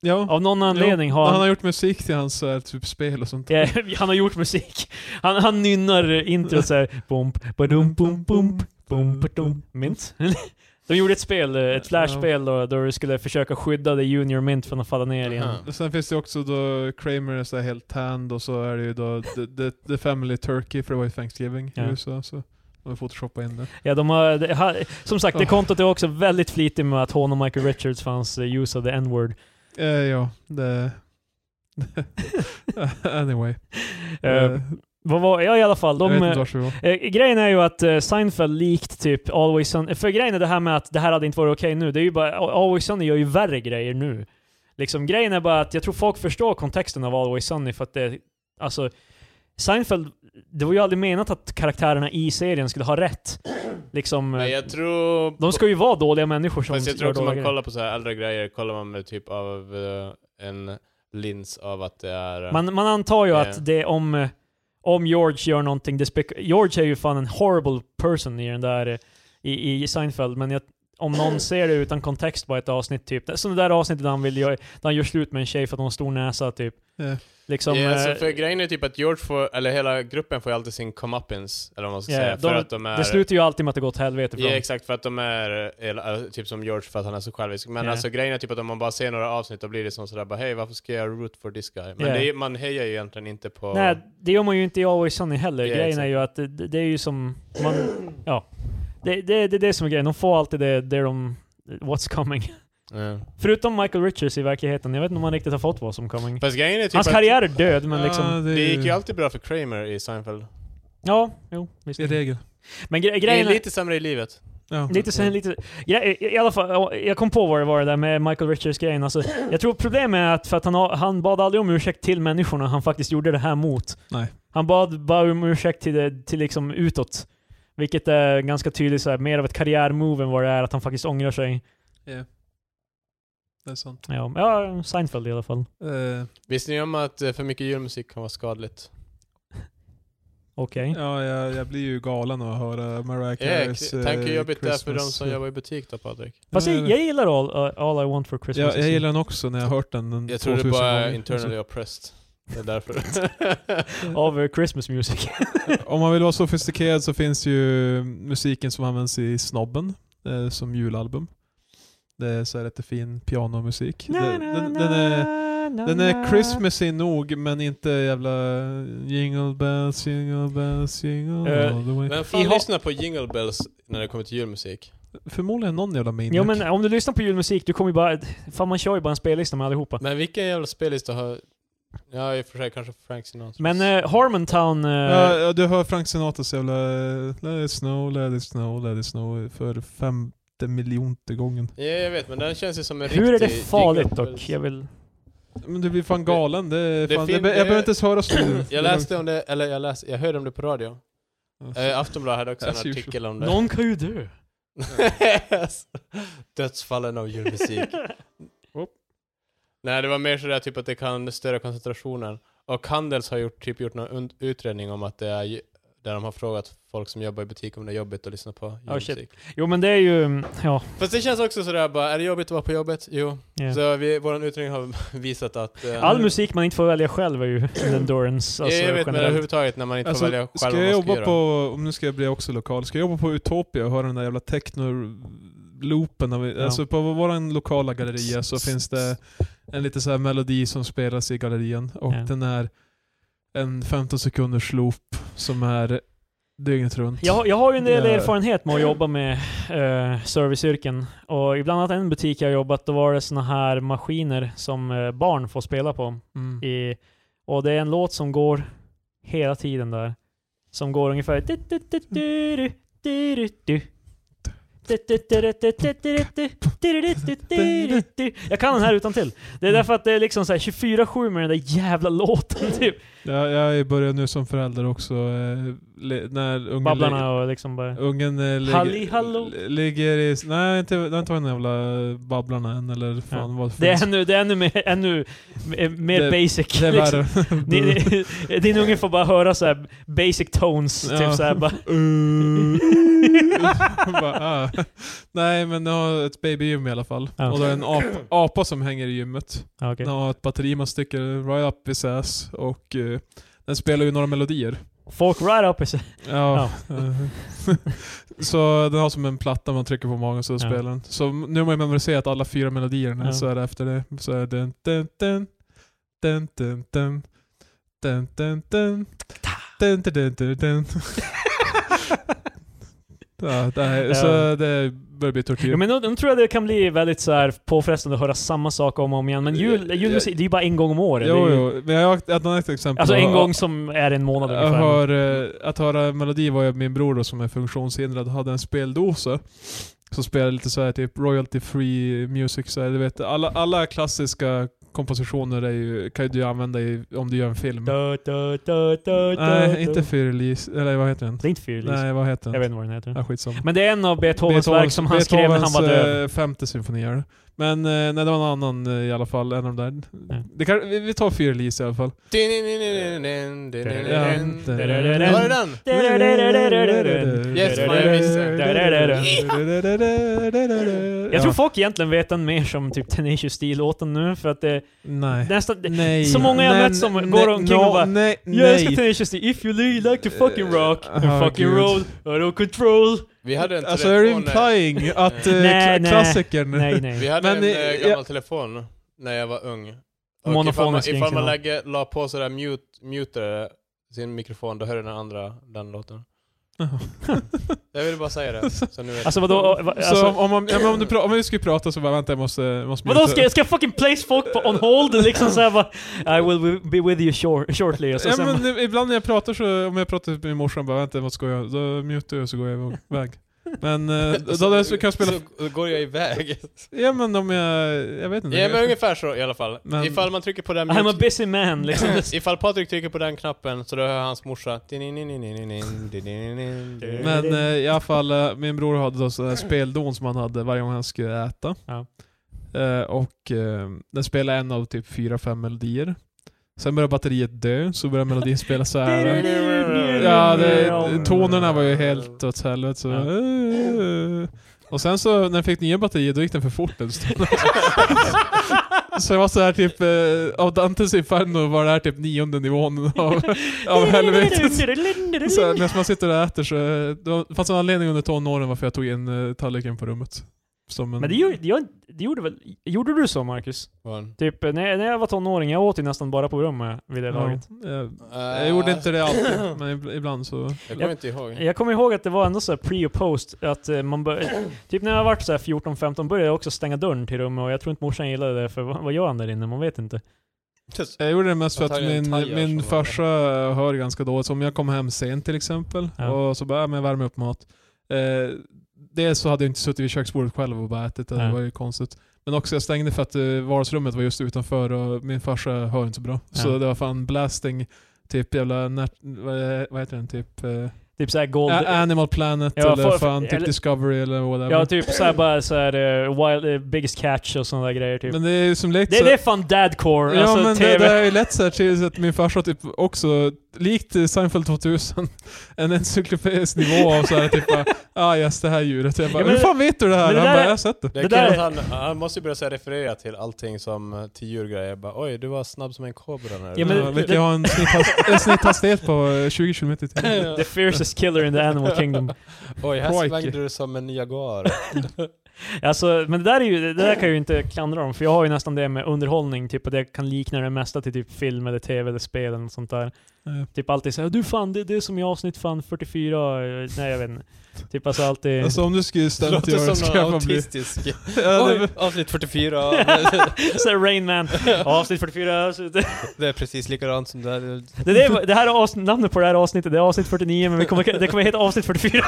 Speaker 3: Ja.
Speaker 2: Av någon anledning
Speaker 3: han,
Speaker 2: har han...
Speaker 3: har gjort musik till hans så här, typ spel och sånt.
Speaker 2: Ja, han har gjort musik. Han, han nynnar intro såhär... Bump, badum, bump, bump, bump, badum. Mm. Mint. De gjorde ett spel, eh, ett flashspel då, då du skulle försöka skydda det Junior Mint från att falla ner igen.
Speaker 1: Aha.
Speaker 3: Och Sen finns det också då Kramer är så här helt tanned och så är det ju då the, the, the family turkey för det var ju Thanksgiving
Speaker 2: Ja.
Speaker 3: i USA så de har photoshoppat in det.
Speaker 2: Ja, de har, det, ha, som sagt, det
Speaker 3: Oh.
Speaker 2: kontot är också väldigt flitigt med att håna Michael Richards för hans eh, use of the N-word.
Speaker 3: Eh, ja, det... anyway.
Speaker 2: Eh,
Speaker 3: Eh,
Speaker 2: Vad var, ja i alla fall,
Speaker 3: jag
Speaker 2: de...
Speaker 3: vet inte
Speaker 2: eh,
Speaker 3: vart vi var.
Speaker 2: Eh, grejen är ju att eh, Seinfeld likt typ Always Sunny, för grejen är det här med att det här hade inte varit okej nu, det är ju bara, Always Sunny gör ju värre grejer nu. Liksom grejen är bara att jag tror folk förstår kontexten av Always Sunny för att det, alltså Seinfeld, det var ju aldrig menat att karaktärerna i serien skulle ha rätt. Liksom,
Speaker 1: Men
Speaker 2: eh,
Speaker 1: jag tror...
Speaker 2: de ska ju vara dåliga människor som
Speaker 1: Fast jag tror också man
Speaker 2: grejer.
Speaker 1: kollar på så här äldre grejer, kollar man med typ av eh, en lins av att det är... eh,
Speaker 2: Man, man antar ju
Speaker 1: Ja.
Speaker 2: att det är om, eh, om George gör någonting despec- George är ju fan en horrible person i den där eh, i, i Seinfeld, men jag, om någon ser det utan kontext bara ett avsnitt typ. Som det där avsnittet där han, vill, göra- där han gör slut med en tjej för att hon har stor näsa typ.
Speaker 3: Eh,
Speaker 2: Liksom,
Speaker 1: ja, alltså,
Speaker 2: eh,
Speaker 1: för grejen är typ att George får, eller hela gruppen får ju alltid sin comeuppance, eller vad man ska
Speaker 2: Ja,
Speaker 1: säga, för
Speaker 2: de-
Speaker 1: att de är...
Speaker 2: det slutar ju alltid med att det går åt helvete för
Speaker 1: Ja
Speaker 2: dem.
Speaker 1: exakt, för att de är, eller, äh, typ som George för att han är så självisk. Men
Speaker 2: Ja.
Speaker 1: alltså grejen är typ att om man bara ser några avsnitt då blir det som sådär bara hej varför ska jag root for this guy? Men
Speaker 2: Ja.
Speaker 1: det är, man hejar ju egentligen inte på...
Speaker 2: Nej, det gör man ju inte i Always Sunny heller.
Speaker 1: Ja,
Speaker 2: grejen
Speaker 1: exakt.
Speaker 2: är ju att det, det är ju som... Man, ja. Det är det, det, är det som är grejen. De får alltid det, det de... What's coming.
Speaker 1: Ja.
Speaker 2: Förutom Michael Richards i verkligheten. Jag vet inte om han riktigt har fått vad som coming.
Speaker 1: Fast grejen är typ
Speaker 2: Hans
Speaker 1: att
Speaker 2: karriär är död, men liksom...
Speaker 3: ja, det, är
Speaker 1: det gick ju alltid bra för Kramer i Seinfeld.
Speaker 2: Ja, jo, visst.
Speaker 3: i regel.
Speaker 2: Men gre
Speaker 1: Det är
Speaker 2: grejen är...
Speaker 1: lite sämre i livet.
Speaker 3: Ja.
Speaker 2: Lite sen, lite... Ja, i, I alla fall, ja, jag kom på vad det var det där med Michael Richards-grejen. Alltså, jag tror problemet är att, för att han, har- han bad aldrig om ursäkt till människorna han faktiskt gjorde det här mot.
Speaker 3: Nej.
Speaker 2: Han bad bara om ursäkt till, det, till liksom utåt. Vilket är ganska tydligt så här, mer av ett karriärmove än vad det är att han faktiskt ångrar sig.
Speaker 3: Det är sant.
Speaker 2: Ja, ja Seinfeld i alla fall.
Speaker 3: Eh,
Speaker 1: Visste ni om att eh, för mycket julmusik kan vara skadligt?
Speaker 2: Okej.
Speaker 3: ja, jag, jag blir ju galen av att höra Mariah
Speaker 1: Ja,
Speaker 3: Careys eh,
Speaker 1: tänk hur jobbigt det är för de
Speaker 3: Christmas. Eh,
Speaker 1: som jobbar i butik då Patrik.
Speaker 2: Fast jag,
Speaker 3: Ja,
Speaker 2: jag gillar all, uh, all I want for Christmas.
Speaker 3: jag,
Speaker 2: is
Speaker 3: jag
Speaker 2: You.
Speaker 3: gillar den också när jag har hört den en
Speaker 1: Jag tror det
Speaker 3: 2000
Speaker 1: bara är
Speaker 3: gånger.
Speaker 1: internally oppressed. Det är därför.
Speaker 2: Av eh, Christmas music.
Speaker 3: Om man vill vara sofistikerad så finns ju musiken som används i Snobben eh, som julalbum. Det är så här lite fin pianomusik. Den, den, den, är, den är Christmassy nog men inte jävla jingle bells, jingle bells, jingle
Speaker 2: Eh,
Speaker 3: all the way.
Speaker 1: Vem fan
Speaker 2: I ha-
Speaker 1: lyssnar på jingle bells när det kommer till julmusik?
Speaker 3: Förmodligen någon jävla maniac.
Speaker 2: Jo men eh, om du lyssnar på julmusik, du kommer ju bara... Fan man kör ju bara en spellista med allihopa.
Speaker 1: Men vilken jävla spellista har... Ja i och för sig kanske Frank Sinatra.
Speaker 2: Men eh, Harmontown... Eh,
Speaker 3: Ja, ja, du hör Frank Sinatras jävla eh, Let it snow, let it snow, let it snow för femte miljonte gången.
Speaker 1: Ja jag vet men den känns ju som en
Speaker 2: hur är det
Speaker 1: riktig
Speaker 2: farligt
Speaker 1: jingle.
Speaker 2: dock? Jag vill...
Speaker 3: Men du blir fan galen. Det är
Speaker 1: Det
Speaker 3: fan,
Speaker 1: fin-
Speaker 3: jag, be- jag
Speaker 1: det-
Speaker 3: behöver inte ens höra snor.
Speaker 1: Jag läste om det, eller jag läste, jag hörde om det på radio. Eh, Aftonbladet hade också en
Speaker 3: As usual.
Speaker 1: artikel om det.
Speaker 2: Någon kan ju dö.
Speaker 1: Yes. Dödsfallen av julmusik.
Speaker 3: Oop.
Speaker 1: Nej, det var mer sådär typ att det kan störa koncentrationen. Och Handels har gjort, typ gjort någon und- utredning om att det är ju- där de har frågat folk som jobbar i butik om det är jobbigt att lyssna på
Speaker 2: Oh, shit.
Speaker 1: julmusik.
Speaker 2: Jo men det är ju... mm, Ja.
Speaker 1: Fast det känns också sådär bara, är det jobbigt att vara på jobbet? Jo.
Speaker 2: ja.
Speaker 1: Så vi, vår utredning har visat att... eh,
Speaker 2: All musik man inte får välja själv är ju endurance. Alltså,
Speaker 1: Ja, jag vet men
Speaker 2: generellt.
Speaker 1: överhuvudtaget när man inte
Speaker 3: Alltså,
Speaker 1: får välja själv
Speaker 3: Ska
Speaker 1: vad man
Speaker 3: jag jobba
Speaker 1: göra.
Speaker 3: på, om nu ska jag bli också lokal, ska jag jobba på Utopia och höra den där jävla techno-loopen? av-
Speaker 2: Ja.
Speaker 3: Alltså på vår lokala galleria så finns det en lite så här melodi som spelas i gallerian och
Speaker 2: Ja.
Speaker 3: den är en 15 sekunders loop som är dygnet runt.
Speaker 2: Jag, har- jag har ju en del
Speaker 3: Det är-
Speaker 2: erfarenhet med att jobba med eh, serviceyrken. Och ibland annat en butik jag jobbat, då var det såna här maskiner som eh, barn får spela på.
Speaker 3: Mm.
Speaker 2: I, och det är en låt som går hela tiden där. Som går ungefär... Jag kan den här utan till. Det är därför att det är liksom så här 24-7 med den där jävla låten typ.
Speaker 3: Jag, jag börjar nu som förälder också, eh, le, när ungen...
Speaker 2: Babblarna och liksom bara...
Speaker 3: Ungen eh, ligger,
Speaker 2: Halli hallo.
Speaker 3: ligger i... Nej, inte, det har inte varit den jävla Babblarna än eller fan
Speaker 2: Ja.
Speaker 3: vad för-
Speaker 2: Det är ännu, det är ännu mer, ännu mer- mer
Speaker 3: Det-
Speaker 2: basic.
Speaker 3: Det är
Speaker 2: liksom.
Speaker 3: värre.
Speaker 2: Ni, ni, din unge får bara höra så här basic tones,
Speaker 3: Ja.
Speaker 2: typ så här bara...
Speaker 3: Uh. bara, ah. Nej men den har ett babygym i alla fall.
Speaker 2: Ja.
Speaker 3: Och då är det en ap apa som hänger i gymmet.
Speaker 2: Ja, okej.
Speaker 3: Den har ett batteri man sticker right up his ass och eh, den spelar ju några melodier.
Speaker 2: Folk right up is...
Speaker 3: Ja. eh. så den har som en platta man trycker på magen så spelar den. Så nu har man memoriserat alla fyra melodierna
Speaker 2: Ja.
Speaker 3: så är det efter det. Så är det dun dun dun dun dun dun dun dun dun dun dun dun dun dun Ja, det här,
Speaker 2: Ja.
Speaker 3: så det börjar bli tortyr.
Speaker 2: Ja, men då, då tror jag det kan bli väldigt så här påfrestande att höra samma sak om och om igen. Men jul, julmusik, det är ju bara en gång om året. Det är
Speaker 3: jo,
Speaker 2: ju,
Speaker 3: jo. Men jag har ett annat exempel.
Speaker 2: Alltså en gång som är en månad
Speaker 3: Jag
Speaker 2: ungefär.
Speaker 3: har, eh, att höra melodi var ju min bror då, som är funktionshindrad hade en speldosa som spelade lite så här typ royalty free music. Så här, du vet, alla, alla klassiska kompositioner är ju, kan ju du använda i, om du gör en film.
Speaker 2: Da, da, da, da, da,
Speaker 3: Nej,
Speaker 2: da.
Speaker 3: inte Fyrlis. Eller vad heter den?
Speaker 2: Det är inte Fyrlis.
Speaker 3: Nej, vad heter
Speaker 2: Jag
Speaker 3: den?
Speaker 2: vet inte vad den heter.
Speaker 3: Ja, skitsamma.
Speaker 2: Men det är en av Beethovens verk som han skrev när han var
Speaker 3: Beethovens,
Speaker 2: döv.
Speaker 3: eh, femte symfoni är det. Men eh, nej, det var en annan eh, i alla fall. En av de där.
Speaker 2: Ja.
Speaker 3: Det kan, vi, vi tar Fyrlis i alla fall.
Speaker 1: Ja.
Speaker 3: Ja.
Speaker 1: Var det den? Yes, fan, jag
Speaker 2: Jag tror folk egentligen vet den mer som typ Tenacious D-låten nu, för att det
Speaker 3: Nej.
Speaker 2: nästan... det-
Speaker 3: Nej.
Speaker 2: Så många jag
Speaker 3: Nej,
Speaker 2: mött som
Speaker 3: nej,
Speaker 2: går
Speaker 3: nej,
Speaker 2: omkring
Speaker 3: no,
Speaker 2: och bara,
Speaker 3: Nej,
Speaker 2: Jag älskar
Speaker 3: nej.
Speaker 2: Tenacious D, if you really like to fucking rock,
Speaker 3: Eh,
Speaker 2: and
Speaker 3: ah,
Speaker 2: fucking
Speaker 3: gud.
Speaker 2: roll, I don't control.
Speaker 1: Vi hade en
Speaker 3: Alltså är du
Speaker 1: telefon när-
Speaker 3: implying att eh,
Speaker 2: Nej,
Speaker 3: kla-
Speaker 2: nej.
Speaker 3: klassikern...
Speaker 2: Nej,
Speaker 1: Vi
Speaker 2: nej.
Speaker 1: hade
Speaker 3: Men,
Speaker 1: en
Speaker 3: eh,
Speaker 1: eh, gammal
Speaker 3: ja.
Speaker 1: telefon när jag var ung. Och ifall man,
Speaker 2: Monofonisk
Speaker 1: ifall man
Speaker 2: egentligen.
Speaker 1: lägger, la på sådär mute, mutade sin mikrofon, då hörde den andra den låten.
Speaker 3: Jaha.
Speaker 1: Jag ville bara säga det. Så nu vet
Speaker 2: Alltså vadå? va-
Speaker 3: Så
Speaker 2: Alltså,
Speaker 3: om, man, ja, men om, du pra- om vi skulle prata så bara vänta jag måste... jag måste
Speaker 2: vadå,
Speaker 3: muta.
Speaker 2: ska jag, ska jag fucking place folk på on hold liksom såhär bara I will be with you shor- shortly och så
Speaker 3: Ja,
Speaker 2: sen
Speaker 3: men ibland när jag pratar så, om jag pratar med min morsan bara vänta jag måste gå, då mutar jag och så går jag iväg. Men eh, då,
Speaker 1: Så-
Speaker 3: då kan jag spela...
Speaker 1: Så går jag iväg.
Speaker 3: Ja men om jag... Jag vet inte.
Speaker 1: ja men ungefär så i alla fall.
Speaker 3: Men-
Speaker 1: Ifall man trycker på den
Speaker 2: I'm a
Speaker 1: mute,
Speaker 2: busy man liksom.
Speaker 1: Ifall Patrik trycker på den knappen så då hör hans morsa... din-din-din-din-din-din-din-din-din.
Speaker 3: Men eh, i alla fall, eh, min bror hade då sån här speldon som han hade varje gång han skulle äta.
Speaker 2: Ja.
Speaker 3: Eh, och eh, den spelade en av typ fyra fem melodier. Sen började batteriet dö, så började melodin spela så här. Ja, det, tonerna var ju helt åt helvete. Så.
Speaker 2: Ja.
Speaker 3: Och sen så när jag fick nya batterier, då gick den för fort en stund. Så jag var så här typ, eh, av Dantes Inferno var det här typ nionde nivån av, av helvetet. Så här, medan man sitter och äter så... eh, Det var- det fanns en anledning under tonåren varför jag tog in eh, tallriken på rummet. som en...
Speaker 2: Men det gjorde, jag, det gjorde väl... Gjorde du så Marcus?
Speaker 1: Fan.
Speaker 2: Typ, när jag, när jag var tonåring, jag åt ju nästan bara på rummet vid det laget.
Speaker 3: Ja, jag, jag gjorde inte det alltid, men ib- ibland så...
Speaker 1: Jag kommer inte ihåg.
Speaker 2: Jag kommer ihåg att det var ändå så här pre och post, att eh, man bör, Typ när jag var 14-15 började jag också stänga dörren till rummet och jag tror inte morsan gillade det, för vad, vad gör han där inne? Man vet inte.
Speaker 3: Jag gjorde det mest för
Speaker 1: Jag
Speaker 3: att
Speaker 1: tar ju en
Speaker 3: min,
Speaker 1: tajer
Speaker 3: min
Speaker 1: som var-
Speaker 3: farsa hör ganska dåligt. Så om jag kom hem sent till exempel
Speaker 2: Ja.
Speaker 3: och så bara, äh, men jag värmer upp mat. Eh, dels så hade jag inte suttit vid köksbordet själv och bara ätit, det
Speaker 2: Nej.
Speaker 3: var ju konstigt. Men också jag stängde för att eh, vardagsrummet var just utanför och min farsa hör inte så bra. Så
Speaker 2: Ja.
Speaker 3: det var fan blasting, typ jävla, nat- vad- vad heter den, typ eh,
Speaker 2: Typ såhär gold...
Speaker 3: A- Animal Planet
Speaker 2: Ja,
Speaker 3: eller
Speaker 2: för- för-
Speaker 3: fan typ
Speaker 2: eller-
Speaker 3: Discovery eller whatever.
Speaker 2: Ja, typ såhär bara såhär eh, wild, eh, biggest catch och sådana där grejer typ.
Speaker 3: Men det är ju som lekt
Speaker 2: det,
Speaker 3: så-
Speaker 2: det är fan dadcore,
Speaker 3: Ja
Speaker 2: alltså
Speaker 3: men
Speaker 2: TV.
Speaker 3: det, det är ju lätt så här till att min farsa typ också, likt eh, Seinfeld 2000, en encyklopedisk nivå av så här typ bara, ah yes det här djuret. Jag bara,
Speaker 2: Ja, men-
Speaker 3: hur fan vet du det här?
Speaker 2: men det
Speaker 3: Han
Speaker 2: där
Speaker 3: bara,
Speaker 2: är-
Speaker 3: jag har sett det.
Speaker 1: Det
Speaker 2: Det
Speaker 1: är kul
Speaker 2: där
Speaker 1: att
Speaker 2: är-
Speaker 1: han, han måste ju börja så här referera till allting som eh, till djurgrejer. Bara, Oj, du var snabb som en kobra när du...
Speaker 2: Ja, men
Speaker 3: Ja,
Speaker 2: det-
Speaker 3: vet
Speaker 2: det-
Speaker 3: jag har en, snitthast, en snitthastighet på eh, 20 km i timmen.
Speaker 2: The fiercest killer in the animal kingdom.
Speaker 1: Oj, här
Speaker 3: Pojke.
Speaker 1: svängde du som en jaguar.
Speaker 2: Alltså, men det där, är ju, det där kan jag ju inte klandra dem, för jag har ju nästan det med underhållning, typ att jag kan likna det mesta till typ film eller TV eller spel eller något sånt där.
Speaker 3: Ja.
Speaker 2: Typ alltid såhär, du fan, det, det är som i avsnitt fan 44, eh, nej jag vet inte. Typ alltså alltid...
Speaker 3: Alltså om du skulle ständigt
Speaker 1: Låter
Speaker 3: göra det
Speaker 1: som
Speaker 3: ska
Speaker 1: någon
Speaker 3: jag bara bli...
Speaker 1: autistisk.
Speaker 3: Ja, det-
Speaker 1: Oj, avsnitt 44.
Speaker 2: såhär Rain Man, avsnitt Alltså, 44, avsnitt...
Speaker 1: det är precis likadant som det här.
Speaker 2: Det, det, är- det här är avsnitt, namnet på det här avsnittet, det är avsnitt 49, men vi kommer, det kommer heta avsnitt 44.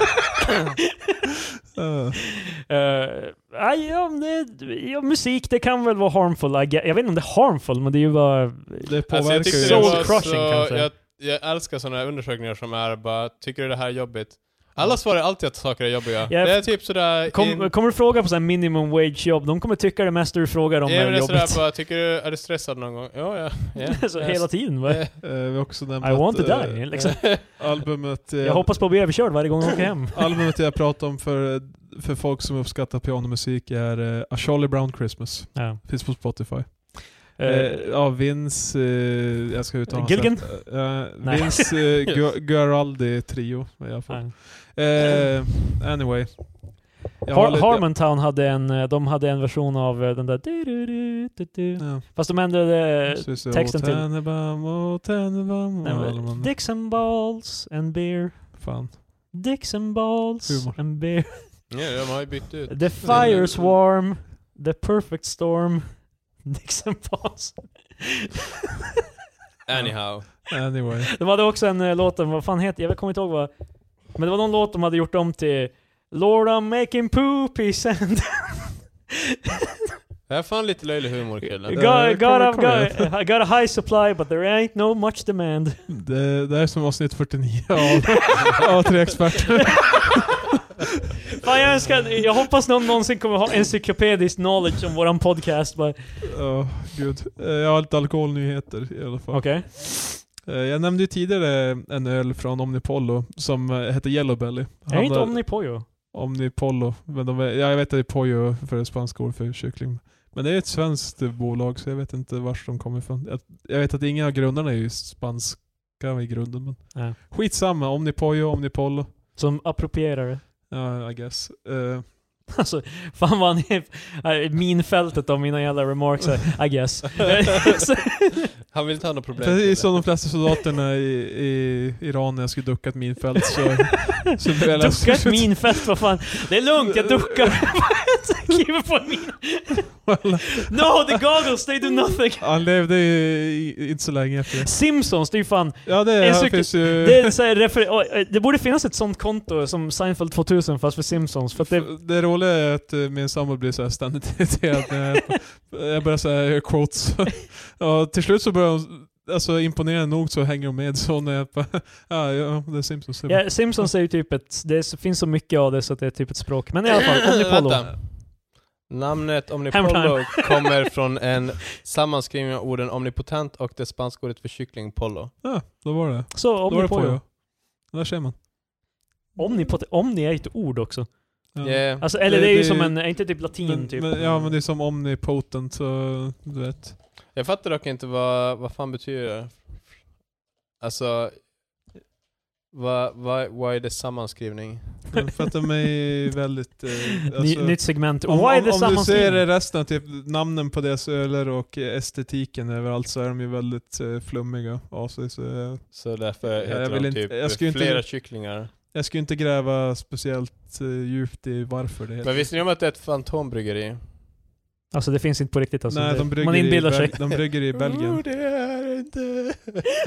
Speaker 3: ja.
Speaker 2: Uh, aj, ja, men det, ja, musik, det kan väl vara harmful. I guess. Jag vet inte om det är harmful, men det är ju bara...
Speaker 3: Det påverkar
Speaker 1: Alltså, jag
Speaker 3: ju.
Speaker 1: tyckte det
Speaker 2: Soul
Speaker 1: var
Speaker 2: crushing,
Speaker 1: så-
Speaker 2: kanske.
Speaker 1: Jag, jag älskar sådana här undersökningar som är bara, tycker du det här är jobbigt? Alla svarar alltid att saker är jobbiga.
Speaker 2: Ja,
Speaker 1: Det är typ sådär...
Speaker 2: Kom,
Speaker 1: in-
Speaker 2: Kommer du fråga på så här minimum wage jobb, de kommer tycka det mesta du frågar om eh,
Speaker 1: Ja, men
Speaker 2: är
Speaker 1: det är sådär
Speaker 2: jobbigt.
Speaker 1: bara, tycker du, är du stressad någon gång? Ja, ja. ja.
Speaker 2: så
Speaker 1: Ja,
Speaker 2: hela tiden. Bara,
Speaker 1: Ja.
Speaker 3: Eh, Vi har också nämnt
Speaker 2: I want to
Speaker 3: att, eh,
Speaker 2: die. Liksom.
Speaker 3: albumet, eh,
Speaker 2: Jag hoppas på att bli överkörd varje gång jag åker hem.
Speaker 3: albumet jag pratar om för, för folk som uppskattar pianomusik är eh, A Charlie Brown Christmas.
Speaker 2: Ja.
Speaker 3: Finns på Spotify.
Speaker 2: Eh,
Speaker 3: Eh, ja, Vince... Eh, jag ska uttala hans
Speaker 2: Gilligan?
Speaker 3: rätt. Eh,
Speaker 2: Nej.
Speaker 3: Vince eh, Gu- Guaraldi-trio i alla fall.
Speaker 2: ja.
Speaker 3: Eh, anyway. Jag
Speaker 2: Har,
Speaker 3: har lite-
Speaker 2: Harmontown hade en, eh, de hade en version av eh, den där... du-du-du-du-du.
Speaker 3: Ja,
Speaker 2: Fast de ändrade...
Speaker 3: så visst är det
Speaker 2: eh, texten
Speaker 3: "Åh,
Speaker 2: till-
Speaker 3: Tannenbaum, åh, Tannenbaum,
Speaker 2: Nej,
Speaker 3: åh,
Speaker 2: men,
Speaker 3: alla man-
Speaker 2: Dixon balls and beer.
Speaker 3: Fan.
Speaker 2: Dixon balls
Speaker 3: Humor.
Speaker 2: and beer.
Speaker 1: Ja, de har ju bytt ut.
Speaker 2: The fire swarm, the perfect storm, Nixon Paws.
Speaker 1: Anyhow.
Speaker 3: Anyway.
Speaker 2: De hade också en eh, låt, om- vad fan heter Jag kommer inte ihåg vad. Men det var någon låt de hade gjort om till Lord I'm making poopy sand.
Speaker 1: Det här är fan lite löjlig humor killen.
Speaker 2: Got, got,
Speaker 3: kommer-
Speaker 2: I've
Speaker 3: kommer
Speaker 2: got, I got a high supply but there ain't no much demand.
Speaker 3: Det, det här är som avsnitt 49 av, av tre experter.
Speaker 2: Fan, jag, önskar, jag hoppas någon någonsin kommer ha encyklopedisk knowledge om våran podcast. bara-
Speaker 3: Ja, gud. Eh, jag har lite alkoholnyheter i alla fall.
Speaker 2: Okej.
Speaker 3: Eh, jag nämnde ju tidigare en öl från Omnipollo som eh, hette Yellow Belly.
Speaker 2: Är det inte
Speaker 3: Handlar-
Speaker 2: Omnipojo?
Speaker 3: Omnipollo. Men de, är- ja, jag vet att det är Pollo för det spanska ord för kyckling. Men det är ett svenskt bolag så jag vet inte vars de kommer ifrån. Jag, jag vet att inga av grundarna är ju spanska i grunden. Men
Speaker 2: Ja.
Speaker 3: Skitsamma, Omnipollo, Omnipollo.
Speaker 2: Som approprierare.
Speaker 3: Ja, I guess. Eh,
Speaker 2: Alltså, fan vad han är... eh, Minfältet av mina jävla remarks här, I guess.
Speaker 1: Han vill inte ha något problem.
Speaker 3: precis
Speaker 1: killen.
Speaker 3: som de flesta soldaterna i, i Iran när jag skulle ducka ett minfält så... så blev jag-
Speaker 2: Ducka ett minfält, vad fan. Det är lugnt, jag duckar. Kliver på en min. No, the goggles, they do nothing.
Speaker 3: Han levde ju i- inte så länge efter det.
Speaker 2: Simpsons, det är ju fan...
Speaker 3: Ja, det
Speaker 2: En
Speaker 3: här
Speaker 2: cykel-
Speaker 3: finns ju...
Speaker 2: Det, är så här, refer- oj, oj, det borde finnas ett sånt konto som Seinfeld 2000 fast för Simpsons. För att det,
Speaker 3: Det, roliga är att eh, min sambo blir så här ständigt irriterad när jag, jag börjar säga quotes. Och till slut så börjar hon, alltså imponerande nog så hänger hon med. Så när jag bara, ah, ja, det är Simpsons. det är bra."
Speaker 2: ja, Simpsons är ju typ ett... Det är, så- finns så mycket av det så att det är typ ett språk. Men i alla
Speaker 3: Eh,
Speaker 2: fall, Omnipollo.
Speaker 1: Vänta. Namnet
Speaker 2: Hammer
Speaker 1: Omnipollo kommer från en sammanskrivning av orden omnipotent och det spanska ordet för kyckling, pollo.
Speaker 3: Ja, då var det.
Speaker 2: Så,
Speaker 3: Då var det
Speaker 2: Omnipollo.
Speaker 3: på Där ser man.
Speaker 2: Omnipot- Omni är ju ett ord också.
Speaker 3: Ja.
Speaker 1: Yeah.
Speaker 2: Alltså, eller
Speaker 3: Det-
Speaker 2: det är ju
Speaker 3: det-
Speaker 2: som en... Är inte typ latin
Speaker 3: Men,
Speaker 2: typ?
Speaker 3: men, ja men det är som omnipotent så du vet.
Speaker 1: Jag fattar dock inte vad, vad fan betyder det. Alltså, vad, vad, vad är det sammanskrivning?
Speaker 3: För att de är väldigt... Eh,
Speaker 2: Ny,
Speaker 3: alltså,
Speaker 2: nytt segment.
Speaker 3: om,
Speaker 2: Why
Speaker 3: om,
Speaker 2: the
Speaker 3: om du ser
Speaker 2: sammanskrivning?
Speaker 3: resten, typ namnen på deras öler och eh, estetiken överallt så är de ju väldigt eh, flummiga av sig. Så jag,
Speaker 1: Så därför heter
Speaker 3: jag vill
Speaker 1: de
Speaker 3: inte-
Speaker 1: typ
Speaker 3: jag skulle inte-
Speaker 1: flera kycklingar.
Speaker 3: jag skulle inte gräva speciellt eh, djupt i varför det heter
Speaker 1: Men visste ni om att det är ett fantombryggeri?
Speaker 2: Alltså det finns inte på riktigt alltså.
Speaker 3: Nej,
Speaker 2: det,
Speaker 3: de brygger,
Speaker 2: man inbillar
Speaker 3: i,
Speaker 2: sig. Mm.
Speaker 3: Bel- de brygger i Belgien.
Speaker 1: Oh, det är inte...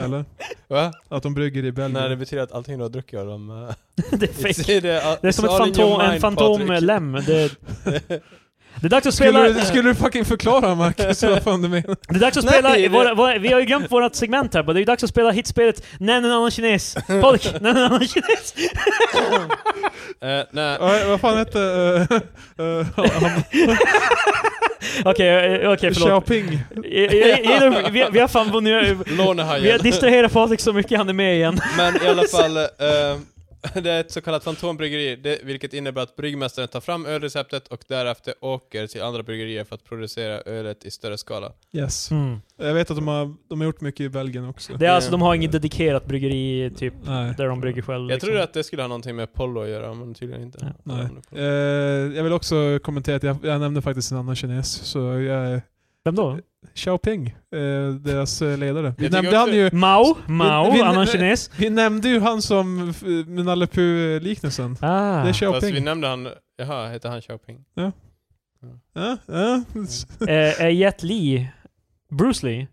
Speaker 3: Eller?
Speaker 1: Va?
Speaker 3: Att de brygger i Belgien.
Speaker 1: Nej det betyder att allting du har druckit av dem... eh,
Speaker 2: det är fake.
Speaker 1: it's- it-
Speaker 2: Det är som
Speaker 1: it's
Speaker 2: ett
Speaker 1: all in your
Speaker 2: fantom, en
Speaker 1: mind,
Speaker 2: fantomlem. Det,
Speaker 1: Patrik.
Speaker 2: det är dags att spela...
Speaker 3: skulle, du, skulle du fucking förklara Marcus vad fan du menar?
Speaker 2: Det är dags att
Speaker 1: Nej,
Speaker 2: spela...
Speaker 1: det-
Speaker 2: våra, våra, vi har ju glömt vårt segment här, men det är ju dags att spela hitspelet Nej, en annan kines. Folk, nej, en annan kines.
Speaker 1: Eh, nej.
Speaker 3: Äh, vad fan hette... eh, eh, han-
Speaker 2: Okej, eh, okej förlåt. Eh,
Speaker 3: Xiaoping?
Speaker 2: Jag, jag, jag, vi, vi har fan vunnit... Vi har
Speaker 1: Lånehajen.
Speaker 2: distraherat Patrik så mycket, han är med igen.
Speaker 1: Men i alla fall, eh, det är ett så kallat fantombryggeri, det, vilket innebär att bryggmästaren tar fram ölreceptet och därefter åker till andra bryggerier för att producera ölet i större skala.
Speaker 3: Yes.
Speaker 2: Mm.
Speaker 3: Jag vet att de har, de har gjort mycket i Belgien också.
Speaker 2: Det är alltså, de har inget dedikerat bryggeri typ,
Speaker 3: Nej.
Speaker 2: där de brygger själv. liksom.
Speaker 1: Jag trodde att det skulle ha någonting med Pollo att göra, men tydligen inte.
Speaker 3: Nej. Eh, jag vill också kommentera att jag, jag nämnde faktiskt en annan kines, så jag är
Speaker 2: Vem då?
Speaker 3: Xiaoping, eh, deras eh, ledare. Vi
Speaker 1: Jag
Speaker 3: nämnde,
Speaker 1: tycker
Speaker 3: han
Speaker 1: också-
Speaker 3: ju,
Speaker 2: Mao? Mao?
Speaker 3: vi-
Speaker 2: annan
Speaker 3: nej.
Speaker 2: kines?
Speaker 3: vi nämnde ju han som f- Nalle Puh liknelsen
Speaker 2: Ah.
Speaker 3: Det är
Speaker 1: Fast vi
Speaker 3: Xiaoping.
Speaker 1: nämnde han, jaha, heter han Xiaoping?
Speaker 3: Ja, ja.
Speaker 2: Eh, är Jet Li Bruce Lee?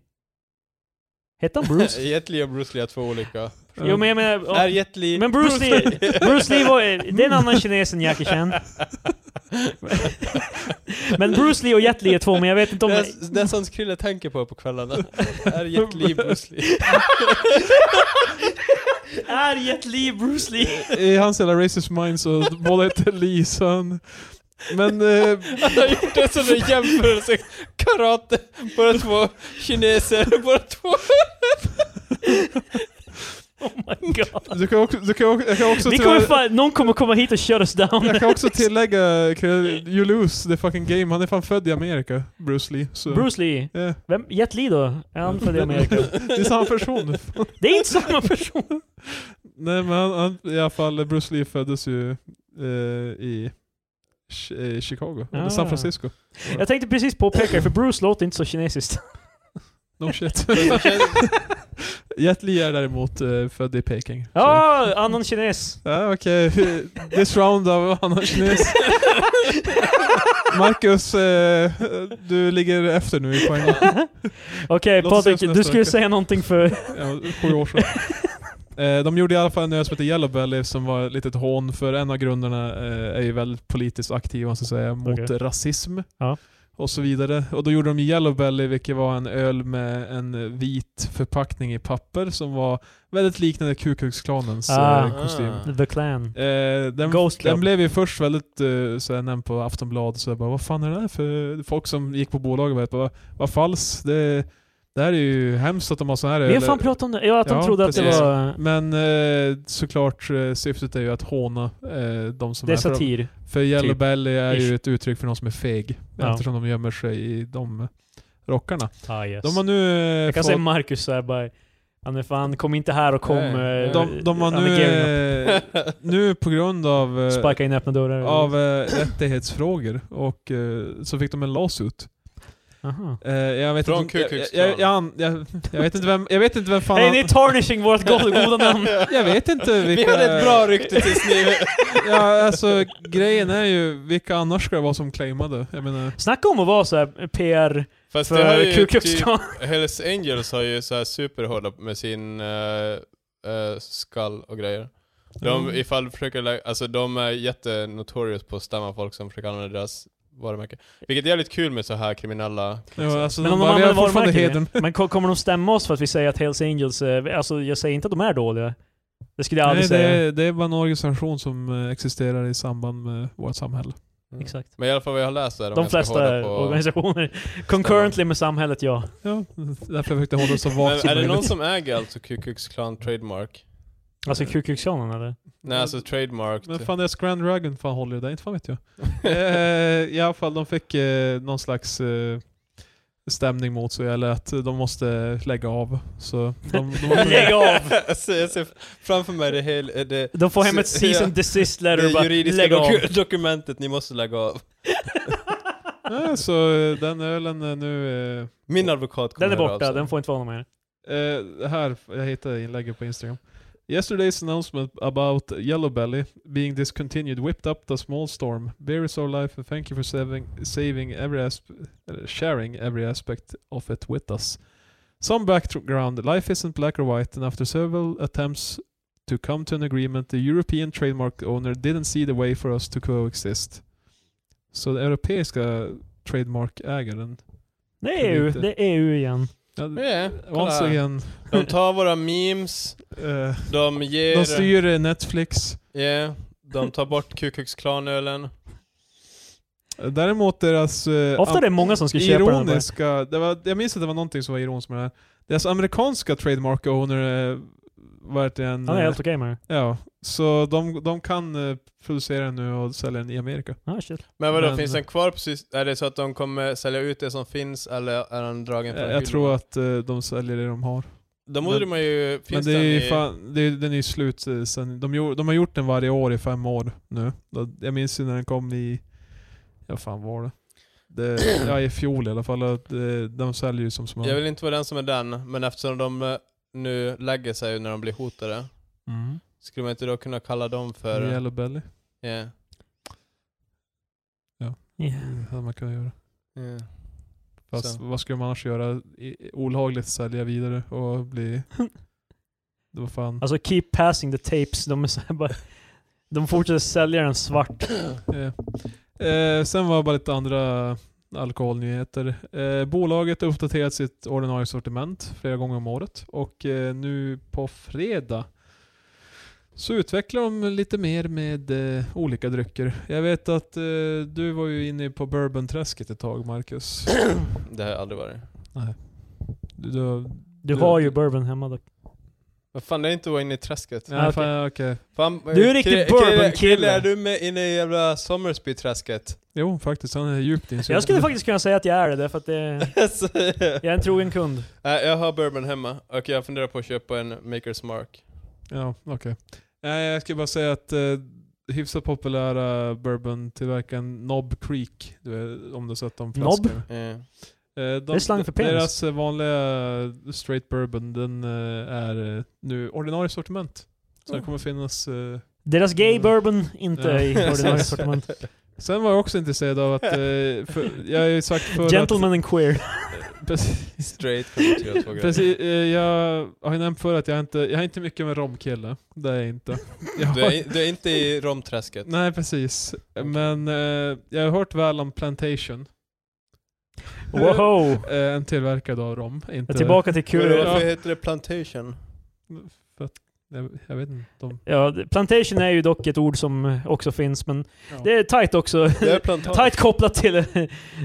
Speaker 2: Hette han Bruce?
Speaker 1: Jet Li och Bruce Lee är två olika.
Speaker 2: jo men jag menar...
Speaker 1: Är Jet Li...
Speaker 2: Men Bruce Lee- Bruce Lee var, det är en annan kines än Jackie Chan. Men Bruce Lee och Jet Li är två, men jag vet inte om...
Speaker 1: Det är, det är sånt Krille tänker på på kvällarna. är Jet Li Bruce Lee?
Speaker 2: är Jet Li Bruce Lee?
Speaker 3: Eh, I hans jävla racist mind så båda heter Lee, så han... Men... Eh,
Speaker 1: Han har gjort en sån där jämförelse, karate, båda två kineser, båda två...
Speaker 2: Oh my god.
Speaker 3: du kan också... Du kan, också- jag kan också
Speaker 2: Vi kommer fan, någon kommer komma hit och köra oss down.
Speaker 3: jag kan också tillägga, Krill, you lose the fucking game. Han är fan född i Amerika, Bruce Lee. Så.
Speaker 2: Bruce Lee.
Speaker 3: Ja.
Speaker 2: Vem? Jet Li då? Är han född i Amerika?
Speaker 3: Det är samma person.
Speaker 2: Det är inte samma person!
Speaker 3: Nej men han, han, i alla fall, Bruce Lee föddes ju eh, i Chi- eh, Chicago, eller
Speaker 2: Ah.
Speaker 3: San Francisco.
Speaker 2: Jag tänkte precis påpeka, för Bruce låter inte så kinesiskt.
Speaker 3: No shit.
Speaker 1: Det känns-
Speaker 3: Jet Li är däremot eh, född i Peking. Så-
Speaker 2: Ja, annan kines.
Speaker 3: Ja, okej. This round av annan kines. Marcus, eh, du ligger efter nu i poäng.
Speaker 2: Okej
Speaker 3: Låt oss ses
Speaker 2: Patrik,
Speaker 3: nästa
Speaker 2: du skulle
Speaker 3: vecka.
Speaker 2: säga någonting för...
Speaker 3: Ja, sju år sedan. Eh, De gjorde i alla fall en öl som heter Yellow Belly som var ett litet hån för en av grundarna eh, är ju väldigt politiskt aktiv, man ska säga, mot
Speaker 2: Okej.
Speaker 3: rasism.
Speaker 2: Ja.
Speaker 3: Och så vidare. Och då gjorde de Yellow Belly, vilket var en öl med en vit förpackning i papper som var väldigt liknande Ku Klux Klanens
Speaker 2: Ah.
Speaker 3: eh, kostym.
Speaker 2: The Clan.
Speaker 3: Eh, den,
Speaker 2: Ghost Club.
Speaker 3: den blev ju först väldigt eh, såhär, nämnd på Aftonbladet, så jag bara vad fan är det här för folk som gick på bolaget och bara, "Vad- vad falskt, det, det här är ju hemskt att de har så här
Speaker 2: Vi har
Speaker 3: öl."
Speaker 2: fan pratat om det. Ja, att de
Speaker 3: Ja,
Speaker 2: trodde att
Speaker 1: precis.
Speaker 2: det var...
Speaker 3: Men eh, såklart eh, syftet är ju att håna eh, de som
Speaker 2: Det är
Speaker 3: för, de-
Speaker 2: satir.
Speaker 3: för Yellow
Speaker 2: Typ.
Speaker 3: Belly är
Speaker 2: Ish.
Speaker 3: ju ett uttryck för någon som är feg,
Speaker 2: Ja.
Speaker 3: eftersom de gömmer sig i de eh, rockarna.
Speaker 2: Ah, yes.
Speaker 3: De har nu eh,
Speaker 2: Jag kan
Speaker 3: fått,
Speaker 2: säga Marcus såhär bara... Han är fan, kom inte här och kom...
Speaker 1: Nej.
Speaker 2: eh,
Speaker 3: de, de har
Speaker 2: han är
Speaker 3: nu,
Speaker 2: gearing up.
Speaker 3: eh, nu på grund av eh,
Speaker 2: Sparka in öppna dörrar.
Speaker 3: av eh, rättighetsfrågor och eh, så fick de en lawsuit.
Speaker 2: Aha.
Speaker 3: Eh, jag vet
Speaker 1: Från
Speaker 3: inte,
Speaker 1: Ku
Speaker 3: jag,
Speaker 1: Klux
Speaker 3: jag, jag,
Speaker 1: Klan.
Speaker 3: an- jag, jag vet inte vem, jag vet inte vem fan
Speaker 2: Hej,
Speaker 3: han-
Speaker 2: ni är tarnishing vårt go- goda namn!
Speaker 3: Jag vet inte
Speaker 1: Vi
Speaker 3: vilka...
Speaker 1: hade ett bra rykte tills ni...
Speaker 3: ja, alltså grejen är ju vilka annars ska det vara som claimade? Jag menar...
Speaker 2: Snacka om att vara såhär PR
Speaker 1: Fast det har
Speaker 2: för
Speaker 1: ju
Speaker 2: Ku Klux
Speaker 1: typ,
Speaker 2: Klan.
Speaker 1: Hells Angels har ju så här superhårda med sin eh, eh, skall och grejer. De,
Speaker 3: Mm.
Speaker 1: ifall du försöker, lä- alltså de är jättenotorious på att stämma folk som försöker använda deras varumärke. Vilket är jävligt kul med så här kriminella...
Speaker 3: Ja, alltså,
Speaker 2: Men
Speaker 3: de
Speaker 2: om de
Speaker 3: bara, vi har
Speaker 2: använder
Speaker 3: fortfarande hedern.
Speaker 2: varumärken? Men ko- kommer de stämma oss för att vi säger att Hells Angels... eh, Alltså jag säger inte att de är dåliga. Det skulle jag aldrig
Speaker 3: Nej, det
Speaker 2: säga.
Speaker 3: är, det är bara en organisation som eh, existerar i samband med vårt samhälle.
Speaker 1: Mm.
Speaker 2: Exakt.
Speaker 1: Men i alla fall vad jag har läst så är de,
Speaker 2: De
Speaker 1: ganska hårda
Speaker 2: flesta
Speaker 1: på...
Speaker 2: organisationer. Concurrently med samhället, ja.
Speaker 3: Ja, därför försökte jag hålla det så vagt
Speaker 1: Men
Speaker 3: som
Speaker 1: är det någon
Speaker 3: möjligt.
Speaker 1: som äger alltså Ku Klux Klan Trademark?
Speaker 2: Alltså Ku Klux Klanen eller?
Speaker 1: Nej alltså
Speaker 2: Mm.
Speaker 1: Trademark.
Speaker 3: Men fan deras Grand Dragon fan håller ju det, inte fan vet jag. eh, I alla fall, de fick eh, någon slags eh, stämning mot sig eller att de måste lägga av. Så de, de,
Speaker 2: Lägg av!
Speaker 1: Så Alltså, jag ser framför mig det, hel, eh, det,
Speaker 2: De får hem ett
Speaker 1: Så-
Speaker 2: cease
Speaker 1: ja.
Speaker 2: and desist letter
Speaker 1: det
Speaker 2: och bara
Speaker 1: juridiska
Speaker 2: lägg av.
Speaker 1: doku- dokumentet ni måste lägga av.
Speaker 3: Nej, så eh, den ölen är nu... eh,
Speaker 1: Min advokat kommer alltså.
Speaker 2: Den är
Speaker 1: höra av
Speaker 2: borta,
Speaker 1: sig.
Speaker 2: den får inte vara någon mer.
Speaker 3: Eh, här, jag hittade inlägget på Instagram. Yesterday's announcement about Yellowbelly being discontinued whipped up the small storm. Beer is our life and thank you for saving, saving every asp- eh, sharing every aspect of it with us. Some background. Life isn't black or white and after several attempts to come to an agreement the European trademark owner didn't see the way for us to coexist. Så den europeiska trademarkägaren,
Speaker 2: Det är EU,
Speaker 3: Lite.
Speaker 2: det är EU igen.
Speaker 3: ja,
Speaker 1: Ja,
Speaker 3: once
Speaker 1: kolla.
Speaker 3: again,
Speaker 1: De tar våra memes,
Speaker 3: eh,
Speaker 1: de ger...
Speaker 3: de styr eh, Netflix.
Speaker 1: Ja, de tar bort Ku Klux Klan-ölen.
Speaker 3: Däremot deras... Eh,
Speaker 2: Ofta är det
Speaker 3: am-
Speaker 2: många som ska köpa den. här.
Speaker 3: ironiska... Det var, jag minns att det var någonting som var ironiskt med det här. Deras amerikanska trademark owner eh, verkligen...
Speaker 2: Han är
Speaker 3: eh,
Speaker 2: helt okej med det.
Speaker 3: ja, så de, de kan eh, producera den nu och sälja den i Amerika.
Speaker 2: Ah, shit.
Speaker 1: Men vadå,
Speaker 3: Men-
Speaker 1: finns den kvar på sys- Är det så att de kommer sälja ut det som finns eller är den dragen
Speaker 3: Jag,
Speaker 1: från
Speaker 3: jag
Speaker 1: hyllan?
Speaker 3: tror att eh, de säljer det de har.
Speaker 1: Då borde
Speaker 3: men-
Speaker 1: man ju... Finns
Speaker 3: Men det är ju
Speaker 1: den i...
Speaker 3: fan, det är, den är ju slut eh, sen. De, gjorde- de har gjort den varje år i fem år nu. Då- Jag minns ju när den kom i... Ja fan var det? det ja i fjol i alla fall. Att, eh, de säljer ju som smör.
Speaker 1: Jag vill inte vara den som är den, men eftersom de eh, nu lägger sig när de blir hotade,
Speaker 3: Mm.
Speaker 1: skulle man inte då kunna kalla dem för... Ja.
Speaker 3: Yellow belly. Det hade man kunnat göra.
Speaker 1: Ja.
Speaker 3: Fast
Speaker 1: Så.
Speaker 3: vad skulle man annars göra? I- Olagligt sälja vidare och bli... Det var fan...
Speaker 2: Alltså keep passing the tapes. De, är så här bara, de fortsätter sälja den svart.
Speaker 3: Eh. Eh, sen var det bara lite andra alkoholnyheter. Eh, bolaget har uppdaterat sitt ordinarie sortiment flera gånger om året och eh, nu på fredag så utvecklar de lite mer med eh, olika drycker. Jag vet att eh, du var ju inne på bourbonträsket ett tag Marcus.
Speaker 1: Det har jag aldrig varit.
Speaker 3: Du, du,
Speaker 2: Du
Speaker 3: Du-
Speaker 2: har ju bourbon hemma dock.
Speaker 1: Vad fan, det är inte att vara inne i träsket.
Speaker 3: nej,
Speaker 2: Ah, okej.
Speaker 3: fan, okej.
Speaker 1: Fan, eh,
Speaker 2: Du är en riktig bourbon-kille.
Speaker 1: är du med inne i jävla Sommersby-träsket?
Speaker 3: Jo, faktiskt. Han är djupt insupen.
Speaker 2: Jag skulle faktiskt kunna säga att jag är det, därför att det,
Speaker 1: Så-
Speaker 2: jag är en trogen kund.
Speaker 1: Nej, jag har bourbon hemma och jag funderar på att köpa en Maker's Mark.
Speaker 3: Ja, okej. Nej, jag skulle bara säga att eh, hyfsat populära bourbon-tillverkaren Knob Creek, du vet, om du har sett de
Speaker 2: Knob?
Speaker 3: flaskorna.
Speaker 1: Eh,
Speaker 3: Eh, de,
Speaker 2: är slang för penis.
Speaker 3: Deras eh, vanliga straight bourbon, den eh, är eh, nu ordinarie sortiment. Så den
Speaker 2: Mm.
Speaker 3: kommer finnas... eh,
Speaker 2: Deras gay
Speaker 3: Mm.
Speaker 2: bourbon, inte
Speaker 3: Ja.
Speaker 2: i ordinarie sortiment.
Speaker 3: Sen var jag också intresserad av att... Eh, för, jag har ju sagt förut...
Speaker 2: Gentleman and queer.
Speaker 3: Att, precis,
Speaker 1: straight kommer till att vara grejer.
Speaker 3: precis, eh, jag har ju nämnt förut att jag inte, jag är inte mycket med romkille. Det är jag inte. Jag
Speaker 1: Du
Speaker 3: har-
Speaker 1: är, i- du är inte i romträsket.
Speaker 3: Nej, precis. Men eh, jag har hört väl om Plantation.
Speaker 2: Wow!
Speaker 3: Eh, en tillverkare av rom. Inte,
Speaker 2: Jag är tillbaka till
Speaker 1: Kul.
Speaker 2: kul.
Speaker 1: Varför
Speaker 3: Ja.
Speaker 1: heter det plantation?
Speaker 3: För att, jag, jag vet inte. De,
Speaker 2: Ja, det- plantation är ju dock ett ord som också finns, men
Speaker 3: Ja.
Speaker 2: det är tight också.
Speaker 1: Det är plantage.
Speaker 2: tight kopplat till eh,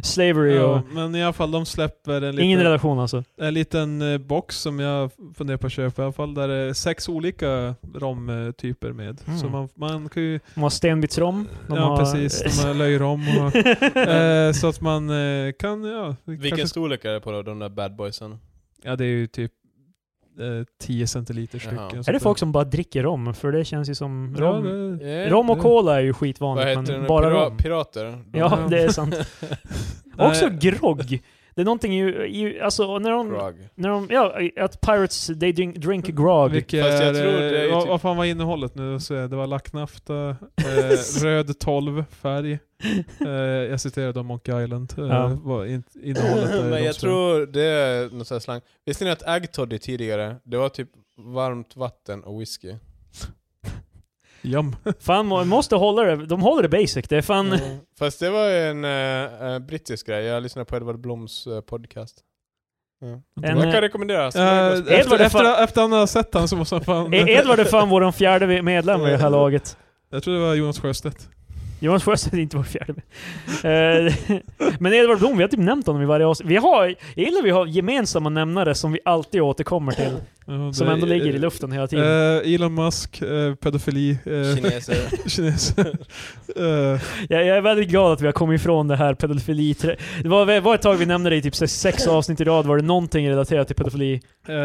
Speaker 2: slavery och...
Speaker 3: ja, men i alla fall, de släpper en
Speaker 2: Ingen
Speaker 3: liten,
Speaker 2: relation alltså.
Speaker 3: en liten eh, box som jag funderar på att köpa i alla fall. Där det är sex olika romtyper med.
Speaker 2: Mm.
Speaker 3: Så man, man kan ju...
Speaker 2: De har stenbitsrom. De
Speaker 3: ja,
Speaker 2: har,
Speaker 3: precis. De har löjrom och... eh, så att man eh, kan... Ja,
Speaker 1: Vilken
Speaker 3: kanske-
Speaker 1: storlek är det på då, de där bad boysen?
Speaker 3: ja, det är ju typ eh, 10 centiliter
Speaker 1: Jaha.
Speaker 3: stycken.
Speaker 2: Är det folk som bara dricker rom? För det känns ju som...
Speaker 3: Ja,
Speaker 2: Rom,
Speaker 3: det,
Speaker 1: Yeah.
Speaker 2: rom och
Speaker 3: det-
Speaker 2: cola är ju
Speaker 1: Vad
Speaker 2: skitvanligt,
Speaker 1: heter
Speaker 2: men
Speaker 1: den?
Speaker 2: bara
Speaker 1: Pira-
Speaker 2: rom.
Speaker 1: Pirater? De-
Speaker 2: Ja, det är sant. Också
Speaker 3: Nej.
Speaker 2: grogg. Det är någonting ju... ju alltså, när de...
Speaker 1: Grog.
Speaker 2: När de ja, att Pirates, they drink, drink grog.
Speaker 3: Vilket
Speaker 1: Fast jag
Speaker 3: är,
Speaker 1: tror det är ju
Speaker 3: vad,
Speaker 1: typ-
Speaker 3: vad fan var innehållet nu? Så det var lacknafta, eh, röd 12 färg. Eh, jag citerade om Monkey Island. Eh,
Speaker 2: Ja.
Speaker 3: vad in, innehållet är i
Speaker 1: Men
Speaker 3: de
Speaker 1: jag
Speaker 3: som-
Speaker 1: tror det är någon sån här slang. Visste ni att agtoddy tidigare, det var typ varmt vatten och whisky?
Speaker 3: Jam.
Speaker 2: Fan, man måste hålla det. De håller det basic. Det är fan...
Speaker 1: Mm. Fast det var en eh, eh, brittisk grej, jag lyssnade på Edward Bloms eh, podcast.
Speaker 2: En,
Speaker 1: jag
Speaker 2: eh,
Speaker 1: kan rekommendera.
Speaker 3: Eh,
Speaker 1: Smörgås-
Speaker 2: Edward
Speaker 3: efter,
Speaker 2: är
Speaker 3: efter, efter han har sett han så måste han fan...
Speaker 2: E- Edvard är fan vår fjärde medlem i det här laget.
Speaker 3: jag tror det var Jonas Sjöstedt.
Speaker 2: Jonas Sjöstedt är inte vår fjärde med. Eh, Men Edvard Blom, vi har typ nämnt honom i varje avsnitt. Vi har, jag gillar att vi har gemensamma nämnare som vi alltid återkommer till.
Speaker 3: Ja,
Speaker 2: Som
Speaker 3: det-
Speaker 2: ändå ligger i luften hela tiden.
Speaker 3: Eh, Elon Musk, eh, pedofili, eh,
Speaker 1: Kineser.
Speaker 3: kineser. Eh,
Speaker 2: Jag, jag är väldigt glad att vi har kommit ifrån det här pedofili. Det var, var ett tag vi nämnde det i typ så här sex avsnitt i rad, var det någonting relaterat till pedofili?
Speaker 3: eh,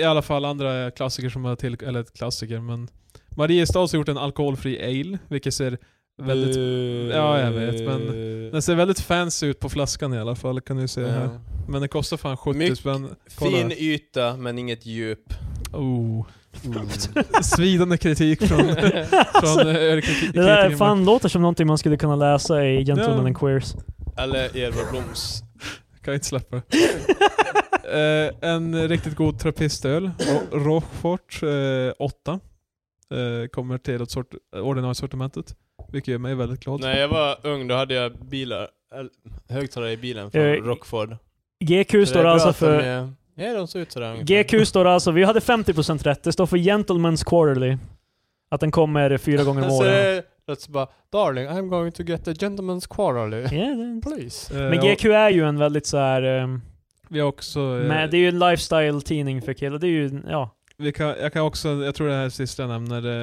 Speaker 3: I alla fall andra klassiker som har till, eller klassiker men Mariestads har gjort en alkoholfri ale, vilket ser väldigt,
Speaker 2: Mm.
Speaker 3: Ja, jag vet,
Speaker 1: men...
Speaker 3: den ser väldigt fancy ut på flaskan i alla fall kan du se här. Men det kostar fan 70
Speaker 1: Mycket
Speaker 3: spänn. Kolla.
Speaker 1: Fin yta, men inget djup.
Speaker 3: Oh. Svidande kritik från, från eh, Erik
Speaker 2: Alltså, Det där fan låter som någonting man skulle kunna läsa i Gentlemen
Speaker 3: Ja.
Speaker 2: and Queers.
Speaker 1: Eller Edvard Bloms.
Speaker 3: Kan inte släppa det. Eh, en riktigt god trappistöl, Ro- Rochefort 8. kommer till ett sort, ordinarie sortimentet. Vilket gör mig väldigt glad.
Speaker 1: När jag var ung då hade jag bilar, eller, högtalare i bilen från
Speaker 2: Eh,
Speaker 1: Rockford.
Speaker 2: GQ
Speaker 1: Så
Speaker 2: står
Speaker 1: det är bra
Speaker 2: alltså
Speaker 1: att de
Speaker 2: för...
Speaker 1: är- Ja, de ser ut sådär ungefär.
Speaker 2: GQ står alltså, vi hade 50% rätt, det står för Gentlemen's Quarterly. Att den kommer fyra gånger om
Speaker 1: Så Alltså, det
Speaker 2: året.
Speaker 1: är- Let's bara, darling I'm going to get a gentleman's quarterly.
Speaker 2: Yeah, det-
Speaker 1: Please.
Speaker 3: Eh,
Speaker 2: men
Speaker 3: och
Speaker 2: GQ är ju en väldigt så här, ehm,
Speaker 3: Vi har också... eh,
Speaker 2: men det är ju en lifestyle-tidning för killar. Det är ju, ja.
Speaker 3: vi kan, jag kan också, jag tror det här sista jag nämner,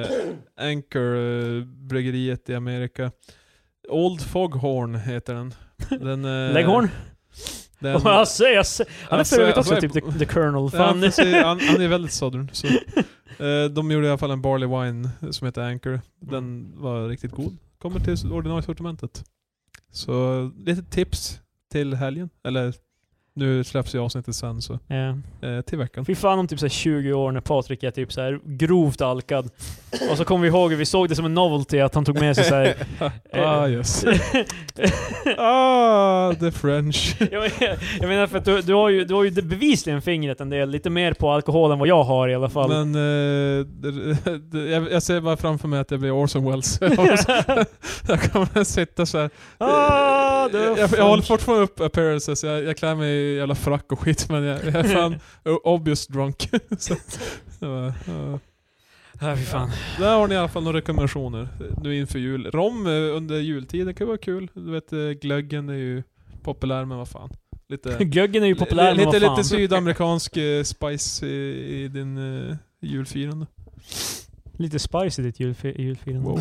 Speaker 3: eh, Anchor, eh, bryggeriet i Amerika. Old Foghorn heter den. den eh,
Speaker 2: Leghorn?
Speaker 3: Den,
Speaker 2: Och jag ser, jag ser. Han är
Speaker 3: Alltså,
Speaker 2: för övrigt
Speaker 3: alltså,
Speaker 2: också typ the, the Colonel.
Speaker 3: Ja,
Speaker 2: Fan.
Speaker 3: precis. han, han är väldigt southern. Så. Eh, de gjorde i alla fall en Barley Wine eh, som heter Anchor. Den var riktigt god. Kommer till ordinarie sortimentet. Så eh, lite tips till helgen. Eller nu släpps ju avsnittet sen så
Speaker 2: Ja.
Speaker 3: eh, till veckan.
Speaker 2: Fy fan om typ så här 20 år när Patrik är typ så här grovt alkad. Och så kommer vi ihåg hur vi såg det som en novelty att han tog med sig så här. Eh,
Speaker 3: Ah yes. ah the French.
Speaker 2: jag, men- jag menar för att du, du, har ju, du har ju bevisligen fingret en del, lite mer på alkohol än vad jag har i alla fall.
Speaker 3: Men eh, det- det- jag, jag ser bara framför mig att jag blir Orson Welles. jag kommer att sitta så här.
Speaker 2: ah, det var
Speaker 3: jag, jag,
Speaker 2: fan-
Speaker 3: jag håller fortfarande upp appearances, jag, jag klär mig i jävla frack och skit men jag, jag är fan o- obvious drunk. så, ja, ja.
Speaker 2: Ah, fy fan.
Speaker 3: Där har ni i alla fall några rekommendationer eh, nu inför jul. Rom eh, under jultiden kan ju vara kul. Du vet eh, glöggen är ju populär men vad fan. Lite,
Speaker 2: Glöggen är ju populär men
Speaker 3: lite,
Speaker 2: vad fan.
Speaker 3: lite sydamerikansk eh, spice i, i din eh, julfirande.
Speaker 2: lite spice i ditt julfi- julfirande.
Speaker 3: Wow.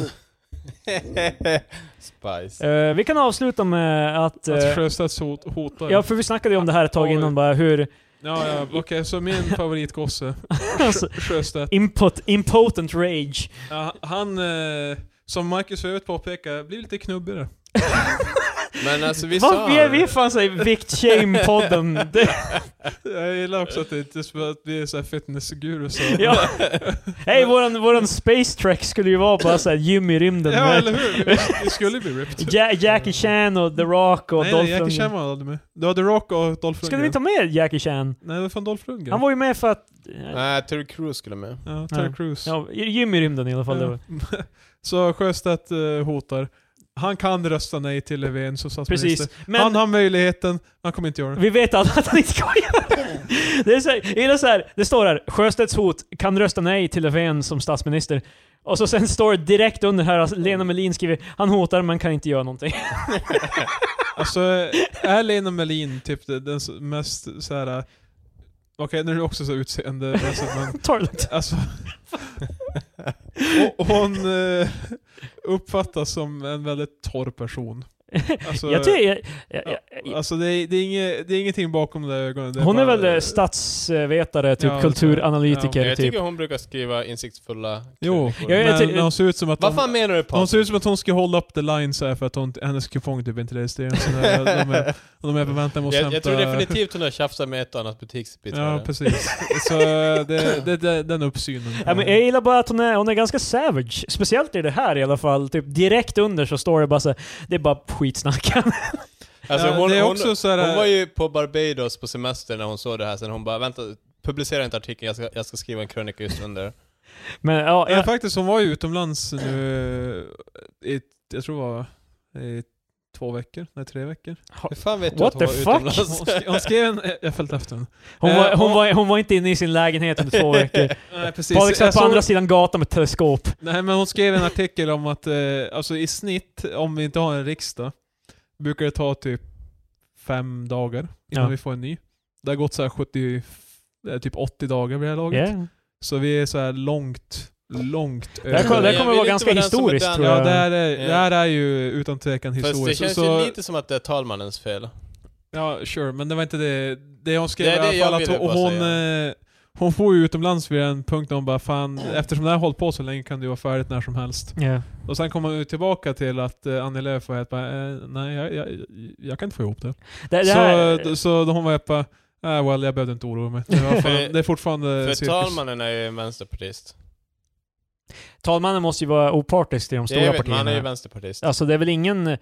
Speaker 1: Spice.
Speaker 2: Eh, vi kan avsluta med att... eh,
Speaker 3: Att Sjöstedt hot, hotar.
Speaker 2: ja, för vi snackade ju om det här ett tag
Speaker 3: Alltså, Oj.
Speaker 2: innan bara hur...
Speaker 3: Ja, ja, okej, så min favoritgosse,
Speaker 2: Alltså,
Speaker 3: Sjöstedt.
Speaker 2: Input, impotent rage.
Speaker 3: Ja, han, eh, som Marcus förut påpekade, blir lite knubbigare.
Speaker 1: Men alltså vi sa...
Speaker 2: Vad vi är vi är fan såhär vikt-shame-podden? Det-
Speaker 3: Jag gillar också att det inte är så att vi är såhär fitnessgurus. och-
Speaker 2: ja. Hej, våran, våran space track skulle ju vara bara såhär gym i rymden.
Speaker 3: ja,
Speaker 2: med
Speaker 3: eller hur? Vi, vi skulle bli ripped.
Speaker 2: ja, Jackie Chan och The Rock och
Speaker 3: Nej,
Speaker 2: Dolph
Speaker 3: nej, Jackie Chan
Speaker 2: Lundgren.
Speaker 3: var aldrig med. Du hade Rock och Dolph Lundgren.
Speaker 2: Skulle vi ta med Jackie Chan?
Speaker 3: Nej, det var fan Dolph Lundgren.
Speaker 2: Han var ju med för att...
Speaker 1: Nej, Terry Crews skulle med.
Speaker 3: Ja, Terry
Speaker 2: Ja.
Speaker 3: Crews.
Speaker 2: Ja, gym i rymden i alla fall. det var.
Speaker 3: Ja. så Sjöstedt eh, hotar. Han kan rösta nej till Löfven som statsminister.
Speaker 2: Precis.
Speaker 3: Precis.
Speaker 2: Men
Speaker 3: Han har möjligheten, han kommer inte göra det.
Speaker 2: vi vet alla att han inte kommer göra det. Det är så här, är det, så här, det står här, Sjöstedts hot, kan rösta nej till Löfven som statsminister. Och så sen står det direkt under här, alltså, Lena Melin skriver, han hotar men kan inte göra någonting.
Speaker 3: Alltså, är Lena Melin typ det- den s- mest såhär... Okej, nu är det också så utseende men
Speaker 2: Ta det lugnt.
Speaker 3: alltså... och- Hon eh, uppfattas som en väldigt torr person. Alltså,
Speaker 2: jag tycker, jag, jag, jag,
Speaker 3: alltså det, är, det, är inget, det är ingenting bakom de där ögonen. Det
Speaker 2: hon är
Speaker 3: bara-
Speaker 2: väl eh, statsvetare, typ
Speaker 3: Ja, det tror jag.
Speaker 2: kulturanalytiker.
Speaker 1: jag
Speaker 2: typ.
Speaker 1: tycker hon brukar skriva insiktsfulla
Speaker 3: Jo,
Speaker 1: krönikor.
Speaker 2: Jag-
Speaker 3: men
Speaker 2: ty-
Speaker 3: hon ser ut som att
Speaker 1: Vad
Speaker 3: hon,
Speaker 1: fan menar du
Speaker 3: hon
Speaker 1: Patrik?
Speaker 3: ser ut som att hon ska hålla upp the line så här för att hon, hennes kupong typ inte registreras. De är, de är på väntan och
Speaker 1: Jag, jag tror definitivt hon har tjafsat med ett och annat butiksbiträde.
Speaker 3: Ja, precis. Så det, det, det, den uppsynen.
Speaker 2: Ja, men jag gillar bara att hon är, hon är ganska savage. Speciellt i det här i alla fall. Typ direkt under så står det bara så här, det är bara skitsnack.
Speaker 1: alltså,
Speaker 3: Ja,
Speaker 1: hon,
Speaker 3: det är
Speaker 1: hon,
Speaker 3: också så här,
Speaker 1: hon var ju på Barbados på semester när hon såg det här, sen hon bara vänta, publicera inte artikeln, jag ska, jag ska skriva en krönika just under.
Speaker 2: Men ja,
Speaker 3: Men
Speaker 2: jag,
Speaker 3: faktiskt, hon var ju utomlands nu eh, i, jag tror det var i två veckor, nej tre veckor.
Speaker 1: Hur fan vet du
Speaker 2: What
Speaker 1: att hon
Speaker 2: the
Speaker 1: var
Speaker 2: fuck?
Speaker 1: utomlands?
Speaker 3: Hon, sk- hon skrev en, jag följde efter henne.
Speaker 2: Hon,
Speaker 3: Eh,
Speaker 2: var, hon,
Speaker 3: och-
Speaker 2: var, hon var inte inne i sin lägenhet under två veckor.
Speaker 3: Nej precis.
Speaker 2: Patrik satt
Speaker 3: Jag
Speaker 2: på
Speaker 3: såg-
Speaker 2: andra sidan gatan med teleskop.
Speaker 3: Nej men hon skrev en artikel om att eh, alltså i snitt, om vi inte har en riksdag, brukar det ta typ fem dagar innan
Speaker 2: Ja.
Speaker 3: vi får en ny. Det har gått så här 70, eh, typ 80 dagar vid det här laget.
Speaker 2: Yeah.
Speaker 3: Så vi är så här långt, långt
Speaker 2: Det här
Speaker 1: kommer-
Speaker 2: kommer,
Speaker 1: det
Speaker 2: det
Speaker 1: här kommer
Speaker 2: kommer
Speaker 1: Jag vill
Speaker 2: vara
Speaker 1: vara inte ganska
Speaker 2: ganska
Speaker 1: vara den som är historiskt, den.
Speaker 2: historiskt tror
Speaker 1: tror
Speaker 3: Ja, det
Speaker 2: jag.
Speaker 3: här är,
Speaker 1: Ja.
Speaker 3: det här är ju utan tvekan
Speaker 1: Fast det
Speaker 3: historiskt.
Speaker 1: känns
Speaker 3: så,
Speaker 1: ju lite som att det är talmannens fel.
Speaker 3: Ja, sure, men det var inte det, det hon skrev
Speaker 1: Det är det
Speaker 3: i alla
Speaker 1: jag
Speaker 3: fall. Att
Speaker 1: ville
Speaker 3: hon, och
Speaker 1: bara
Speaker 3: hon, eh, hon får ju utomlands vid en punkt där hon bara fan, eftersom det här har hållit på så länge kan det vara färdigt när som helst. Och sen kommer hon ju tillbaka till att eh, Annie Lööf var helt bara, eh, nej jag, jag, jag kan inte få ihop det.
Speaker 2: Det, det
Speaker 3: så,
Speaker 1: eh,
Speaker 2: här,
Speaker 3: d- så hon var helt bara, eh, well jag behövde inte oroa mig. Det, var fan, det är fortfarande
Speaker 1: För
Speaker 3: cirkus.
Speaker 1: talmannen är ju vänsterpartist.
Speaker 2: talmannen måste ju vara opartisk till de
Speaker 1: Det
Speaker 2: stora
Speaker 1: vet man, han är ju
Speaker 2: partierna.
Speaker 1: vänsterpartist.
Speaker 2: Alltså det är väl ingen...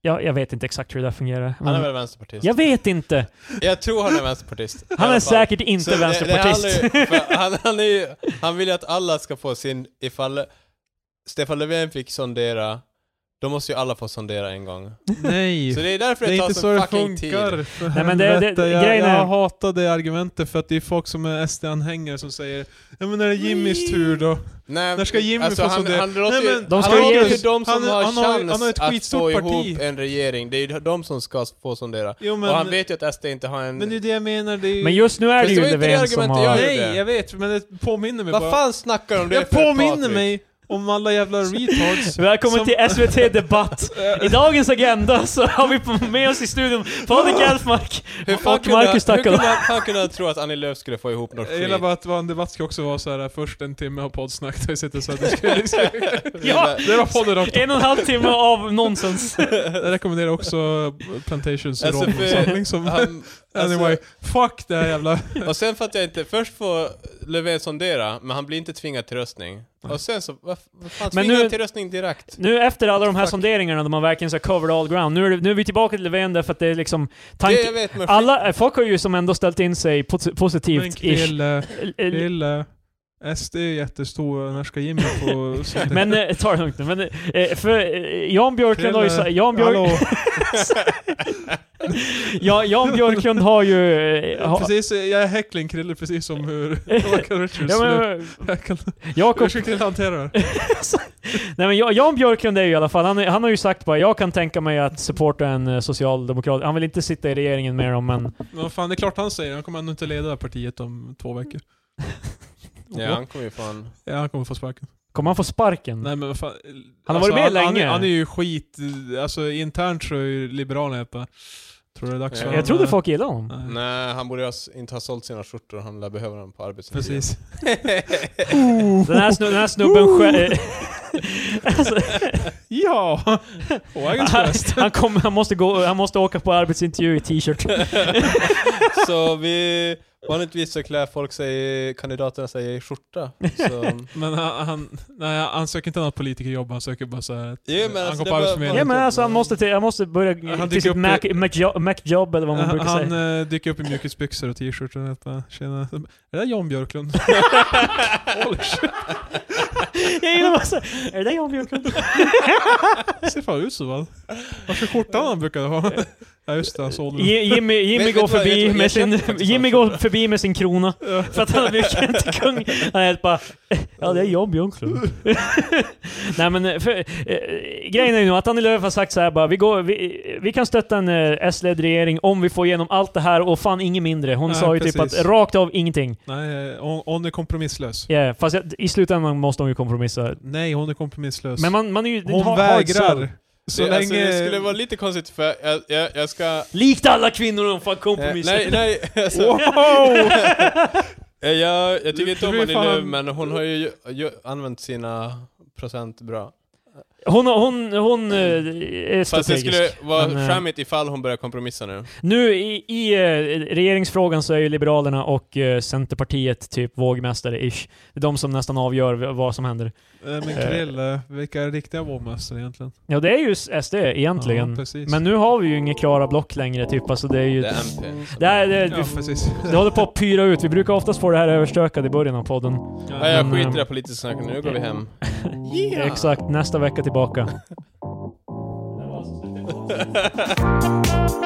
Speaker 2: Jag, jag vet inte exakt hur det där fungerar.
Speaker 1: Han är
Speaker 2: Men-
Speaker 1: väl vänsterpartist?
Speaker 2: jag vet inte!
Speaker 1: Jag tror han är vänsterpartist. i
Speaker 2: Han
Speaker 1: alla
Speaker 2: är
Speaker 1: fall.
Speaker 2: säkert inte
Speaker 1: Så det- det
Speaker 2: vänsterpartist.
Speaker 1: handlar ju- för han, han, är ju, han vill ju att alla ska få sin, ifall Stefan Löfven fick sondera, då måste ju alla få sondera en gång.
Speaker 3: Nej.
Speaker 1: Så det är därför det,
Speaker 3: Det är
Speaker 1: tar
Speaker 3: inte så
Speaker 1: sån
Speaker 3: det
Speaker 1: fucking tid.
Speaker 3: funkar. för
Speaker 2: Nej, men det- det-
Speaker 3: helvete. jag,
Speaker 2: grejen är-
Speaker 3: jag hatar det argumentet för att det är folk som är SD-anhängare som säger Ja men är det Jimmys tur då?
Speaker 1: Nej,
Speaker 3: När ska Jimmy
Speaker 1: alltså
Speaker 3: få
Speaker 1: han,
Speaker 3: sondera?
Speaker 1: han låter
Speaker 3: Nej,
Speaker 1: ju,
Speaker 3: men-
Speaker 2: De ska
Speaker 1: han
Speaker 2: ju
Speaker 1: låter
Speaker 2: ge-
Speaker 1: ju de som
Speaker 3: han-
Speaker 1: har
Speaker 3: han
Speaker 1: chans
Speaker 3: har- han har ett
Speaker 1: att
Speaker 3: skitstort
Speaker 1: få
Speaker 3: parti.
Speaker 1: ihop en regering. Det är ju de som ska få sondera.
Speaker 3: Jo,
Speaker 1: och han vet ju att SD inte har en...
Speaker 3: men det är det jag menar. Det är ju...
Speaker 2: Men just nu är
Speaker 1: Fast
Speaker 2: det
Speaker 1: det
Speaker 2: ju
Speaker 1: var ju inte det
Speaker 2: Löfven som
Speaker 1: argumentet
Speaker 2: har...
Speaker 1: jag-
Speaker 3: Nej,
Speaker 1: det.
Speaker 3: jag vet, men det påminner mig
Speaker 1: Vad
Speaker 3: bara.
Speaker 1: fan snackar du om det
Speaker 3: jag
Speaker 1: för,
Speaker 3: påminner
Speaker 1: Patrik?
Speaker 3: mig om alla jävla retards.
Speaker 2: Välkommen
Speaker 3: Som-
Speaker 2: till SVT Debatt! I dagens agenda så har vi på- med oss i studion Patrik Elfmark
Speaker 1: Hur fan
Speaker 2: och
Speaker 1: kunde-
Speaker 2: Marcus
Speaker 1: Hur kunde
Speaker 2: Takala.
Speaker 1: han han kunde han tro att Annie Lööf skulle få ihop något
Speaker 3: Jag gillar
Speaker 1: skit?
Speaker 3: bara att det var en debatt ska också vara så här först en timme av poddsnack där vi sitter så här och diskuterar.
Speaker 2: Ja!
Speaker 3: Det var podden rakt
Speaker 2: En och en halv timme av nonsens.
Speaker 3: Jag rekommenderar också Plantations
Speaker 1: Alltså, för-
Speaker 3: rådmanssamling som...
Speaker 1: Han,
Speaker 3: anyway, fuck det här jävla...
Speaker 1: alltså, och sen fattar jag inte, först får Löfven sondera, men han blir inte tvingad till röstning. Och sen så, vad vad fan,
Speaker 2: Men
Speaker 1: tvingar
Speaker 2: nu-
Speaker 1: han till röstning direkt?
Speaker 2: Nu efter alla de här
Speaker 1: Fuck.
Speaker 2: sonderingarna där man verkligen så här covered all ground, nu är, det, nu är vi tillbaka till Löfven därför att det är liksom...
Speaker 1: det
Speaker 2: Tank,
Speaker 1: jag vet men
Speaker 2: alla, eh, folk har ju som ändå ställt in sig pos-
Speaker 3: Men
Speaker 2: positivt ish.
Speaker 3: kille,
Speaker 2: Eh, eh,
Speaker 3: kille. SD är jättestora, när ska Jimmy få... sitta?
Speaker 2: Men eh, ta det lugnt nu. Men, eh, för, eh, Jan Björklund har ju... sa- Jan, Björk,
Speaker 3: Hallå.
Speaker 2: ja, Jan Björklund har ju... eh, ha-
Speaker 3: Precis, jag är häckling Krille precis som hur Michael Richards
Speaker 2: Ja,
Speaker 3: nu.
Speaker 2: men,
Speaker 3: Jag kan-
Speaker 2: Jakob,
Speaker 3: Jag försökte inte hantera det.
Speaker 2: nej men Ja- Jan Björklund är ju i alla fall, han, är- han har ju sagt bara jag kan tänka mig att supporta en eh, socialdemokrat. Han vill inte sitta i regeringen med dem men...
Speaker 3: Men vad fan, det är klart han säger. Han kommer ändå inte leda partiet om två veckor.
Speaker 1: Ja, han kommer ju fan...
Speaker 3: Ja, han kommer få sparken.
Speaker 2: Kommer han få sparken?
Speaker 3: Nej men vad fan.
Speaker 2: Mm.
Speaker 3: alltså,
Speaker 2: har varit med
Speaker 3: han,
Speaker 2: länge.
Speaker 3: Han, han är ju skit... Alltså internt så är ju Liberalerna ett bara... Tror du det är dags
Speaker 1: Ja.
Speaker 3: för
Speaker 2: jag trodde folk gillade honom.
Speaker 3: Nej.
Speaker 1: Nej, han borde ju ha s- inte ha sålt sina skjortor, han lär behöva dem på arbetsintervjun.
Speaker 3: Precis.
Speaker 2: Den här, snu, den här snubben själv... alltså,
Speaker 3: Ja! Wagons
Speaker 2: han,
Speaker 3: Quest.
Speaker 2: han, kommer- han, måste gå, han måste åka på arbetsintervju i t-shirt.
Speaker 1: så vi... Vanligtvis så klär folk sig, kandidaterna sig i skjorta. Så...
Speaker 3: Men han, han, nej, han söker inte något politikerjobb, han söker bara så här,
Speaker 1: Jo, men
Speaker 3: Han
Speaker 1: alltså, det
Speaker 3: går på
Speaker 1: var-
Speaker 3: Arbetsförmedlingen.
Speaker 2: Ja men alltså han måste, till, han måste börja
Speaker 3: Han
Speaker 2: till
Speaker 3: dyker
Speaker 2: sitt
Speaker 3: upp
Speaker 2: Mac,
Speaker 3: i-
Speaker 2: Macjo- Macjobb eller vad man
Speaker 3: Han,
Speaker 2: brukar
Speaker 3: han
Speaker 2: säga.
Speaker 3: eh, dyker upp i mjukisbyxor och t-shirt och jag bara, tjena. Är det där Jan Björklund? Holy shit,
Speaker 2: Jag gillar bara så, här, är det där Jan Björklund?
Speaker 3: det ser fan ut så va? Varför skjortan han brukade ha? Ja just det, han sålde den.
Speaker 2: Ji- Jimmy, Jimmy
Speaker 1: Vet-
Speaker 2: går
Speaker 1: vet du vad- vet du
Speaker 2: förbi
Speaker 1: vad,
Speaker 2: med
Speaker 1: jag
Speaker 2: sin,
Speaker 1: köpte faktiskt
Speaker 2: Jimmy
Speaker 1: en
Speaker 2: går
Speaker 1: skjorta.
Speaker 2: förbi med sin krona. För att han har blivit känd till kung. Han är helt bara, ja det är Jan Björklund. Nej men eh, för, eh, grejen är ju nog att Annie Lööf har sagt så här bara, vi, går, vi, vi kan stötta en eh, S-ledd regering om vi får igenom allt det här och fan inget mindre. Hon
Speaker 3: Nej,
Speaker 2: sa ju typ
Speaker 3: precis.
Speaker 2: att rakt av ingenting.
Speaker 3: Nej, eh, hon, hon är kompromisslös.
Speaker 2: Yeah, fast jag, i slutändan måste hon ju kompromissa.
Speaker 3: Nej, hon är kompromisslös.
Speaker 2: Men man, man är ju...
Speaker 3: hon
Speaker 2: har- har ett stöd.
Speaker 3: vägrar. Så
Speaker 1: det,
Speaker 3: länge...
Speaker 1: alltså, det skulle vara lite konstigt för jag, jag, jag ska...
Speaker 2: Likt alla kvinnor de fan
Speaker 1: Eh,
Speaker 2: kompromissar.
Speaker 1: nej, nej, alltså,
Speaker 3: Wow!
Speaker 1: Eh, jag, jag tycker inte om
Speaker 3: Du- du är
Speaker 1: Annie Lööf,
Speaker 3: fan-
Speaker 1: men hon har ju, ju använt sina procent bra.
Speaker 2: Hon, hon, hon eh, är
Speaker 1: Fast det
Speaker 2: strategisk.
Speaker 1: skulle vara
Speaker 2: Men, eh,
Speaker 1: skämmigt ifall hon börjar kompromissa nu.
Speaker 2: Nu i, i eh, regeringsfrågan så är ju Liberalerna och eh, Centerpartiet typ vågmästare-ish. Det är de som nästan avgör v- vad som händer.
Speaker 3: Eh, Men Krille, vilka är riktiga vågmästare egentligen?
Speaker 2: Ja, det är ju s- SD
Speaker 3: Ja,
Speaker 2: egentligen.
Speaker 3: precis.
Speaker 2: Men nu har vi ju inga klara block längre typ, alltså det är ju...
Speaker 1: Det är MP. som-
Speaker 2: Det, här, det,
Speaker 3: Ja, precis.
Speaker 2: det håller på att pyra ut. Vi brukar oftast få det här överstökat i början av podden.
Speaker 1: Ja, jag
Speaker 2: men,
Speaker 1: skiter i
Speaker 2: ehm,
Speaker 1: det här politiska snacket, nu går vi hem.
Speaker 2: Exakt, nästa vecka tillbaka. Bom, bom.